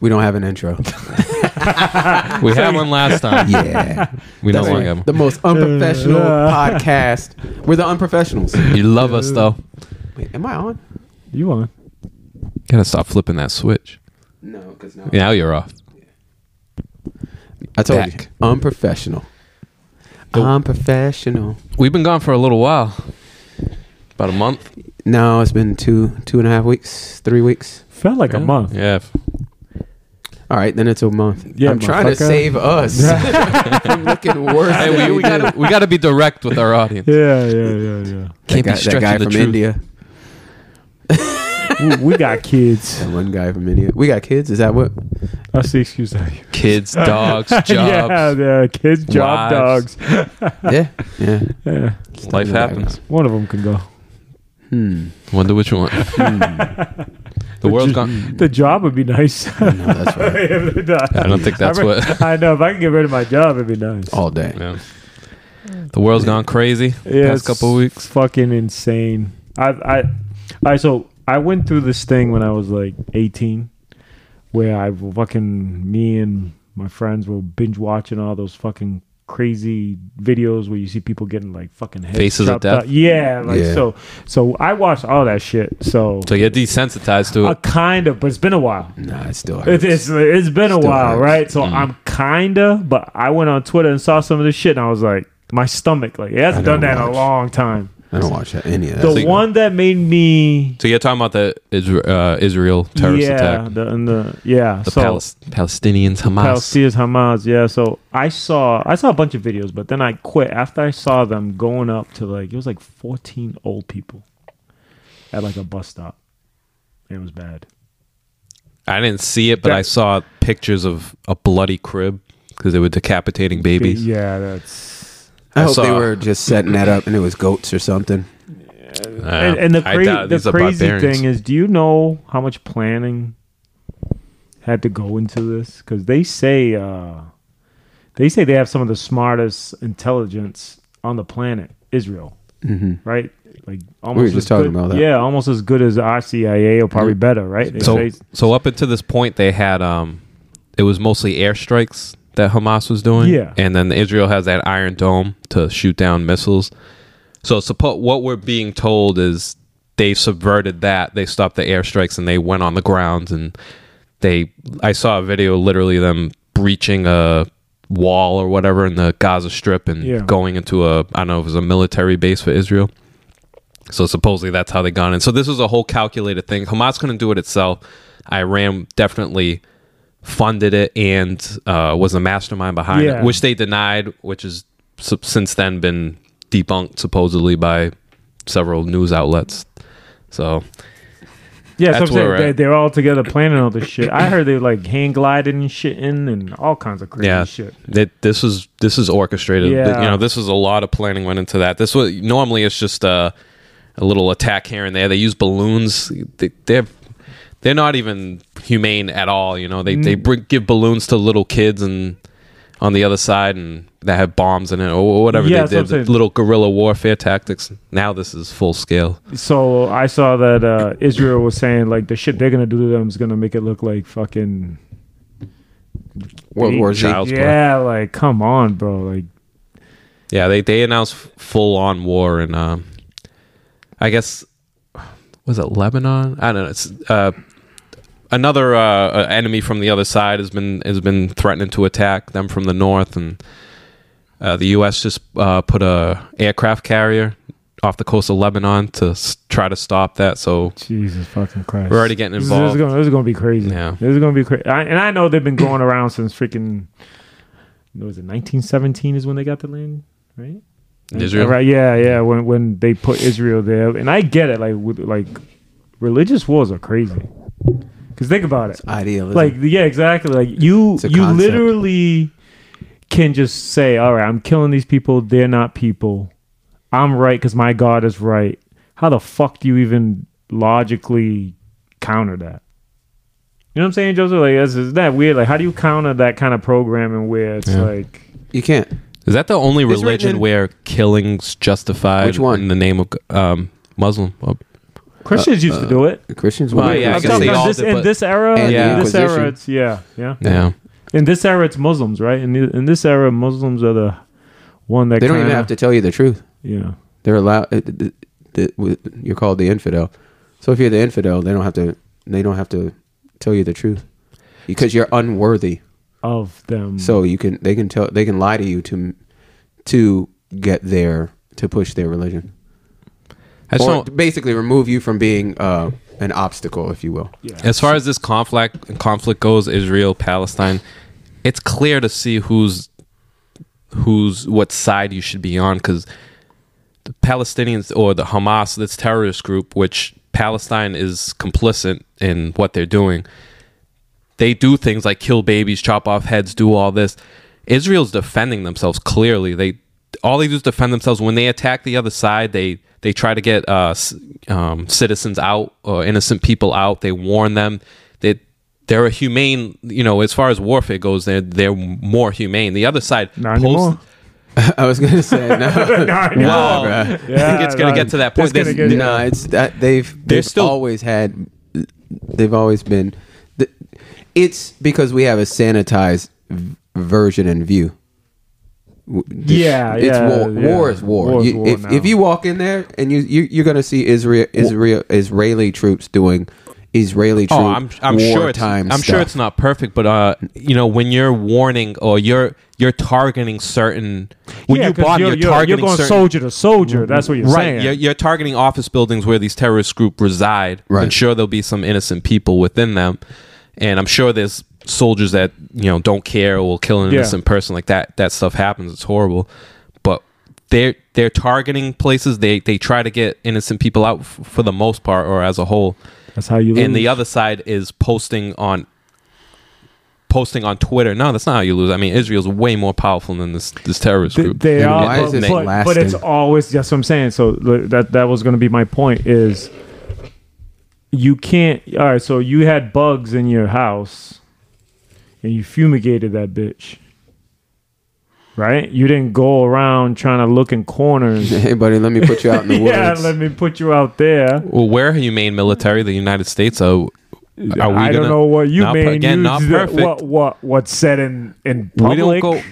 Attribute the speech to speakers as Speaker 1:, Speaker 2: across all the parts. Speaker 1: We don't have an intro.
Speaker 2: We had one last time.
Speaker 1: yeah.
Speaker 2: We
Speaker 1: That's
Speaker 2: don't like
Speaker 1: right.
Speaker 2: him.
Speaker 1: The most unprofessional
Speaker 3: Yeah.
Speaker 1: podcast. We're the unprofessionals.
Speaker 2: You love us though.
Speaker 1: Wait, am I on?
Speaker 3: You on?
Speaker 2: Gotta stop flipping that switch.
Speaker 1: No, because now
Speaker 2: Now you're off.
Speaker 1: I told
Speaker 2: Back.
Speaker 1: you. Unprofessional. Unprofessional.
Speaker 2: We've been gone for a little while. About a month.
Speaker 1: No, it's been two, two and a half weeks, three weeks.
Speaker 3: Felt like a
Speaker 2: Yeah.
Speaker 3: month.
Speaker 2: Yeah.
Speaker 1: All right, then it's a month.
Speaker 3: Yeah,
Speaker 1: I'm trying to
Speaker 3: motherfucker.
Speaker 1: save us from looking worse.
Speaker 2: Hey,
Speaker 1: than
Speaker 2: we, we gotta we gotta be direct with our audience.
Speaker 3: Yeah, yeah, yeah, yeah.
Speaker 1: That
Speaker 2: Can't
Speaker 1: guy,
Speaker 2: be stretching
Speaker 1: that guy
Speaker 2: the
Speaker 1: from
Speaker 2: truth.
Speaker 1: India.
Speaker 3: we, we got kids.
Speaker 1: That one guy from India. We got kids. Is that what?
Speaker 3: That's the excuse I use.
Speaker 2: Kids, dogs, jobs.
Speaker 3: yeah, yeah, kids, job,
Speaker 2: wives.
Speaker 3: dogs.
Speaker 1: Yeah. Yeah.
Speaker 3: Yeah,
Speaker 2: Life happens.
Speaker 3: one of them can go.
Speaker 1: Hmm.
Speaker 2: Wonder which one. The world's
Speaker 3: jo-
Speaker 2: gone.
Speaker 1: Hmm.
Speaker 3: The job would be nice.
Speaker 1: No, that's right.
Speaker 2: I
Speaker 3: I
Speaker 2: don't think that's
Speaker 3: re-
Speaker 2: what.
Speaker 3: I know. If I can get rid of my job, it'd be nice.
Speaker 1: All day.
Speaker 2: Yeah. The world's gone crazy.
Speaker 3: yeah,
Speaker 2: past
Speaker 3: it's
Speaker 2: couple weeks.
Speaker 3: Fucking insane. I I I so I went through this thing when I was like 18 where I fucking me and my friends were binge watching all those fucking crazy videos where you see people getting like fucking heads
Speaker 2: Faces of
Speaker 3: chopped
Speaker 2: death.
Speaker 3: off. Yeah, like
Speaker 1: Yeah.
Speaker 3: so so I watched all that shit. So,
Speaker 2: So you get desensitized to
Speaker 3: a
Speaker 2: it.
Speaker 3: kind of, but it's been a while.
Speaker 1: Nah, it still hurts.
Speaker 3: It's, it's, it's been a
Speaker 1: Still
Speaker 3: while,
Speaker 1: hurts.
Speaker 3: right? So
Speaker 2: Mm.
Speaker 3: I'm kinda, but I went on Twitter and saw some of this shit, and I was like, my stomach, like it hasn't
Speaker 1: I
Speaker 3: done
Speaker 1: don't
Speaker 3: that in a
Speaker 1: watch.
Speaker 3: long time.
Speaker 1: I don't watch that, any of that.
Speaker 3: The
Speaker 2: So-
Speaker 3: one that made me,
Speaker 2: So you're talking about the Isra- uh, Israel terrorist
Speaker 3: yeah,
Speaker 2: attack.
Speaker 3: the, and the yeah,
Speaker 2: The
Speaker 3: so
Speaker 2: Palis- Palestinians, Hamas.
Speaker 3: Palestinians, Hamas, yeah. So I saw, I saw a bunch of videos, but then I quit after I saw them going up to like it was like 14 old people at like a bus stop. It was bad.
Speaker 2: I didn't see it, but I
Speaker 3: That-
Speaker 2: saw pictures of a bloody crib because they were decapitating babies.
Speaker 3: Yeah, that's
Speaker 1: I
Speaker 2: I
Speaker 1: hope they
Speaker 2: saw-
Speaker 1: were just setting that up and it was goats or something.
Speaker 2: Uh,
Speaker 3: and, and the,
Speaker 2: I
Speaker 3: cra-
Speaker 2: doubt
Speaker 3: the
Speaker 2: these are
Speaker 3: crazy
Speaker 2: barbarians.
Speaker 3: thing is, do you know how much planning had to go into this? Because they say uh, they say they have some of the smartest intelligence on the planet, Israel,
Speaker 1: Mm-hmm.
Speaker 3: right? Like almost
Speaker 1: were just
Speaker 3: as
Speaker 1: talking
Speaker 3: good-
Speaker 1: about that.
Speaker 3: Yeah, almost as good as our CIA, or probably better, right? They
Speaker 2: so,
Speaker 3: say-
Speaker 2: so up until this point, they had um, it was mostly airstrikes that Hamas was doing.
Speaker 3: Yeah.
Speaker 2: and then Israel has that Iron Dome to shoot down missiles. So, suppo- what we're being told is they subverted that. They stopped the airstrikes and they went on the grounds and they. I saw a video literally them breaching a wall or whatever in the Gaza Strip and
Speaker 3: Yeah.
Speaker 2: going into a I don't know if it was a military base for Israel. So supposedly that's how they got in. So this was a whole calculated thing. Hamas couldn't do it itself. Iran definitely funded it and uh, was the mastermind behind
Speaker 3: Yeah.
Speaker 2: it, which they denied, which has su- since then been debunked supposedly by several news outlets. So
Speaker 3: yeah, so
Speaker 2: that's
Speaker 3: I'm saying
Speaker 2: where we're
Speaker 3: they,
Speaker 2: at.
Speaker 3: they're all together planning all this shit. I heard they like hand glided and shit in and all kinds of crazy
Speaker 2: yeah,
Speaker 3: shit.
Speaker 2: that this is this is orchestrated. Th-
Speaker 3: Yeah.
Speaker 2: You know, this is a lot of planning went into that. This was normally it's just a, a little attack here and there. They use balloons. They, they're they're not even humane at all. You know, they they
Speaker 3: Mm.
Speaker 2: bring, give balloons to little kids and on the other side and that have bombs in it or whatever
Speaker 3: Yeah, that's
Speaker 2: they did.
Speaker 3: what I'm saying.
Speaker 2: the little guerrilla warfare tactics. Now this is full scale.
Speaker 3: So I saw that uh, Israel was saying like the shit they're gonna do to them is gonna make it look like fucking
Speaker 1: World War Z.
Speaker 2: Child's play.
Speaker 3: yeah, like come on, bro, like
Speaker 2: Yeah, they they announced full on war in, um, I guess, was it Lebanon? I don't know. It's uh, another uh, enemy from the other side has been has been threatening to attack them from the north, and uh, the U.S. just uh, put a aircraft carrier off the coast of Lebanon to s- try to stop that. So
Speaker 3: Jesus fucking Christ,
Speaker 2: We're already getting
Speaker 3: This is-
Speaker 2: involved.
Speaker 3: This is gonna, this is gonna be crazy.
Speaker 2: Yeah.
Speaker 3: this is gonna be crazy. And I know they've been going around since freaking what was it 1917 is when they got the land, right?
Speaker 2: Israel,
Speaker 3: right? Yeah, yeah. When when they put Israel there, and I get it. Like with, like religious wars are crazy. Cause think about it.
Speaker 1: Idealism.
Speaker 3: like yeah exactly like you
Speaker 1: It's a
Speaker 3: you
Speaker 1: concept.
Speaker 3: literally can just say all right i'm killing these people they're not people i'm right because my god is right how the fuck do you even logically counter that you know what i'm saying joseph like is, is that weird like how do you counter that kind of programming where it's
Speaker 2: Yeah.
Speaker 3: like
Speaker 1: you can't.
Speaker 2: is that the only
Speaker 1: It's
Speaker 2: religion
Speaker 1: written-
Speaker 2: where killings justified
Speaker 1: Which one?
Speaker 2: in the name of um, Muslim? Oh,
Speaker 1: Uh,
Speaker 3: Christians used to do it.
Speaker 1: Christians.
Speaker 2: Well,
Speaker 1: were-
Speaker 2: yeah, I
Speaker 3: I'm
Speaker 2: guess
Speaker 3: talking
Speaker 2: they all
Speaker 3: about this,
Speaker 2: did,
Speaker 3: in
Speaker 2: but-
Speaker 3: this era.
Speaker 1: And
Speaker 2: the
Speaker 3: in this
Speaker 1: Inquisition.
Speaker 3: era, it's yeah, yeah,
Speaker 2: Yeah.
Speaker 3: In this era, it's Muslims, right? In the, in this era, Muslims are the one that
Speaker 1: They don't
Speaker 3: kinda,
Speaker 1: even have to tell you the truth.
Speaker 3: You know,
Speaker 1: They're allowed. uh, th- th- th- with- You're called the infidel. So if you're the infidel, they don't have to. They don't have to tell you the truth because you're unworthy.
Speaker 3: of them.
Speaker 1: So you can. They can tell. They can lie to you to to get their to push their religion.
Speaker 2: I just
Speaker 1: or
Speaker 2: don't-
Speaker 1: to basically remove you from being uh, an obstacle, if you will.
Speaker 2: As far as this conflict conflict goes, Israel Palestine, it's clear to see who's who's what side you should be on because the Palestinians or the Hamas, this terrorist group, which Palestine is complicit in what they're doing, they do things like kill babies, chop off heads, do all this. Israel's defending themselves clearly. They all they do is defend themselves. When they attack the other side, they they try to get uh, s- um, citizens out or innocent people out. They warn them. They they're a humane, you know, as far as warfare goes, they're they're more humane. The other side
Speaker 3: Not anymore.
Speaker 1: I was gonna say no.
Speaker 3: Not anymore.
Speaker 2: Wow, I think it's gonna
Speaker 3: no,
Speaker 2: get to that point.
Speaker 3: it's gonna
Speaker 2: There's-
Speaker 3: get-
Speaker 1: No, it's that they've they've
Speaker 2: still-
Speaker 1: always had. They've always been. th- It's because we have a sanitized v- version and view. W- this-
Speaker 3: Yeah,
Speaker 1: it's
Speaker 3: yeah,
Speaker 1: war.
Speaker 3: yeah.
Speaker 1: War is war.
Speaker 3: War is
Speaker 1: You-
Speaker 3: war
Speaker 1: if,
Speaker 3: now.
Speaker 1: if you walk in there and you, you you're gonna see Israel Israel Israeli troops doing Israeli troops.
Speaker 2: Oh, I'm, I'm sure it's
Speaker 1: time.
Speaker 2: I'm sure it's not perfect, but uh, you know, when you're warning or you're you're targeting certain when
Speaker 3: Yeah,
Speaker 2: you
Speaker 3: 'cause
Speaker 2: bomb, you're,
Speaker 3: you're, you're,
Speaker 2: targeting
Speaker 3: you're going
Speaker 2: certain
Speaker 3: soldier to soldier. That's what you're
Speaker 2: right.
Speaker 3: saying.
Speaker 2: You're, you're targeting office buildings where these terrorist group reside.
Speaker 1: Right.
Speaker 2: I'm sure there'll be some innocent people within them, and I'm sure there's soldiers that you know don't care or will kill an
Speaker 3: Yeah.
Speaker 2: innocent person. Like that that stuff happens. It's horrible, but they're they're targeting places. They they try to get innocent people out f- for the most part or as a whole
Speaker 3: That's how you lose.
Speaker 2: and the other side is posting on posting on Twitter. No, that's not how you lose. I mean, Israel's way more powerful than this this terrorist
Speaker 3: Th-
Speaker 2: group.
Speaker 3: They
Speaker 1: Then
Speaker 3: are,
Speaker 1: why
Speaker 3: but,
Speaker 1: is it
Speaker 3: but- but
Speaker 1: lasting?
Speaker 3: it's always that's what I'm saying. So like, that that was going to be my point is you can't. All right, so you had bugs in your house, and you fumigated that bitch. Right, you didn't go around trying to look in corners.
Speaker 1: Hey, buddy, let me put you out in the woods.
Speaker 3: yeah, let me put you out there.
Speaker 2: well, we're a humane military. The United States are. Are we gonna,
Speaker 3: I don't know what you
Speaker 2: not per-
Speaker 3: mean.
Speaker 2: again,
Speaker 3: You
Speaker 2: not
Speaker 3: just- uh,
Speaker 2: perfect.
Speaker 3: What what what's said in in
Speaker 2: we
Speaker 3: public?
Speaker 2: don't go.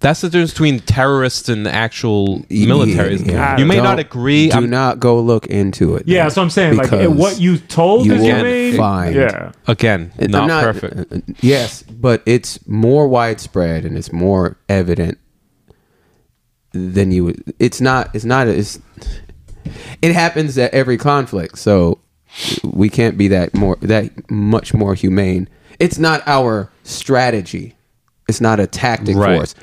Speaker 2: That's the difference between terrorists and actual military.
Speaker 1: yeah.
Speaker 2: You may
Speaker 1: Don't-
Speaker 2: not agree.
Speaker 1: Do
Speaker 2: I'm-
Speaker 1: not go look into it.
Speaker 3: Yeah, so I'm saying like
Speaker 1: Because
Speaker 3: what you told
Speaker 1: you
Speaker 3: is your
Speaker 2: will
Speaker 3: main.
Speaker 1: find-
Speaker 3: Yeah,
Speaker 2: again,
Speaker 1: It-
Speaker 2: not,
Speaker 1: I'm
Speaker 2: perfect.
Speaker 1: uh, uh, Yes, but it's more widespread and it's more evident than you would. It's not. It's not. It's, it happens at every conflict, so we can't be that more that much more humane. It's not our strategy. It's not a tactic
Speaker 2: Right.
Speaker 1: for us.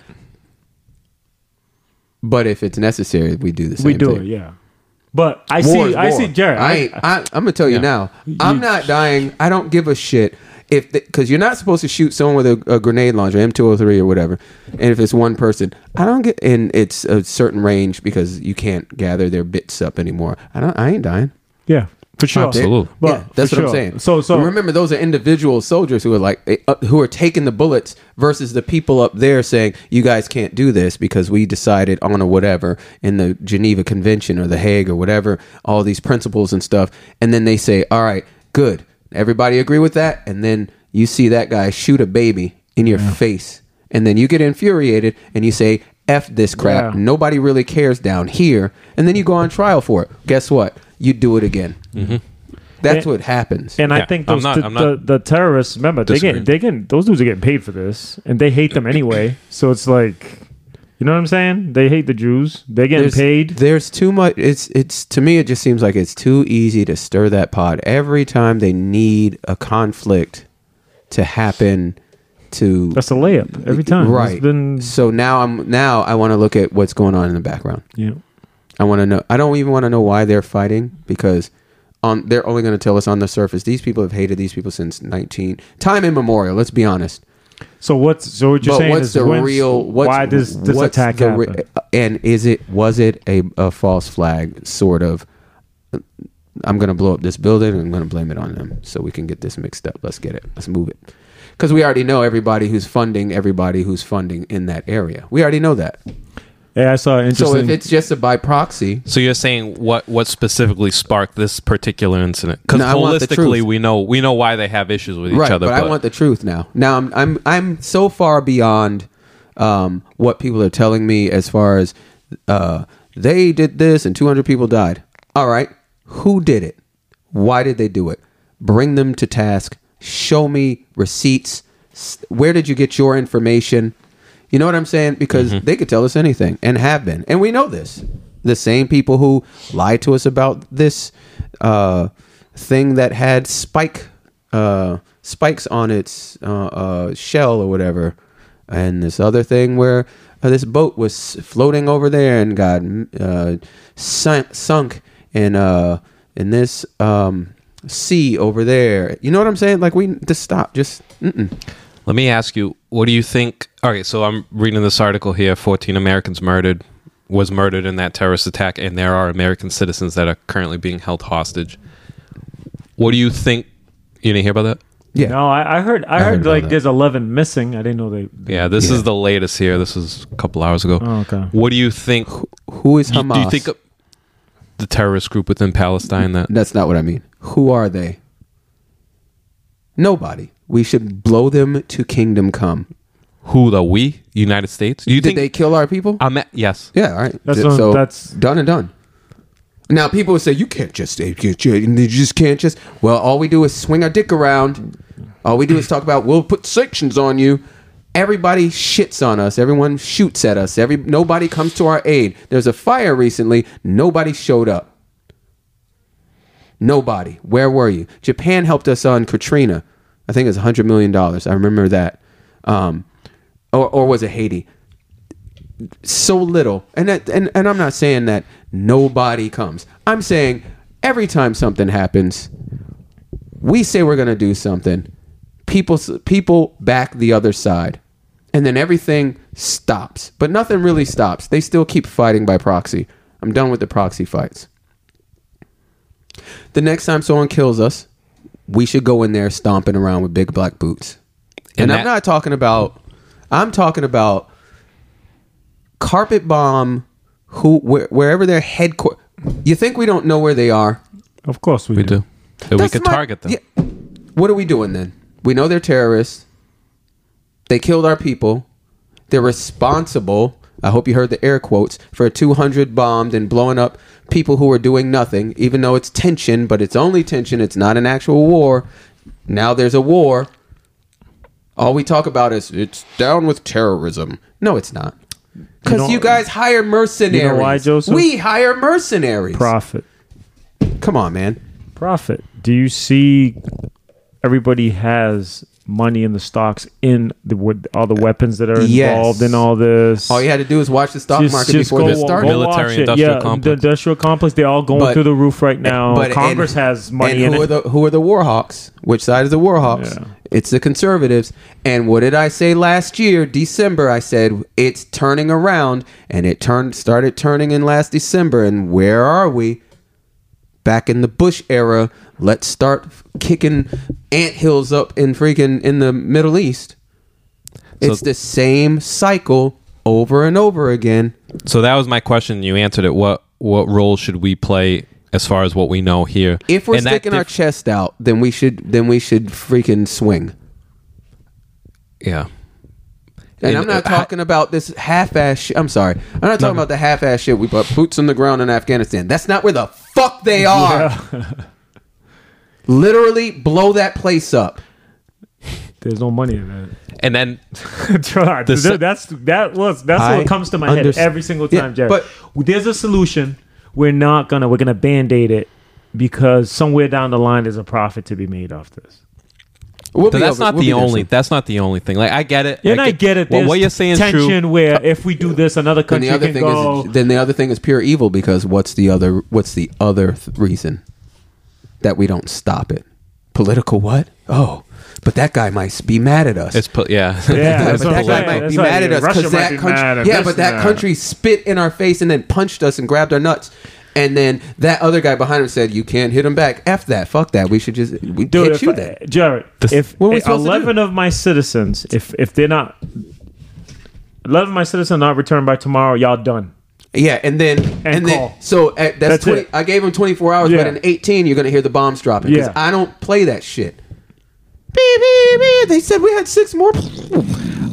Speaker 1: But if it's necessary, we do the same.
Speaker 3: we do
Speaker 1: thing.
Speaker 3: it. Yeah, but I
Speaker 1: War
Speaker 3: see.
Speaker 1: is
Speaker 3: I
Speaker 1: war.
Speaker 3: see, Jared.
Speaker 1: I, ain't- I, I'm gonna tell you now. I'm not dying. I don't give a shit if because you're not supposed to shoot someone with a, a grenade launcher, M203 or whatever. And if it's one person, I don't get. And it's a certain range because you can't gather their bits up anymore. I don't. I ain't dying.
Speaker 3: yeah, for sure.
Speaker 2: Absolutely.
Speaker 3: But
Speaker 1: yeah, that's
Speaker 3: for
Speaker 1: what I'm
Speaker 3: sure.
Speaker 1: saying.
Speaker 3: So so
Speaker 1: And remember, those are individual soldiers who are like eh, uh, who are taking the bullets versus the people up there saying, "You guys can't do this because we decided on a whatever in the Geneva Convention or the Hague or whatever, all these principles and stuff." And then they say, "All right, good, everybody agree with that." And then you see that guy shoot a baby in your face, and then you get infuriated and you say. F this crap.
Speaker 3: Yeah.
Speaker 1: Nobody really cares down here. And then you go on trial for it. Guess what? You do it again. That's
Speaker 3: And-
Speaker 1: what happens.
Speaker 3: and I
Speaker 2: Yeah,
Speaker 3: think
Speaker 2: I'm
Speaker 3: those
Speaker 2: not-
Speaker 3: the,
Speaker 2: I'm not
Speaker 3: the, the terrorists. Remember, they
Speaker 2: disagreeing.
Speaker 3: get they get those dudes are getting paid for this, and they hate them anyway. so it's like, you know what I'm saying? They hate the Jews. They getting
Speaker 1: there's,
Speaker 3: paid.
Speaker 1: There's too much. It's it's to me. It just seems like it's too easy to stir that pot every time they need a conflict to happen. To
Speaker 3: That's a layup every time. It's
Speaker 1: right.
Speaker 3: been-
Speaker 1: so now I'm now I want to look at what's going on in the background.
Speaker 3: yeah.
Speaker 1: I want to know. I don't even want to know why they're fighting because on they're only going to tell us on the surface. These people have hated these people since 19 time immemorial. Let's be honest.
Speaker 3: So what's so what you're
Speaker 1: but
Speaker 3: saying
Speaker 1: what's
Speaker 3: is
Speaker 1: the
Speaker 3: when's-
Speaker 1: real? What's,
Speaker 3: why does this
Speaker 1: what's
Speaker 3: attack
Speaker 1: the re-
Speaker 3: happen?
Speaker 1: and is it was it a, a false flag? Sort of. I'm going to blow up this building. and I'm going to blame it on them, so we can get this mixed up. Let's get it. Let's move it. Because we already know everybody who's funding everybody who's funding in that area. We already know that.
Speaker 3: Yeah, I saw an interesting.
Speaker 1: So if it's just a by proxy,
Speaker 2: So you're saying what what specifically sparked this particular incident? Because
Speaker 1: No, I want the
Speaker 2: holistically,
Speaker 1: truth.
Speaker 2: we know we know why they have issues with each
Speaker 1: right?
Speaker 2: other.
Speaker 1: but, I want the truth now. Now I'm I'm I'm so far beyond um, what people are telling me as far as uh, they did this and 200 people died. All right, who did it? Why did they do it? Bring them to task. Show me receipts. S- Where did you get your information? You know what I'm saying? Because
Speaker 2: Mm-hmm.
Speaker 1: they could tell us anything and have been. And we know this. The same people who lied to us about this uh, thing that had spike uh, spikes on its uh, uh, shell or whatever. And this other thing where uh, this boat was floating over there and got uh, sunk, sunk in, uh, in this um, sea over there. You know what I'm saying? Like, we just stop. Just, mm-mm.
Speaker 2: Let me ask you, what do you think? Okay, so I'm reading this article here. 14 Americans murdered was murdered in that terrorist attack, and there are American citizens that are currently being held hostage. What do you think? You didn't hear about that?
Speaker 1: yeah.
Speaker 3: No, I, I heard. I,
Speaker 1: heard
Speaker 3: heard,
Speaker 1: about
Speaker 3: like
Speaker 1: that.
Speaker 3: there's 11 missing. I didn't know they. they-
Speaker 2: Yeah, this is the latest here. This is a couple hours ago.
Speaker 3: Oh, okay.
Speaker 2: What do you think?
Speaker 1: Who is
Speaker 2: you-
Speaker 1: Hamas?
Speaker 2: do you think the terrorist group within Palestine that
Speaker 1: That's not what I mean. Who are they? Nobody. We should blow them to kingdom come.
Speaker 2: who the we United States? Do you
Speaker 1: Did
Speaker 2: think
Speaker 1: they kill our people?
Speaker 2: I'm at, yes.
Speaker 1: yeah, all right.
Speaker 3: That's
Speaker 1: D-
Speaker 3: what- that's-
Speaker 1: done and done. Now people say you can't just you, can't- you just can't just. Well, all we do is swing our dick around. All we do is talk about we'll put sanctions on you. Everybody shits on us. Everyone shoots at us. Every nobody comes to our aid. There's a fire recently. Nobody showed up. Nobody. Where were you? Japan helped us on Katrina. I think it was $100 million. I remember that. Um, or, or was it Haiti? So little. And, that, and, and I'm not saying that nobody comes. I'm saying every time something happens, we say we're going to do something. People, s- people back the other side. And then everything stops. But nothing really stops. They still keep fighting by proxy. I'm done with the proxy fights the next time someone kills us, we should go in there stomping around with big black boots. And,
Speaker 2: And
Speaker 1: I'm
Speaker 2: that-
Speaker 1: not talking about I'm talking about carpet bomb who where, wherever their headquarters you think we don't know where they are?
Speaker 3: Of course we,
Speaker 2: We
Speaker 3: do.
Speaker 2: do. That we
Speaker 1: That's
Speaker 2: could
Speaker 1: my-
Speaker 2: target them.
Speaker 1: yeah. What are we doing then? We know they're terrorists. They killed our people. They're responsible. I hope you heard the air quotes for 200 bombed and blowing up people who are doing nothing, even though it's tension, but it's only tension. It's not an actual war. Now there's a war. All we talk about is it's down with terrorism. No, it's not. Because
Speaker 3: know-
Speaker 1: you, guys hire mercenaries.
Speaker 3: why, Joseph?
Speaker 1: We hire mercenaries.
Speaker 3: Profit.
Speaker 1: Come on, man.
Speaker 3: Profit. Do you see? Everybody has money in the stocks in the with all the weapons that are
Speaker 1: Uh, Yes.
Speaker 3: involved in all this.
Speaker 1: All you had to do is watch the stock market before this started.
Speaker 2: go Military
Speaker 3: watch it.
Speaker 2: industrial
Speaker 3: yeah, The
Speaker 2: complex.
Speaker 3: industrial complex, they're all going
Speaker 1: But-
Speaker 3: through the roof right now.
Speaker 1: But-
Speaker 3: Congress
Speaker 1: and-
Speaker 3: has money
Speaker 1: and
Speaker 3: in
Speaker 1: who
Speaker 3: it.
Speaker 1: Are the, who are the Warhawks? Which side is the Warhawks?
Speaker 3: Yeah.
Speaker 1: It's the conservatives. And what did I say last year, December? I said it's turning around, and it turned started turning in last December. And where are we? Back in the Bush era. Let's start kicking ant hills up in freaking in the Middle East. It's the same cycle over and over again.
Speaker 2: So that was my question. You answered it. What what role should we play as far as what we know here?
Speaker 1: If we're
Speaker 2: And that
Speaker 1: sticking our
Speaker 2: diff-
Speaker 1: chest out, then we should then we should freaking swing.
Speaker 2: yeah,
Speaker 1: And,
Speaker 2: And,
Speaker 1: I'm not
Speaker 2: uh,
Speaker 1: talking about this half-ass. Sh- I'm sorry. I'm not talking about the half-ass shit. We put boots on the ground in Afghanistan. That's not where the fuck they are. Literally blow that place up.
Speaker 3: There's no money in that.
Speaker 2: and then
Speaker 3: Gerard,
Speaker 2: The se-
Speaker 3: that's that was that's
Speaker 1: I
Speaker 3: what comes to my
Speaker 1: underst-
Speaker 3: head every single
Speaker 1: Yeah,
Speaker 3: time, Jared.
Speaker 1: but-
Speaker 3: there's a solution. We're not gonna we're gonna band aid it because somewhere down the line there's a profit to be made off this.
Speaker 1: We'll be
Speaker 2: but that's
Speaker 1: over-
Speaker 2: not
Speaker 1: we'll
Speaker 2: the
Speaker 1: be there
Speaker 2: only.
Speaker 1: soon.
Speaker 2: That's not the only thing. Like I get it.
Speaker 3: And I get, it.
Speaker 2: Well,
Speaker 3: there's
Speaker 2: what you're saying, is
Speaker 3: tension
Speaker 2: true.
Speaker 3: where if we do this, another
Speaker 1: Then the
Speaker 3: country
Speaker 1: other
Speaker 3: can
Speaker 1: thing
Speaker 3: go.
Speaker 1: is then the other thing is pure evil because what's the other what's the other th- reason that we don't stop it? Political what? Oh, but that guy might be mad at us.
Speaker 2: It's put. Yeah.
Speaker 3: Yeah,
Speaker 1: Yeah,
Speaker 3: that's
Speaker 1: but
Speaker 3: what
Speaker 1: that guy
Speaker 3: I'm saying.
Speaker 1: might
Speaker 3: That's
Speaker 1: be
Speaker 3: what I
Speaker 1: mad at
Speaker 3: mean.
Speaker 1: us
Speaker 3: Russia
Speaker 1: because
Speaker 3: might
Speaker 1: that
Speaker 3: be mad
Speaker 1: country.
Speaker 3: at
Speaker 1: Yeah,
Speaker 3: this
Speaker 1: but
Speaker 3: and
Speaker 1: that
Speaker 3: that.
Speaker 1: country spit in our face and then punched us and grabbed our nuts. And then that other guy behind him said, "You can't hit him back. F that. Fuck that. We should just we
Speaker 3: Dude,
Speaker 1: hit
Speaker 3: if
Speaker 1: you
Speaker 3: I-
Speaker 1: then."
Speaker 3: Jared,
Speaker 2: This-
Speaker 3: uh, if
Speaker 1: What are we supposed to do?
Speaker 3: eleven of my citizens, if if they're not Eleven, my citizen not returned by tomorrow. Y'all done.
Speaker 1: Yeah, and then and,
Speaker 3: call.
Speaker 1: then so at, that's,
Speaker 3: That's
Speaker 1: 20,
Speaker 3: it.
Speaker 1: I gave him 24 hours,
Speaker 3: Yeah.
Speaker 1: but in 18 you're gonna hear the bombs dropping because
Speaker 3: Yeah.
Speaker 1: I don't play that shit. Beep, beep, beep. They said we had six more.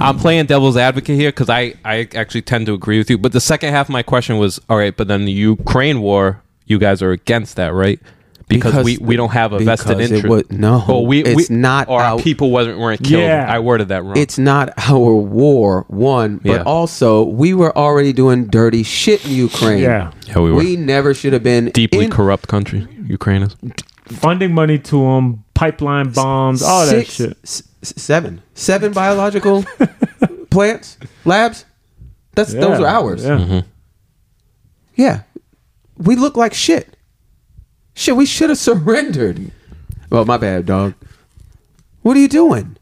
Speaker 2: I'm playing devil's advocate here because I, I actually tend to agree with you. But the second half of my question was all right, but then the Ukraine war, you guys are against that, right? Because,
Speaker 1: Because
Speaker 2: we, we don't have a
Speaker 1: because
Speaker 2: vested
Speaker 1: it
Speaker 2: interest.
Speaker 1: would- no,
Speaker 2: Or we,
Speaker 1: it's
Speaker 2: we-
Speaker 1: not
Speaker 2: Or our
Speaker 1: out-
Speaker 2: people wasn't weren't killed.
Speaker 3: Yeah.
Speaker 2: I worded that wrong.
Speaker 1: It's not our war, one, but
Speaker 2: Yeah.
Speaker 1: also we were already doing dirty shit in Ukraine.
Speaker 3: Yeah.
Speaker 2: Yeah, we were.
Speaker 1: never should have been
Speaker 2: deeply
Speaker 1: in-
Speaker 2: corrupt country. Ukraine is.
Speaker 3: Funding money to them, pipeline bombs, all
Speaker 1: six,
Speaker 3: that shit.
Speaker 1: s- s- seven, seven biological plants, labs. That's those are
Speaker 3: Yeah,
Speaker 1: ours.
Speaker 3: Yeah.
Speaker 2: Mm-hmm.
Speaker 1: Yeah. We look like shit. Shit, we should have surrendered. Well, my bad, dog. What are you doing?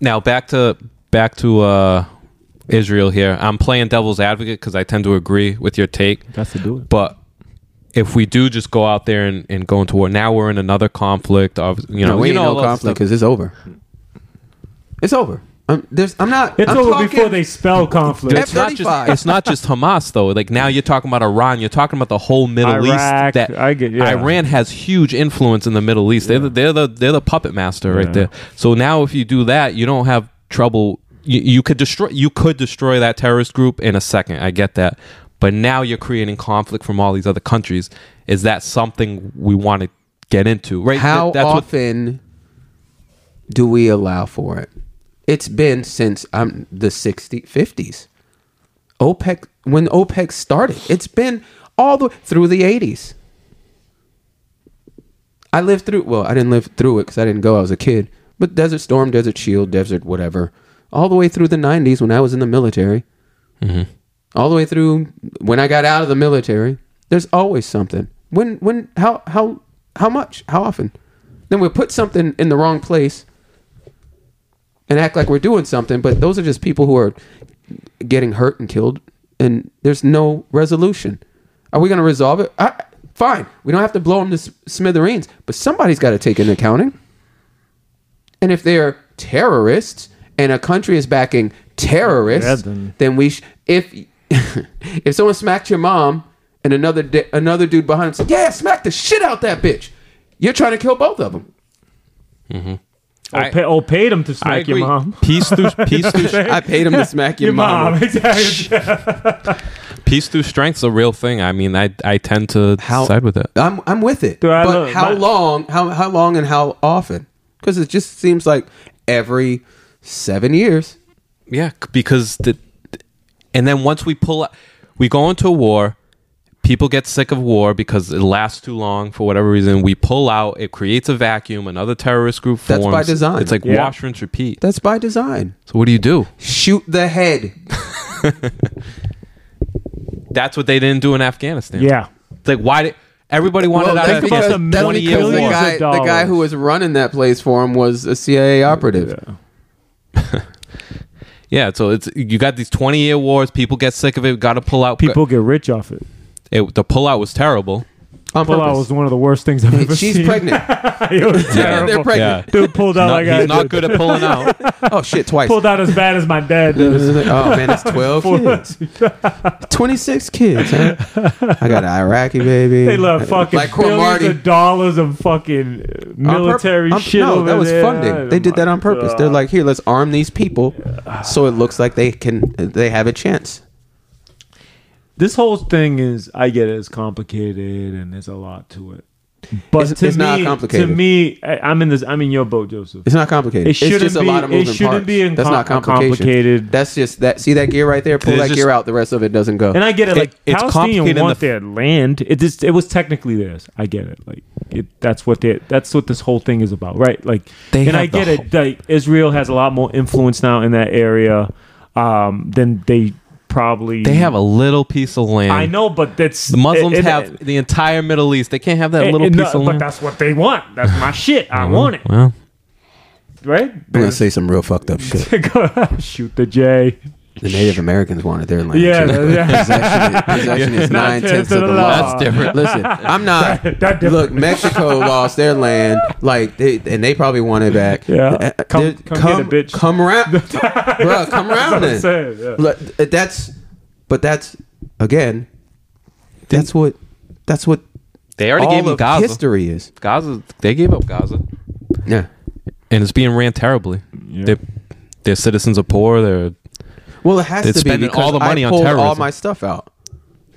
Speaker 2: Now back to back to uh, Israel here. I'm playing devil's advocate because I tend to agree with your take.
Speaker 3: That's to do it.
Speaker 2: But if we do just go out there and, and go into war, now we're in another conflict. Of you know,
Speaker 1: No, we
Speaker 2: you
Speaker 1: ain't
Speaker 2: know
Speaker 1: no
Speaker 2: all that
Speaker 1: conflict
Speaker 2: stuff.
Speaker 1: because it's over. It's over. I'm, there's, I'm not.
Speaker 3: It's
Speaker 1: I'm
Speaker 3: over
Speaker 1: talking-
Speaker 3: before they spell conflict.
Speaker 2: It's not, just,
Speaker 1: F-35.
Speaker 2: it's not just Hamas though. Like now you're talking about Iran. You're talking about the whole Middle
Speaker 3: Iraq,
Speaker 2: East. That
Speaker 3: I get- yeah.
Speaker 2: Iran has huge influence in the Middle East. They're, the, they're the they're the puppet master right there. So now if you do that, you don't have trouble. You, you could destroy you could destroy that terrorist group in a second. I get that, but now you're creating conflict from all these other countries. Is that something we want to get into? Right?
Speaker 1: How
Speaker 2: Th- that's what-
Speaker 1: often do we allow for it? It's been since um, the 60, 50s. OPEC, when OPEC started, it's been all the through the 80s. I lived through, well, I didn't live through it because I didn't go, I was a kid, but Desert Storm, Desert Shield, Desert whatever, all the way through the 90s when I was in the military, all the way through when I got out of the military, there's always something. When, when, how, how, how much, how often? Then we put something in the wrong place and act like we're doing something, but those are just people who are getting hurt and killed, and there's no resolution. Are we going to resolve it? I, fine, we don't have to blow them to s- smithereens, but somebody's got to take an accounting. And if they're terrorists and a country is backing terrorists,
Speaker 3: Yeah,
Speaker 1: then,
Speaker 3: then-
Speaker 1: we sh- if if someone smacked your mom and another di- another dude behind him said, "Yeah, smack the shit out that bitch," you're trying to kill both of them.
Speaker 3: Or, pay, or paid them to smack your mom.
Speaker 2: Peace through peace through
Speaker 1: I paid him to smack your,
Speaker 3: Your mom, exactly.
Speaker 2: peace through strength's a real thing. I mean, I I tend to
Speaker 1: How-
Speaker 2: side with it.
Speaker 1: I'm I'm with it.
Speaker 3: Dude, I
Speaker 1: but
Speaker 3: love-
Speaker 1: how
Speaker 3: my-
Speaker 1: long? How how long and how often? Because it just seems like every seven years.
Speaker 2: Yeah, c- because the and then once we pull out, we go into a war, people get sick of war because it lasts too long for whatever reason. We pull out, it creates a vacuum, another terrorist group
Speaker 1: That's
Speaker 2: forms.
Speaker 1: by design.
Speaker 2: It's like
Speaker 3: Yeah.
Speaker 2: wash, rinse, repeat.
Speaker 1: That's by design.
Speaker 2: So what do you do?
Speaker 1: Shoot the head.
Speaker 2: That's what they didn't do in Afghanistan.
Speaker 3: Yeah.
Speaker 2: It's like why did everybody wanted
Speaker 1: Well,
Speaker 2: out
Speaker 1: that's
Speaker 2: of
Speaker 1: because,
Speaker 2: Afghanistan?
Speaker 1: that's
Speaker 2: 20
Speaker 1: because
Speaker 2: year
Speaker 1: the
Speaker 2: war.
Speaker 1: guy
Speaker 3: Billions of
Speaker 1: the guy who was running that place for him was a CIA operative.
Speaker 2: Yeah, so it's you got these 20 year wars, people get sick of it, got to pull out.
Speaker 3: People get rich off it.
Speaker 2: it, the pullout was terrible.
Speaker 1: On
Speaker 3: Pull out was
Speaker 1: purpose.
Speaker 3: one of the worst things I've ever
Speaker 1: She's
Speaker 3: seen.
Speaker 1: pregnant.
Speaker 3: It was terrible.
Speaker 1: They're pregnant.
Speaker 3: Dude pulled out
Speaker 2: No,
Speaker 3: like I
Speaker 2: he's not
Speaker 3: did.
Speaker 2: good at pulling out.
Speaker 1: Oh shit! Twice.
Speaker 3: Pulled out as bad as my dad did.
Speaker 1: oh man, that's twelve kids. Twenty-six kids. Huh? I got an Iraqi baby.
Speaker 3: They left fucking
Speaker 1: like
Speaker 3: billions
Speaker 1: Cromartie.
Speaker 3: of dollars of fucking uh, military
Speaker 1: On purp- on-
Speaker 3: shit.
Speaker 1: um, No,
Speaker 3: over
Speaker 1: that was
Speaker 3: there.
Speaker 1: funding. They did that on purpose. They're like, here, let's arm these people, so it looks like they can, they have a chance.
Speaker 3: this whole thing is I get it, it's complicated and there's a lot to it. But
Speaker 1: It's-
Speaker 3: to
Speaker 1: it's
Speaker 3: me,
Speaker 1: not complicated.
Speaker 3: To me, I, I'm in this. I'm in your boat, Joseph.
Speaker 1: It's not complicated.
Speaker 3: It
Speaker 1: it's
Speaker 3: shouldn't
Speaker 1: just a
Speaker 3: be-
Speaker 1: lot of
Speaker 3: it
Speaker 1: moving
Speaker 3: shouldn't
Speaker 1: parts.
Speaker 3: be in
Speaker 1: That's
Speaker 3: com-
Speaker 1: not complication.
Speaker 3: complicated.
Speaker 1: That's just that. See that gear right there? Pull
Speaker 2: It's
Speaker 1: that
Speaker 2: just-
Speaker 1: gear out. The rest of it doesn't go.
Speaker 3: And I get it.
Speaker 2: It-
Speaker 3: Like
Speaker 2: it's complicated in
Speaker 3: Palestinians
Speaker 2: the
Speaker 3: want
Speaker 2: f-
Speaker 3: their land. It just it was technically theirs. I get it. Like it, that's what they, that's what this whole thing is about, right? Like,
Speaker 2: They
Speaker 3: and
Speaker 2: have
Speaker 3: I
Speaker 2: the
Speaker 3: get it. Like Israel has a lot more influence now in that area um, than they probably.
Speaker 2: They have a little piece of land.
Speaker 3: I know, but that's
Speaker 2: The Muslims
Speaker 3: it- it-
Speaker 2: have the entire Middle East. They can't have that
Speaker 3: it-
Speaker 2: little
Speaker 3: it-
Speaker 2: piece
Speaker 3: no,
Speaker 2: of
Speaker 3: But
Speaker 2: land. Mm-hmm.
Speaker 3: that's what they want. That's my shit. I want it.
Speaker 2: Well,
Speaker 3: Right?
Speaker 1: I'm gonna say some real fucked up shit.
Speaker 3: Shoot the J.
Speaker 1: The Native Americans wanted their land.
Speaker 3: Yeah,
Speaker 1: too.
Speaker 3: yeah.
Speaker 1: possession, possession is
Speaker 3: Not
Speaker 1: nine tenths of the law.
Speaker 2: That's different.
Speaker 1: Listen, I'm not.
Speaker 3: That- that
Speaker 1: look,
Speaker 3: different.
Speaker 1: Mexico lost their land, like, they, and they probably want it back.
Speaker 3: Yeah.
Speaker 1: Uh, uh,
Speaker 3: Come-
Speaker 1: there-
Speaker 3: come get it, bitch.
Speaker 1: Come around, bro. Come around.
Speaker 3: I'm
Speaker 1: then.
Speaker 3: saying, yeah.
Speaker 1: Look, uh, That's, but that's again, that's what, that's what
Speaker 2: They already gave
Speaker 1: all
Speaker 2: him
Speaker 1: of
Speaker 2: Gaza.
Speaker 1: history is.
Speaker 2: Gaza. They gave up Gaza,
Speaker 1: Yeah.
Speaker 2: and it's being ran terribly.
Speaker 3: Yeah.
Speaker 2: Their their citizens are poor. They're
Speaker 1: Well, it has
Speaker 2: They're
Speaker 1: to be
Speaker 2: spending
Speaker 1: because
Speaker 2: all the money
Speaker 1: I
Speaker 2: on
Speaker 1: pulled all
Speaker 2: terrorism.
Speaker 1: my stuff out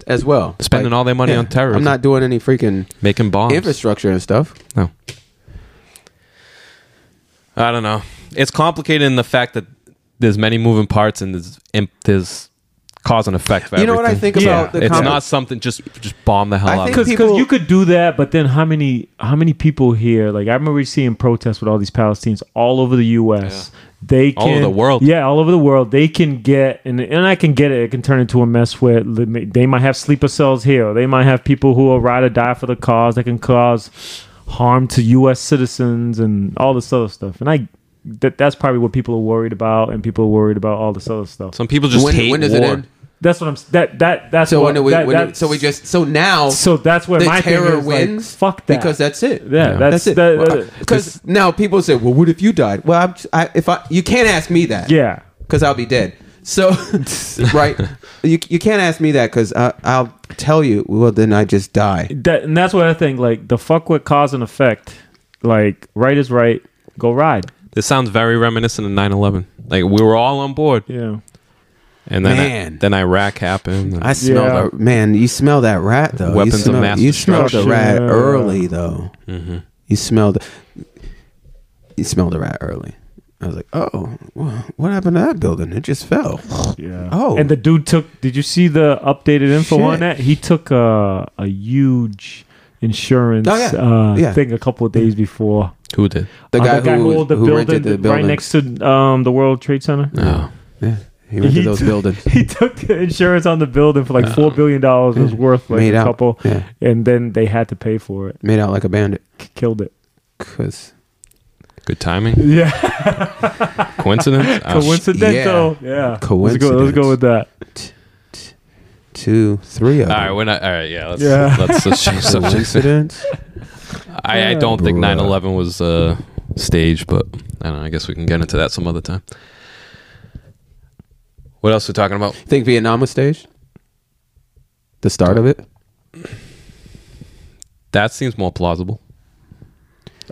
Speaker 1: as well.
Speaker 2: Spending all their money on terrorism.
Speaker 1: I'm not doing any freaking
Speaker 2: making bombs.
Speaker 1: infrastructure and stuff.
Speaker 2: No. I don't know. It's complicated in the fact that there's many moving parts and there's imp, there's cause and effect. For
Speaker 1: You know what I
Speaker 2: everything.
Speaker 1: think about
Speaker 3: Yeah.
Speaker 1: the
Speaker 2: It's
Speaker 1: compli-
Speaker 2: not something just just bomb the hell
Speaker 1: I
Speaker 2: out.
Speaker 1: think
Speaker 2: of
Speaker 3: because
Speaker 2: it.
Speaker 1: people-
Speaker 3: you could do that, but then how many how many people here? Like I remember seeing protests with all these Palestinians all over the U.S. They can,
Speaker 2: All over the world.
Speaker 3: yeah, all over the world. They can get and and I can get it. It can turn into a mess where li- ma- they might have sleeper cells here. Or they might have people who will ride or die for the cause that can cause harm to U.S. citizens and all this other stuff. And I that that's probably what people are worried about, and people are worried about all this other stuff.
Speaker 2: Some people just
Speaker 1: when,
Speaker 2: hate
Speaker 1: when does
Speaker 2: war.
Speaker 1: it end?
Speaker 3: that's what I'm s- that that that's
Speaker 1: So
Speaker 3: what,
Speaker 1: when, we,
Speaker 3: that-
Speaker 1: when
Speaker 3: that-
Speaker 1: so we just so now
Speaker 3: so that's where
Speaker 1: the
Speaker 3: my thing
Speaker 1: terror
Speaker 3: is, like,
Speaker 1: wins.
Speaker 3: fuck that
Speaker 1: because that's it. uh,
Speaker 3: Yeah,
Speaker 1: that's,
Speaker 3: that's- that- that-
Speaker 1: it. Because now people say, "Well, what if you died?" Well, I'm, I, if I you can't ask me that.
Speaker 3: Yeah.
Speaker 1: because I'll be dead. So right, you you can't ask me that because I'll tell you. Well, then I just die.
Speaker 3: That, and that's what I think. Like the fuck with cause and effect. Like right is right. Go ride.
Speaker 2: This sounds very reminiscent of 9/11. Like we were all on board,
Speaker 3: Yeah.
Speaker 2: and then
Speaker 1: Man.
Speaker 2: then Iraq happened. and-
Speaker 1: I smell
Speaker 3: Yeah.
Speaker 1: the man. You smell that rat though.
Speaker 2: Weapons
Speaker 1: you
Speaker 2: of
Speaker 1: smell,
Speaker 2: mass
Speaker 1: You smell the
Speaker 3: destruction.
Speaker 1: rat
Speaker 3: Yeah.
Speaker 1: early though.
Speaker 2: Mm-hmm.
Speaker 1: You smell the. You smell the rat early. I was like, oh, wha- what happened to that building? It just fell.
Speaker 3: Yeah.
Speaker 1: Oh.
Speaker 3: And the dude took. Did you see the updated info
Speaker 1: Shit.
Speaker 3: on that? He took a a huge insurance
Speaker 1: Oh, yeah.
Speaker 3: Uh,
Speaker 1: Yeah.
Speaker 3: thing a couple of days before.
Speaker 2: Who did?
Speaker 1: The
Speaker 3: Uh,
Speaker 1: guy, who,
Speaker 3: owned
Speaker 1: who rented the
Speaker 3: th-
Speaker 1: building
Speaker 3: right next to um, the World Trade Center.
Speaker 2: Oh,
Speaker 1: Yeah, he rented
Speaker 3: He
Speaker 1: those
Speaker 3: took-
Speaker 1: buildings.
Speaker 3: He took the insurance on the building for like four billion dollars. It was worth like
Speaker 1: Made
Speaker 3: a
Speaker 1: out.
Speaker 3: couple,
Speaker 1: Yeah.
Speaker 3: and then they had to pay for it.
Speaker 1: Made out like a bandit.
Speaker 3: K- Killed it.
Speaker 1: Cause
Speaker 2: good timing.
Speaker 3: Yeah,
Speaker 2: Coincidence? Oh, sh-
Speaker 3: coincidental. Yeah, Let's go, let's
Speaker 1: Coincidence.
Speaker 3: go with that.
Speaker 1: two, three of
Speaker 2: all right,
Speaker 1: them.
Speaker 2: we're not. All right, yeah. Let's
Speaker 3: Yeah.
Speaker 2: let's, let's change subjects.
Speaker 1: Coincidence?
Speaker 2: I, I don't think
Speaker 1: Bruh.
Speaker 2: 9-11 was uh, staged, but I don't know. I guess we can get into that some other time. What else are we talking about?
Speaker 1: Think Vietnam was staged? The start of it.
Speaker 2: That seems more plausible.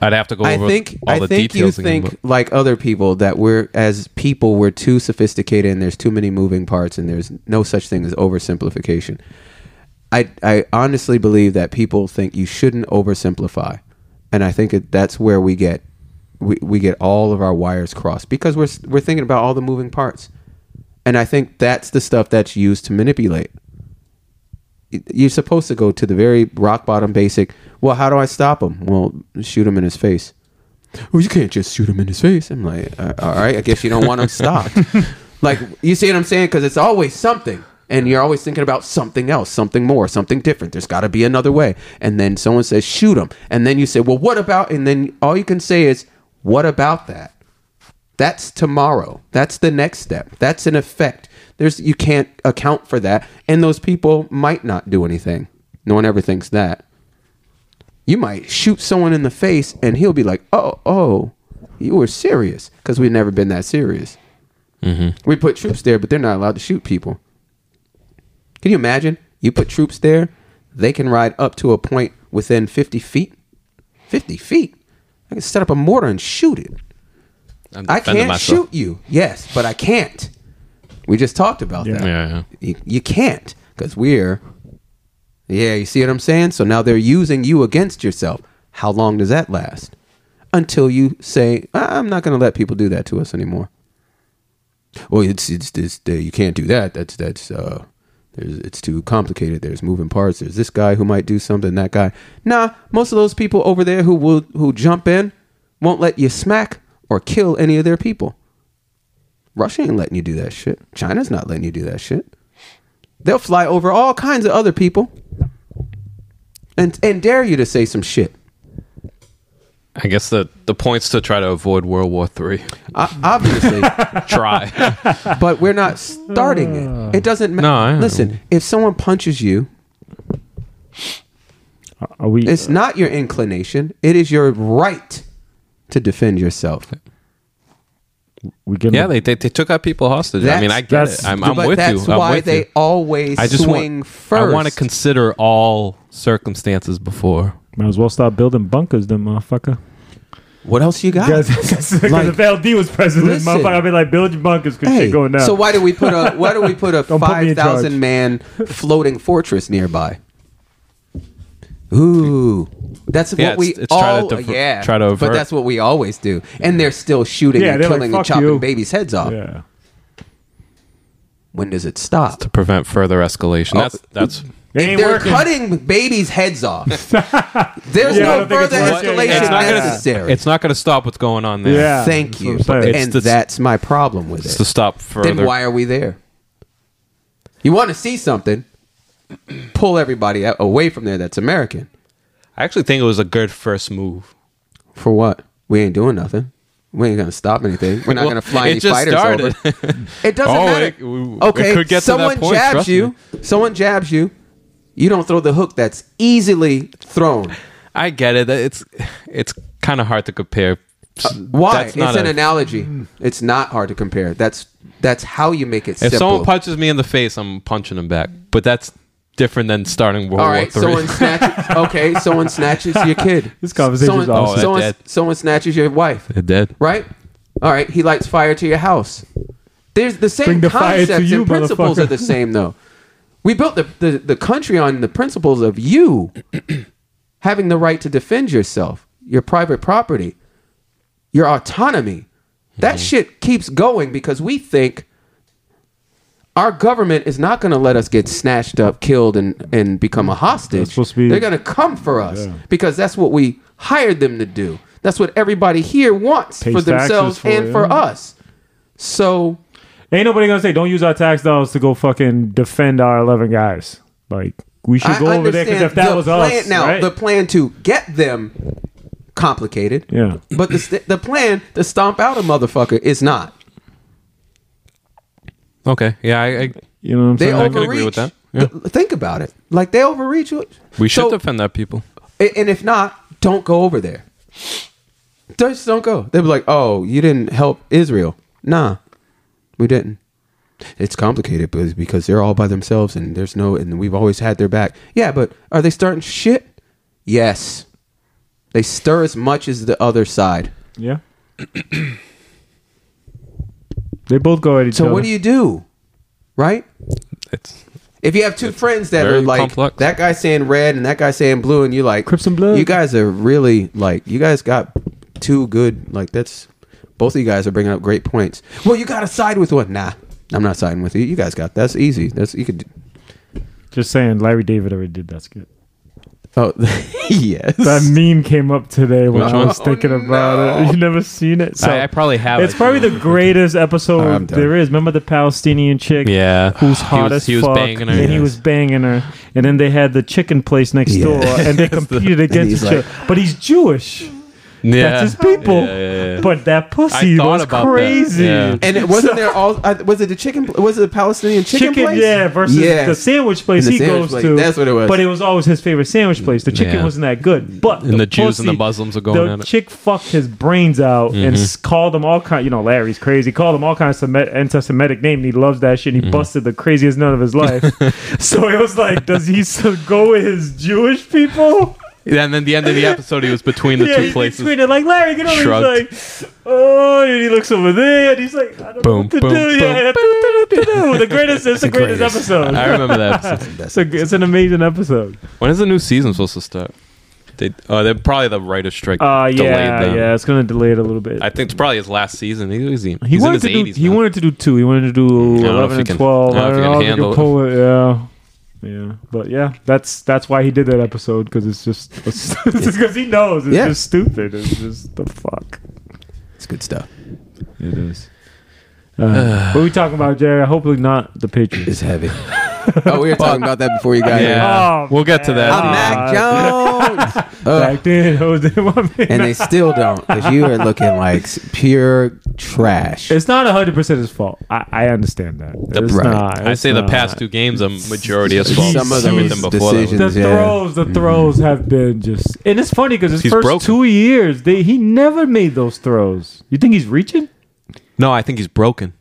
Speaker 2: I'd have to go
Speaker 1: I
Speaker 2: over
Speaker 1: think
Speaker 2: all
Speaker 1: I
Speaker 2: the
Speaker 1: think you
Speaker 2: details again,
Speaker 1: think like other people that we're as people we're too sophisticated and there's too many moving parts and there's no such thing as oversimplification. I I honestly believe that people think you shouldn't oversimplify, and I think it, that's where we get we, we get all of our wires crossed because we're s- we're thinking about all the moving parts, and I think that's the stuff that's used to manipulate you're supposed to go to the very rock bottom basic. Well, how do I stop him? Well, shoot him in his face. Well, you can't just shoot him in his face. I'm like, "Uh, all right, I guess you don't want him stopped. like, you see what I'm saying? Because it's always something. And you're always thinking about something else, something more, something different. There's got to be another way. And then someone says, shoot him. And then you say, well, what about? And then all you can say is, what about that? That's tomorrow. That's the next step. That's an effect. There's you can't account for that, and those people might not do anything. No one ever thinks that. You might shoot someone in the face, and he'll be like, "Oh, oh, you were serious," because we've never been that serious. We put troops there, but they're not allowed to shoot people. Can you imagine? You put troops there, they can ride up to a point within fifty feet. Fifty feet. I can set up a mortar and shoot it.
Speaker 2: but I'm
Speaker 1: I
Speaker 2: defending
Speaker 1: can't
Speaker 2: myself.
Speaker 1: shoot you. Yes, but I can't. We just talked about that.
Speaker 2: Yeah, yeah.
Speaker 1: You, you can't because we're. Yeah, you see what I'm saying? So now they're using you against yourself. How long does that last? Until you say, "I- I'm not going to let people do that to us anymore. Well, it's it's this uh, you can't do that. That's that's uh, there's it's too complicated. There's moving parts. There's this guy who might do something. That guy. Nah, most of those people over there who will who jump in won't let you smack or kill any of their people. Russia ain't letting you do that shit. China's not letting you do that shit. They'll fly over all kinds of other people and and dare you to say some shit.
Speaker 2: I guess the the points to try to avoid World War Three.
Speaker 1: O- obviously,
Speaker 2: try.
Speaker 1: but we're not starting it. It doesn't
Speaker 2: No, I
Speaker 1: matter.
Speaker 2: don't-
Speaker 1: Listen, if someone punches you,
Speaker 3: Are we?
Speaker 1: it's not your inclination. It is your right to defend yourself.
Speaker 3: we getting
Speaker 2: yeah, they, they they took out people hostage. I mean, I get
Speaker 3: That's-
Speaker 2: it. I'm, I'm
Speaker 1: but
Speaker 2: with
Speaker 1: that's
Speaker 2: you. I'm
Speaker 1: why
Speaker 2: with
Speaker 1: they
Speaker 2: you.
Speaker 1: always
Speaker 2: I just
Speaker 1: swing
Speaker 2: want
Speaker 1: first.
Speaker 2: I want to consider all circumstances before.
Speaker 3: might as well start building bunkers, then motherfucker.
Speaker 1: what else you got?
Speaker 3: Because
Speaker 1: Like-
Speaker 3: if LD was president,
Speaker 1: Listen.
Speaker 3: motherfucker, I'd be like, build your bunkers because
Speaker 1: Hey,
Speaker 3: shit going down.
Speaker 1: so why do we put a why do we put a
Speaker 3: Don't put me
Speaker 1: five
Speaker 3: in charge.
Speaker 1: thousand man floating fortress nearby? Ooh, that's
Speaker 2: Yeah,
Speaker 1: what we
Speaker 2: it's- it's try to
Speaker 1: all
Speaker 2: diver-
Speaker 1: yeah
Speaker 2: try to
Speaker 1: but
Speaker 2: avert.
Speaker 1: that's what we always do, and they're still shooting
Speaker 3: Yeah,
Speaker 1: and
Speaker 3: they're like,
Speaker 1: killing
Speaker 3: "Fuck
Speaker 1: and chopping
Speaker 3: you."
Speaker 1: babies' heads off.
Speaker 3: yeah.
Speaker 1: When does it stop?
Speaker 2: to prevent further escalation.
Speaker 1: Oh.
Speaker 2: That's that's
Speaker 3: They ain't
Speaker 1: They're
Speaker 3: working.
Speaker 1: cutting babies' heads off. There's
Speaker 3: Yeah, I
Speaker 1: no
Speaker 3: don't think it's
Speaker 1: further
Speaker 3: working.
Speaker 1: escalation
Speaker 3: It's not gonna-
Speaker 1: necessary.
Speaker 2: it's not going to stop what's going on there.
Speaker 3: Yeah.
Speaker 1: Thank
Speaker 3: that's
Speaker 1: you,
Speaker 3: what I'm saying.
Speaker 1: and
Speaker 2: It's the-
Speaker 1: that's my problem with
Speaker 2: it's
Speaker 1: it.
Speaker 2: to stop further.
Speaker 1: Then why are we there? You want to see something? Pull everybody a- away from there. That's American.
Speaker 2: I actually think it was a good first move.
Speaker 1: For what? We ain't doing nothing. We ain't gonna stop anything. We're not
Speaker 2: Well,
Speaker 1: gonna fly
Speaker 2: it
Speaker 1: any
Speaker 2: just
Speaker 1: fighters
Speaker 2: started.
Speaker 1: over. It doesn't
Speaker 2: Oh,
Speaker 1: matter.
Speaker 2: it- we- it
Speaker 1: okay,
Speaker 2: could get to that
Speaker 1: someone
Speaker 2: point,
Speaker 1: jabs
Speaker 2: trust
Speaker 1: you. Someone jabs you. You don't throw the hook that's easily thrown.
Speaker 2: I get it. It's it's kind of hard to compare.
Speaker 1: Uh, Why?
Speaker 2: That's
Speaker 1: It's
Speaker 2: not
Speaker 1: an
Speaker 2: a-
Speaker 1: analogy. It's not hard to compare. That's that's how you make it
Speaker 2: If
Speaker 1: simple.
Speaker 2: someone punches me in the face, I'm punching them back. But that's different than starting World
Speaker 1: All
Speaker 2: War
Speaker 1: right,
Speaker 2: Three.
Speaker 1: someone snatches. Okay, someone snatches your kid.
Speaker 3: This conversation's
Speaker 1: someone,
Speaker 3: awesome.
Speaker 2: Oh,
Speaker 1: someone,
Speaker 2: that-
Speaker 1: someone snatches your wife.
Speaker 2: it did.
Speaker 1: Right. All right. He lights fire to your house. There's the same
Speaker 3: Bring the fire to
Speaker 1: concepts
Speaker 3: you,
Speaker 1: and principles
Speaker 3: motherfucker.
Speaker 1: are the same though. We built the, the, the country on the principles of you having the right to defend yourself, your private property, your autonomy. That shit keeps going because we think our government is not going to let us get snatched up, killed, and, and become a hostage.
Speaker 3: supposed to be-
Speaker 1: They're going to come for us because that's what we hired them to do. That's what everybody here wants
Speaker 3: Pays
Speaker 1: for themselves
Speaker 3: taxes for
Speaker 1: and
Speaker 3: it,
Speaker 1: for
Speaker 3: yeah.
Speaker 1: us. So
Speaker 3: Ain't nobody gonna say don't use our tax dollars to go fucking defend our eleven guys. Like we should
Speaker 1: I
Speaker 3: go over there because
Speaker 1: understand
Speaker 3: if that
Speaker 1: the
Speaker 3: was
Speaker 1: plan,
Speaker 3: us,
Speaker 1: now
Speaker 3: right?
Speaker 1: the plan to get them complicated.
Speaker 3: Yeah.
Speaker 1: But the st- the plan to stomp out a motherfucker is not.
Speaker 2: Okay. Yeah. I, I
Speaker 3: you know what I'm
Speaker 1: They
Speaker 3: saying?
Speaker 2: I
Speaker 1: overreach.
Speaker 2: can agree with that.
Speaker 1: Th- Think about it. Like they overreach.
Speaker 2: we should
Speaker 1: So-
Speaker 2: defend that people.
Speaker 1: A- And if not, don't go over there. Just don't go. They'll be like, oh, you didn't help Israel. Nah, we didn't. It's complicated but it's because they're all by themselves and there's no, and we've always had their back. Yeah, but are they starting shit? Yes. They stir as much as the other side.
Speaker 3: yeah. they both go at each
Speaker 1: So
Speaker 3: other.
Speaker 1: what do you do? Right?
Speaker 2: It's
Speaker 1: If you have two friends that
Speaker 2: very
Speaker 1: are like
Speaker 2: complex.
Speaker 1: that guy saying red and that guy saying blue, and you like
Speaker 3: Crips and Bloods.
Speaker 1: you guys are really like you guys got two good like that's both of you guys are bringing up great points. Well, you got to side with one. Nah, I'm not siding with you. You guys got that's easy. That's you could.
Speaker 3: Just saying, Larry David already did that skit.
Speaker 1: Oh yes,
Speaker 3: That meme came up today when
Speaker 2: Which
Speaker 3: I
Speaker 2: one?
Speaker 3: was thinking about it. You never seen it? So
Speaker 2: I, I probably have.
Speaker 3: it's
Speaker 2: it.
Speaker 3: probably the
Speaker 1: Alright,
Speaker 3: greatest
Speaker 1: I'm
Speaker 3: episode
Speaker 1: done.
Speaker 3: there is. Remember the Palestinian chick?
Speaker 2: yeah.
Speaker 3: Who's hot
Speaker 2: he was,
Speaker 3: as
Speaker 2: he was
Speaker 3: fuck?
Speaker 2: banging her.
Speaker 3: and he was banging her. And then they had the chicken place next
Speaker 1: Yeah.
Speaker 3: door, and they competed against
Speaker 1: he's
Speaker 3: each other. But he's Jewish.
Speaker 2: Yeah.
Speaker 3: That's his people.
Speaker 2: Yeah, yeah, yeah.
Speaker 3: But that pussy
Speaker 2: I thought
Speaker 3: was
Speaker 2: about that,
Speaker 3: crazy.
Speaker 2: yeah.
Speaker 1: And it wasn't there all? I- Was it the chicken? Was it the Palestinian chicken,
Speaker 3: Chicken,
Speaker 1: place?
Speaker 3: yeah, versus
Speaker 1: Yeah.
Speaker 3: the sandwich place
Speaker 1: And the
Speaker 3: he
Speaker 1: sandwich
Speaker 3: goes
Speaker 1: place,
Speaker 3: to.
Speaker 1: that's what it was.
Speaker 3: But it was always his favorite sandwich place. The chicken
Speaker 2: Yeah.
Speaker 3: wasn't that good. But
Speaker 2: And the Jews and the
Speaker 3: pussy-
Speaker 2: Muslims are going
Speaker 3: the
Speaker 2: at it. Mm-hmm.
Speaker 3: chick fucked his brains out and s- called him all kind. You know, Larry's crazy. Called him all kinds of Semi- anti-Semitic name. And he loves that shit. And
Speaker 2: Mm-hmm.
Speaker 3: he busted the craziest nut of his life. so it was like, does he still go with his Jewish people?
Speaker 2: And then the end of the episode, he was between the
Speaker 3: yeah,
Speaker 2: two
Speaker 3: he
Speaker 2: places.
Speaker 3: tweeted like Larry, get over. here."
Speaker 2: Shrugged.
Speaker 3: He's like, oh, and he looks over there, and he's like, I don't know
Speaker 2: Boom,
Speaker 3: what to
Speaker 2: boom,
Speaker 3: do. yeah, the greatest. It's the greatest,
Speaker 1: greatest.
Speaker 3: episode.
Speaker 2: I remember that. Episode.
Speaker 1: That's
Speaker 3: It's, a, it's an amazing episode.
Speaker 2: When is the new season supposed to start? They uh, they're probably the writer's strike
Speaker 3: Uh,
Speaker 2: delayed
Speaker 3: yeah,
Speaker 2: them.
Speaker 3: yeah, it's gonna delay it a little bit.
Speaker 2: I think it's probably his last season. He, he's,
Speaker 3: He
Speaker 2: he's in
Speaker 3: wanted
Speaker 2: his
Speaker 3: to do.
Speaker 2: 80s.
Speaker 3: He
Speaker 2: now.
Speaker 3: wanted to do two. He wanted to do
Speaker 2: I don't know if
Speaker 3: eleven
Speaker 2: he
Speaker 3: and
Speaker 2: can-
Speaker 3: twelve. I don't know if he
Speaker 2: handle
Speaker 3: can
Speaker 2: it.
Speaker 3: pull it. Yeah, yeah. But yeah, that's that's why he did that episode because it's just because he knows it's
Speaker 1: Yeah.
Speaker 3: just stupid. It's just the fuck.
Speaker 1: it's good stuff.
Speaker 3: It is. Uh, what are we talking about, Jerry? Hopefully not the Patriots.
Speaker 1: It's heavy. oh, we were talking about that before you got here.
Speaker 2: Yeah,
Speaker 3: Oh, Uh,
Speaker 2: we'll get to that.
Speaker 1: I'm Mac Jones. Ugh.
Speaker 3: Back then, those didn't want me.
Speaker 1: and they still don't because you are looking like s- pure trash.
Speaker 3: It's not hundred percent his fault. I, I understand that. It's
Speaker 1: right.
Speaker 3: not.
Speaker 2: I
Speaker 3: it's
Speaker 2: say the
Speaker 3: not.
Speaker 2: past two games, a majority of fault.
Speaker 1: Some of
Speaker 2: Everything
Speaker 1: those
Speaker 2: before that was-
Speaker 1: decisions-
Speaker 3: The
Speaker 1: Yeah.
Speaker 3: throws, the throws have been just, and it's funny because his
Speaker 2: He's
Speaker 3: first
Speaker 2: broken.
Speaker 3: two years, they, he never made those throws. You think he's reaching?
Speaker 2: No, I think he's broken.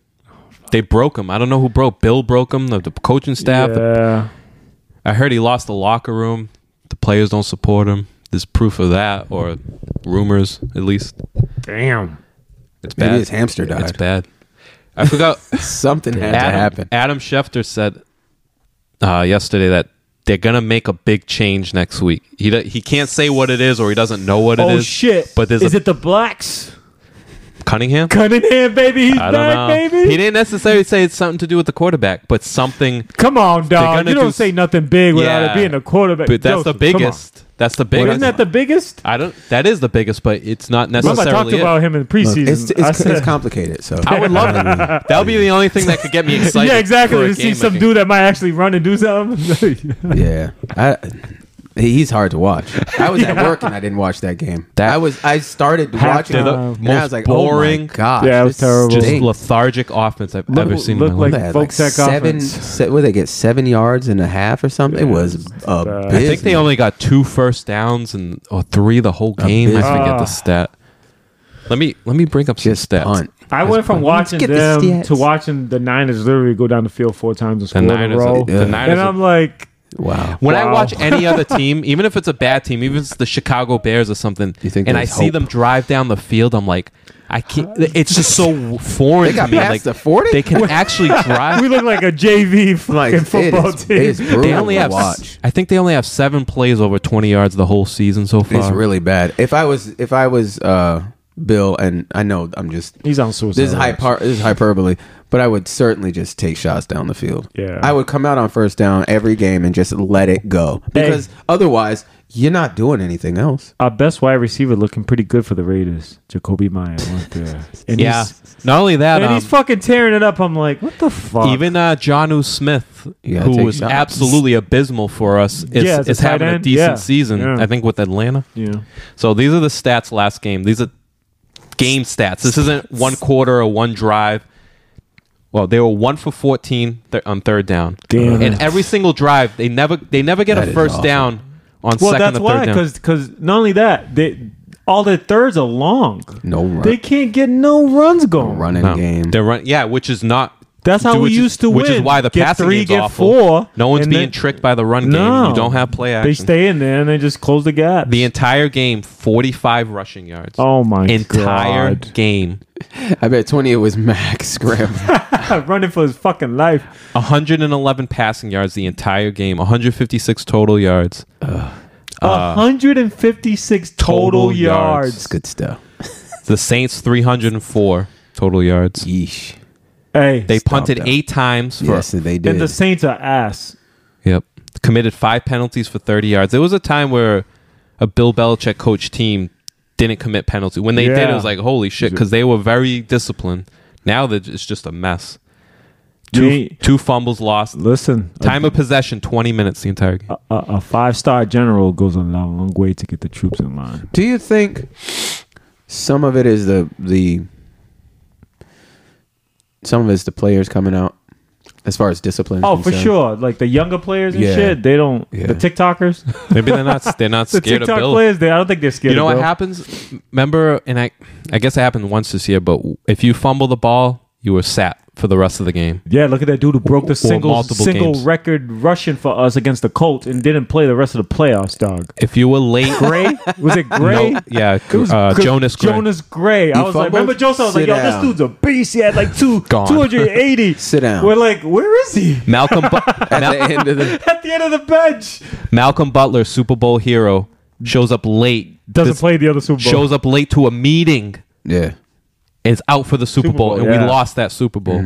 Speaker 2: They broke him. I don't know who broke. Bill broke him. The, the coaching staff. the-
Speaker 3: yeah.
Speaker 2: I heard he lost the locker room. The players don't support him. There's proof of that, or rumors at least.
Speaker 3: Damn.
Speaker 2: It's bad.
Speaker 1: Maybe his hamster
Speaker 2: It's
Speaker 1: died.
Speaker 2: bad. I forgot.
Speaker 1: Something had to
Speaker 2: Adam,
Speaker 1: happen.
Speaker 2: Adam Schefter said uh, yesterday that they're gonna make a big change next week. He do, he can't say what it is, or he doesn't know what
Speaker 3: Oh
Speaker 2: it is.
Speaker 3: shit!
Speaker 2: But there's
Speaker 3: is
Speaker 2: a
Speaker 3: it the blacks?
Speaker 2: Cunningham.
Speaker 3: Cunningham, baby, he's
Speaker 2: I don't
Speaker 3: back,
Speaker 2: know.
Speaker 3: baby.
Speaker 2: He didn't necessarily say it's something to do with the quarterback, but something.
Speaker 3: Come on, dog.
Speaker 2: gonna
Speaker 3: You don't
Speaker 2: do-
Speaker 3: say nothing big without
Speaker 2: Yeah.
Speaker 3: it being a quarterback.
Speaker 2: But that's the
Speaker 3: Joseph, come on.
Speaker 2: biggest. That's the
Speaker 3: Well,
Speaker 2: biggest.
Speaker 3: Isn't that the biggest?
Speaker 2: I don't. That is the biggest, but it's not
Speaker 3: Remember, I
Speaker 2: necessarily.
Speaker 3: talked
Speaker 2: it.
Speaker 3: about him in preseason.
Speaker 1: Look, it's,
Speaker 3: I
Speaker 1: it's,
Speaker 3: said,
Speaker 1: it's complicated. So
Speaker 2: I would love that. That would be the only thing that could get me excited.
Speaker 3: yeah, exactly.
Speaker 2: for a
Speaker 3: To see
Speaker 2: game,
Speaker 3: some
Speaker 2: I think.
Speaker 3: dude that might actually run and do something.
Speaker 1: yeah, I, he- he's hard to watch. I was at work and I didn't watch that game. That I was I started watching
Speaker 3: to
Speaker 1: it
Speaker 3: the
Speaker 1: and I
Speaker 2: most
Speaker 1: was like, oh
Speaker 2: boring-
Speaker 1: my god,
Speaker 3: Yeah, it was terrible.
Speaker 2: Just
Speaker 1: Just
Speaker 2: lethargic offense I've
Speaker 3: Look-
Speaker 2: ever seen.
Speaker 3: look
Speaker 2: in my life.
Speaker 1: they
Speaker 3: like
Speaker 1: had like
Speaker 3: Volk Tech
Speaker 1: seven.
Speaker 3: offense.
Speaker 1: Se- what did they get? Seven yards and a half or something. it was a
Speaker 3: bad.
Speaker 1: big.
Speaker 2: I think they only got two first downs and or three the whole game. I
Speaker 1: busy-
Speaker 2: forget
Speaker 3: Ah.
Speaker 2: the stat. Let me let me bring up some
Speaker 1: just
Speaker 2: stats.
Speaker 1: punt.
Speaker 3: I went from watching
Speaker 1: get the
Speaker 3: them
Speaker 1: stats.
Speaker 3: to watching the Niners literally go down the field four times and
Speaker 2: The
Speaker 3: score in a
Speaker 2: Niners,
Speaker 3: row.
Speaker 2: the
Speaker 1: Yeah.
Speaker 2: Niners
Speaker 3: And
Speaker 2: are-
Speaker 3: I'm like,
Speaker 1: Wow.
Speaker 2: When I
Speaker 3: Wow.
Speaker 2: watch any other team, even if it's a bad team, even if it's the Chicago Bears or something,
Speaker 1: You think
Speaker 2: and I
Speaker 1: there's
Speaker 2: see
Speaker 1: hope.
Speaker 2: them drive down the field, I'm like, I can't. It's just so foreign
Speaker 1: They got
Speaker 2: to me.
Speaker 1: past
Speaker 2: Like
Speaker 1: the 40?
Speaker 2: they can actually drive.
Speaker 3: we look like a JV
Speaker 1: Like,
Speaker 3: fucking football
Speaker 1: it is,
Speaker 3: team.
Speaker 1: It is brutal
Speaker 2: They only
Speaker 1: to
Speaker 2: have.
Speaker 1: watch.
Speaker 2: I think they only have seven plays over 20 yards the whole season so far.
Speaker 1: It's really bad. If I was, if I was uh, Bill, and I know I'm just
Speaker 3: He's on suicide.
Speaker 1: this is hyper, this is hyperbole, but I would certainly just take shots down the field.
Speaker 3: Yeah.
Speaker 1: I would come out on first down every game and just let it go because otherwise you're not doing anything else.
Speaker 3: Our best wide receiver looking pretty good for the Raiders. Jacoby Meyer went there. And
Speaker 2: yeah.
Speaker 3: He's,
Speaker 2: Not only that,
Speaker 3: and
Speaker 2: um,
Speaker 3: he's fucking tearing it up. I'm like, what the fuck?
Speaker 2: even uh, Johnu Smith,
Speaker 1: You gotta
Speaker 2: who
Speaker 1: take
Speaker 2: was
Speaker 1: shots.
Speaker 2: absolutely abysmal for us, is,
Speaker 3: Yeah, as a
Speaker 2: is
Speaker 3: tight
Speaker 2: having a
Speaker 3: end,
Speaker 2: decent
Speaker 3: yeah.
Speaker 2: season.
Speaker 3: Yeah.
Speaker 2: I think with Atlanta.
Speaker 3: yeah.
Speaker 2: So these are the stats last game. These are game stats. This isn't one quarter or one drive. Well, they were one for fourteen th- on third down,
Speaker 3: Damn.
Speaker 2: and every single drive they never they never get
Speaker 1: That
Speaker 2: a
Speaker 1: is
Speaker 2: first
Speaker 1: awful.
Speaker 2: down on
Speaker 3: Well,
Speaker 2: second
Speaker 3: that's
Speaker 2: or third
Speaker 3: why,
Speaker 2: down.
Speaker 3: because not only that, they, all their thirds are long.
Speaker 1: No run,
Speaker 3: They can't get no runs going.
Speaker 1: running
Speaker 2: No.
Speaker 1: game.
Speaker 2: They're run- yeah, which is not.
Speaker 3: That's how we
Speaker 2: which is-
Speaker 3: used to
Speaker 2: which is
Speaker 3: win.
Speaker 2: why the
Speaker 3: Get
Speaker 2: passing
Speaker 3: three,
Speaker 2: game's
Speaker 3: get
Speaker 2: awful.
Speaker 3: four,
Speaker 2: No one's
Speaker 3: and
Speaker 2: being
Speaker 3: then-
Speaker 2: tricked by the run game.
Speaker 3: No.
Speaker 2: You don't have play action.
Speaker 3: They stay in there and they just close the gap.
Speaker 2: the entire game, forty-five rushing yards.
Speaker 3: oh my
Speaker 2: entire
Speaker 3: god!
Speaker 2: game.
Speaker 1: I bet twenty it was max scramble.
Speaker 3: running for his fucking life.
Speaker 2: 111 passing yards the entire game, 156 total yards.
Speaker 3: 156 Uh, total,
Speaker 2: total
Speaker 3: yards.
Speaker 1: It's good stuff.
Speaker 2: The Saints 304 total yards.
Speaker 1: Yeesh.
Speaker 3: Hey,
Speaker 2: They
Speaker 1: Stomped
Speaker 2: punted
Speaker 1: them.
Speaker 2: 8 times for
Speaker 1: Yes, they did.
Speaker 3: and the Saints are ass.
Speaker 2: Yep. Committed 5 penalties for 30 yards. There was a time where a Bill Belichick coach team didn't commit penalty. When they did it
Speaker 3: Yeah.
Speaker 2: was like holy shit cuz they were very disciplined. Now that it's just a mess. Two,
Speaker 3: Two,
Speaker 2: two fumbles lost.
Speaker 3: Uh, listen, a-
Speaker 2: Time of possession 20 minutes the entire game.
Speaker 3: a, a five star general goes a long, long way to get the troops in line.
Speaker 1: Do you think some of it is the the some of it's the players coming out as far as discipline? is
Speaker 3: Oh, for
Speaker 1: concerned?
Speaker 3: sure. Like the younger players and
Speaker 1: Yeah.
Speaker 3: shit, they don't.
Speaker 1: Yeah.
Speaker 3: The TikTokers,
Speaker 2: Maybe they're not they're not
Speaker 3: the
Speaker 2: scared of
Speaker 3: TikTok
Speaker 2: Bill.
Speaker 3: players, they I don't think they're scared.
Speaker 2: you know what
Speaker 3: of Bill.
Speaker 2: happens? Remember, and I, I guess it happened once this year. But if you fumble the ball, you were sat for the rest of the game.
Speaker 3: Yeah, look at that dude who broke the single
Speaker 2: multiple
Speaker 3: single
Speaker 2: games.
Speaker 3: record rushing for us against the Colts and didn't play the rest of the playoffs, dog.
Speaker 2: If you were late,
Speaker 3: Gray was it Gray?
Speaker 2: no, yeah, uh,
Speaker 3: Gray-
Speaker 2: Jonas, Gray.
Speaker 3: Jonas Gray. I
Speaker 1: You
Speaker 3: was like,
Speaker 1: fumbled?
Speaker 3: remember Joseph? I was like,
Speaker 1: Sit
Speaker 3: yo,
Speaker 1: down.
Speaker 3: this dude's a beast. He had like two
Speaker 2: Gone.
Speaker 3: two hundred eighty.
Speaker 1: Sit down.
Speaker 3: We're like, where is he?
Speaker 2: Malcolm, Bu-
Speaker 1: At the end of the
Speaker 3: At the end of the bench.
Speaker 2: Malcolm Butler, Super Bowl hero, shows up late.
Speaker 3: Doesn't
Speaker 2: This-
Speaker 3: play the other Super Bowl.
Speaker 2: Shows up late to a meeting.
Speaker 1: yeah,
Speaker 2: and Is out for the Super, Bowl,
Speaker 3: Bowl,
Speaker 2: and we
Speaker 3: yeah. Mm-hmm.
Speaker 2: lost that Super Bowl.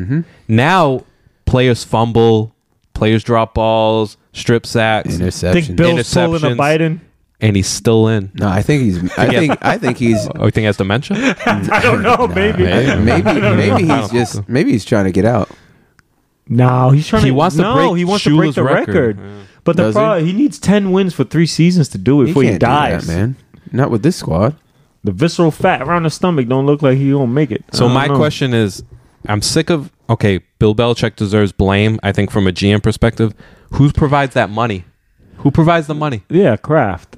Speaker 2: Now players fumble, players drop balls, strip sacks,
Speaker 1: interception.
Speaker 3: Think Bill's pulling a
Speaker 2: Interceptions.
Speaker 3: Biden.
Speaker 2: and he's still in.
Speaker 1: no, I think he's. I think. I think he's.
Speaker 2: Oh, you think he has dementia?
Speaker 3: I don't know, Oh, maybe.
Speaker 1: Maybe. Maybe he's just. Maybe he's trying to get out.
Speaker 3: No, he's trying
Speaker 2: He
Speaker 3: to.
Speaker 2: wants to
Speaker 3: no,
Speaker 2: break
Speaker 3: he wants to break
Speaker 2: Shula's
Speaker 3: the record.
Speaker 2: record.
Speaker 3: But the
Speaker 1: Does he?
Speaker 3: problem, he? needs ten wins for three seasons to do it before he
Speaker 1: can't do that,
Speaker 3: dies.
Speaker 1: man. Not with this squad.
Speaker 3: The visceral fat around the stomach don't look like he gonna make it. I
Speaker 2: So
Speaker 3: don't
Speaker 2: my
Speaker 3: know.
Speaker 2: question is, I'm sick of okay. Bill Belichick deserves blame. I think from a GM perspective, who provides that money? Who provides the money?
Speaker 3: yeah, Kraft.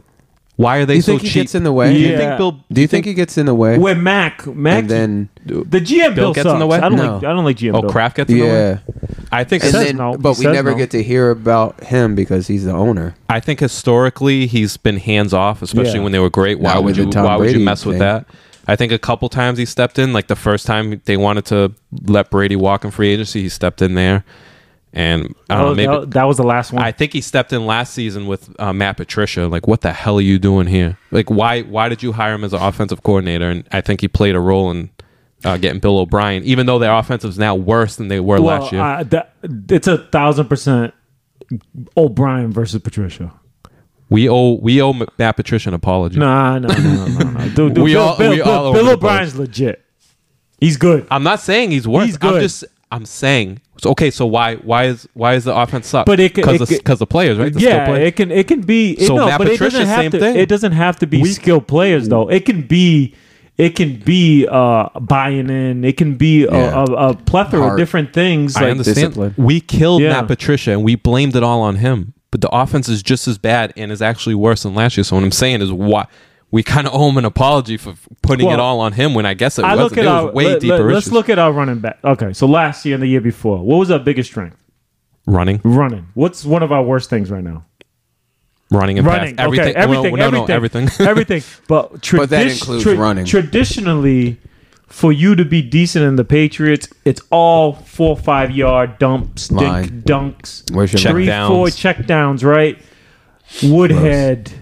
Speaker 2: Why are they
Speaker 1: Do you
Speaker 2: so
Speaker 1: think he
Speaker 2: cheap?
Speaker 1: gets in the way?
Speaker 2: Do you
Speaker 3: Yeah.
Speaker 2: think Bill?
Speaker 1: Do you think he gets in the way?
Speaker 3: Where Mac, Mac,
Speaker 1: and then
Speaker 3: the GM Bill,
Speaker 2: Bill gets in
Speaker 3: sucks.
Speaker 2: the way?
Speaker 3: I don't
Speaker 1: No.
Speaker 3: like. I don't like GM.
Speaker 2: Oh,
Speaker 3: Bill.
Speaker 2: Kraft gets in the way.
Speaker 1: yeah,
Speaker 2: I think.
Speaker 1: and
Speaker 3: says
Speaker 1: then,
Speaker 3: no.
Speaker 1: but
Speaker 3: He
Speaker 1: we
Speaker 3: says
Speaker 1: never
Speaker 3: no.
Speaker 1: get to hear about him because he's the owner.
Speaker 2: I think historically he's been hands off, especially
Speaker 3: Yeah.
Speaker 2: when they were great. Why
Speaker 1: Not
Speaker 2: would
Speaker 1: with the
Speaker 2: you?
Speaker 1: Tom
Speaker 2: Why would
Speaker 1: Brady
Speaker 2: you mess with
Speaker 1: thing.
Speaker 2: that? I think a couple times he stepped in. Like the first time they wanted to let Brady walk in free agency, he stepped in there, and I
Speaker 3: That
Speaker 2: don't
Speaker 3: was,
Speaker 2: know. Uh, Maybe
Speaker 3: Oh, that, that was the last one.
Speaker 2: I think he stepped in last season with uh, Matt Patricia. Like, what the hell are you doing here? Like, why why did you hire him as an offensive coordinator? And I think he played a role in uh, getting Bill O'Brien, even though their offensive is now worse than they were
Speaker 3: well,
Speaker 2: last year.
Speaker 3: I- that, it's a thousand percent O'Brien versus Patricia.
Speaker 2: we owe we owe M- Matt Patricia an apology.
Speaker 3: Nah, no, no, no, no. no. Dude, dude,
Speaker 2: We
Speaker 3: Bill,
Speaker 2: all-
Speaker 3: Bill,
Speaker 2: we
Speaker 3: Bill,
Speaker 2: all over
Speaker 3: Bill
Speaker 2: the
Speaker 3: O'Brien's legit. He's good.
Speaker 2: I'm not saying he's worse.
Speaker 3: He's good.
Speaker 2: I'm just I'm saying so- okay. So why why is why is the offense suck?
Speaker 3: But it c- it
Speaker 2: because
Speaker 3: c-
Speaker 2: because the players right? The skill
Speaker 3: yeah,
Speaker 2: players.
Speaker 3: it can it can be. It,
Speaker 2: So
Speaker 3: no,
Speaker 2: Matt
Speaker 3: but it
Speaker 2: Patricia,
Speaker 3: doesn't have
Speaker 2: same
Speaker 3: to.
Speaker 2: thing.
Speaker 3: It doesn't have to be skilled players though. It can be. It can be uh, buying in. It can be a,
Speaker 1: Yeah.
Speaker 3: a, a plethora of
Speaker 1: Heart.
Speaker 3: different things.
Speaker 2: I
Speaker 3: like-
Speaker 2: understand.
Speaker 1: discipline.
Speaker 2: We killed
Speaker 3: Yeah.
Speaker 2: Matt Patricia and we blamed it all on him. But the offense is just as bad and is actually worse than last year. So what I'm saying is why we kind of owe him an apology for putting
Speaker 3: Well,
Speaker 2: it all on him when I guess it
Speaker 3: I
Speaker 2: wasn't.
Speaker 3: look at
Speaker 2: It
Speaker 3: our
Speaker 2: was way
Speaker 3: let,
Speaker 2: deeper
Speaker 3: us
Speaker 2: issues.
Speaker 3: look at our running back. Okay, so last year and the year before, what was our biggest strength?
Speaker 2: running,
Speaker 3: Running. What's one of our worst things right now?
Speaker 2: running and
Speaker 3: running.
Speaker 2: pass.
Speaker 3: Okay, everything,
Speaker 2: well, no,
Speaker 3: everything,
Speaker 2: no, everything.
Speaker 3: everything. But, tradi-
Speaker 1: But that includes
Speaker 3: tra-
Speaker 1: running.
Speaker 3: Traditionally, for you to be decent in the Patriots, it's all four five yard dumps, dink,
Speaker 1: Line.
Speaker 3: dunks,
Speaker 1: Where's your
Speaker 2: Check
Speaker 3: three
Speaker 2: downs.
Speaker 3: four check downs, right? Woodhead,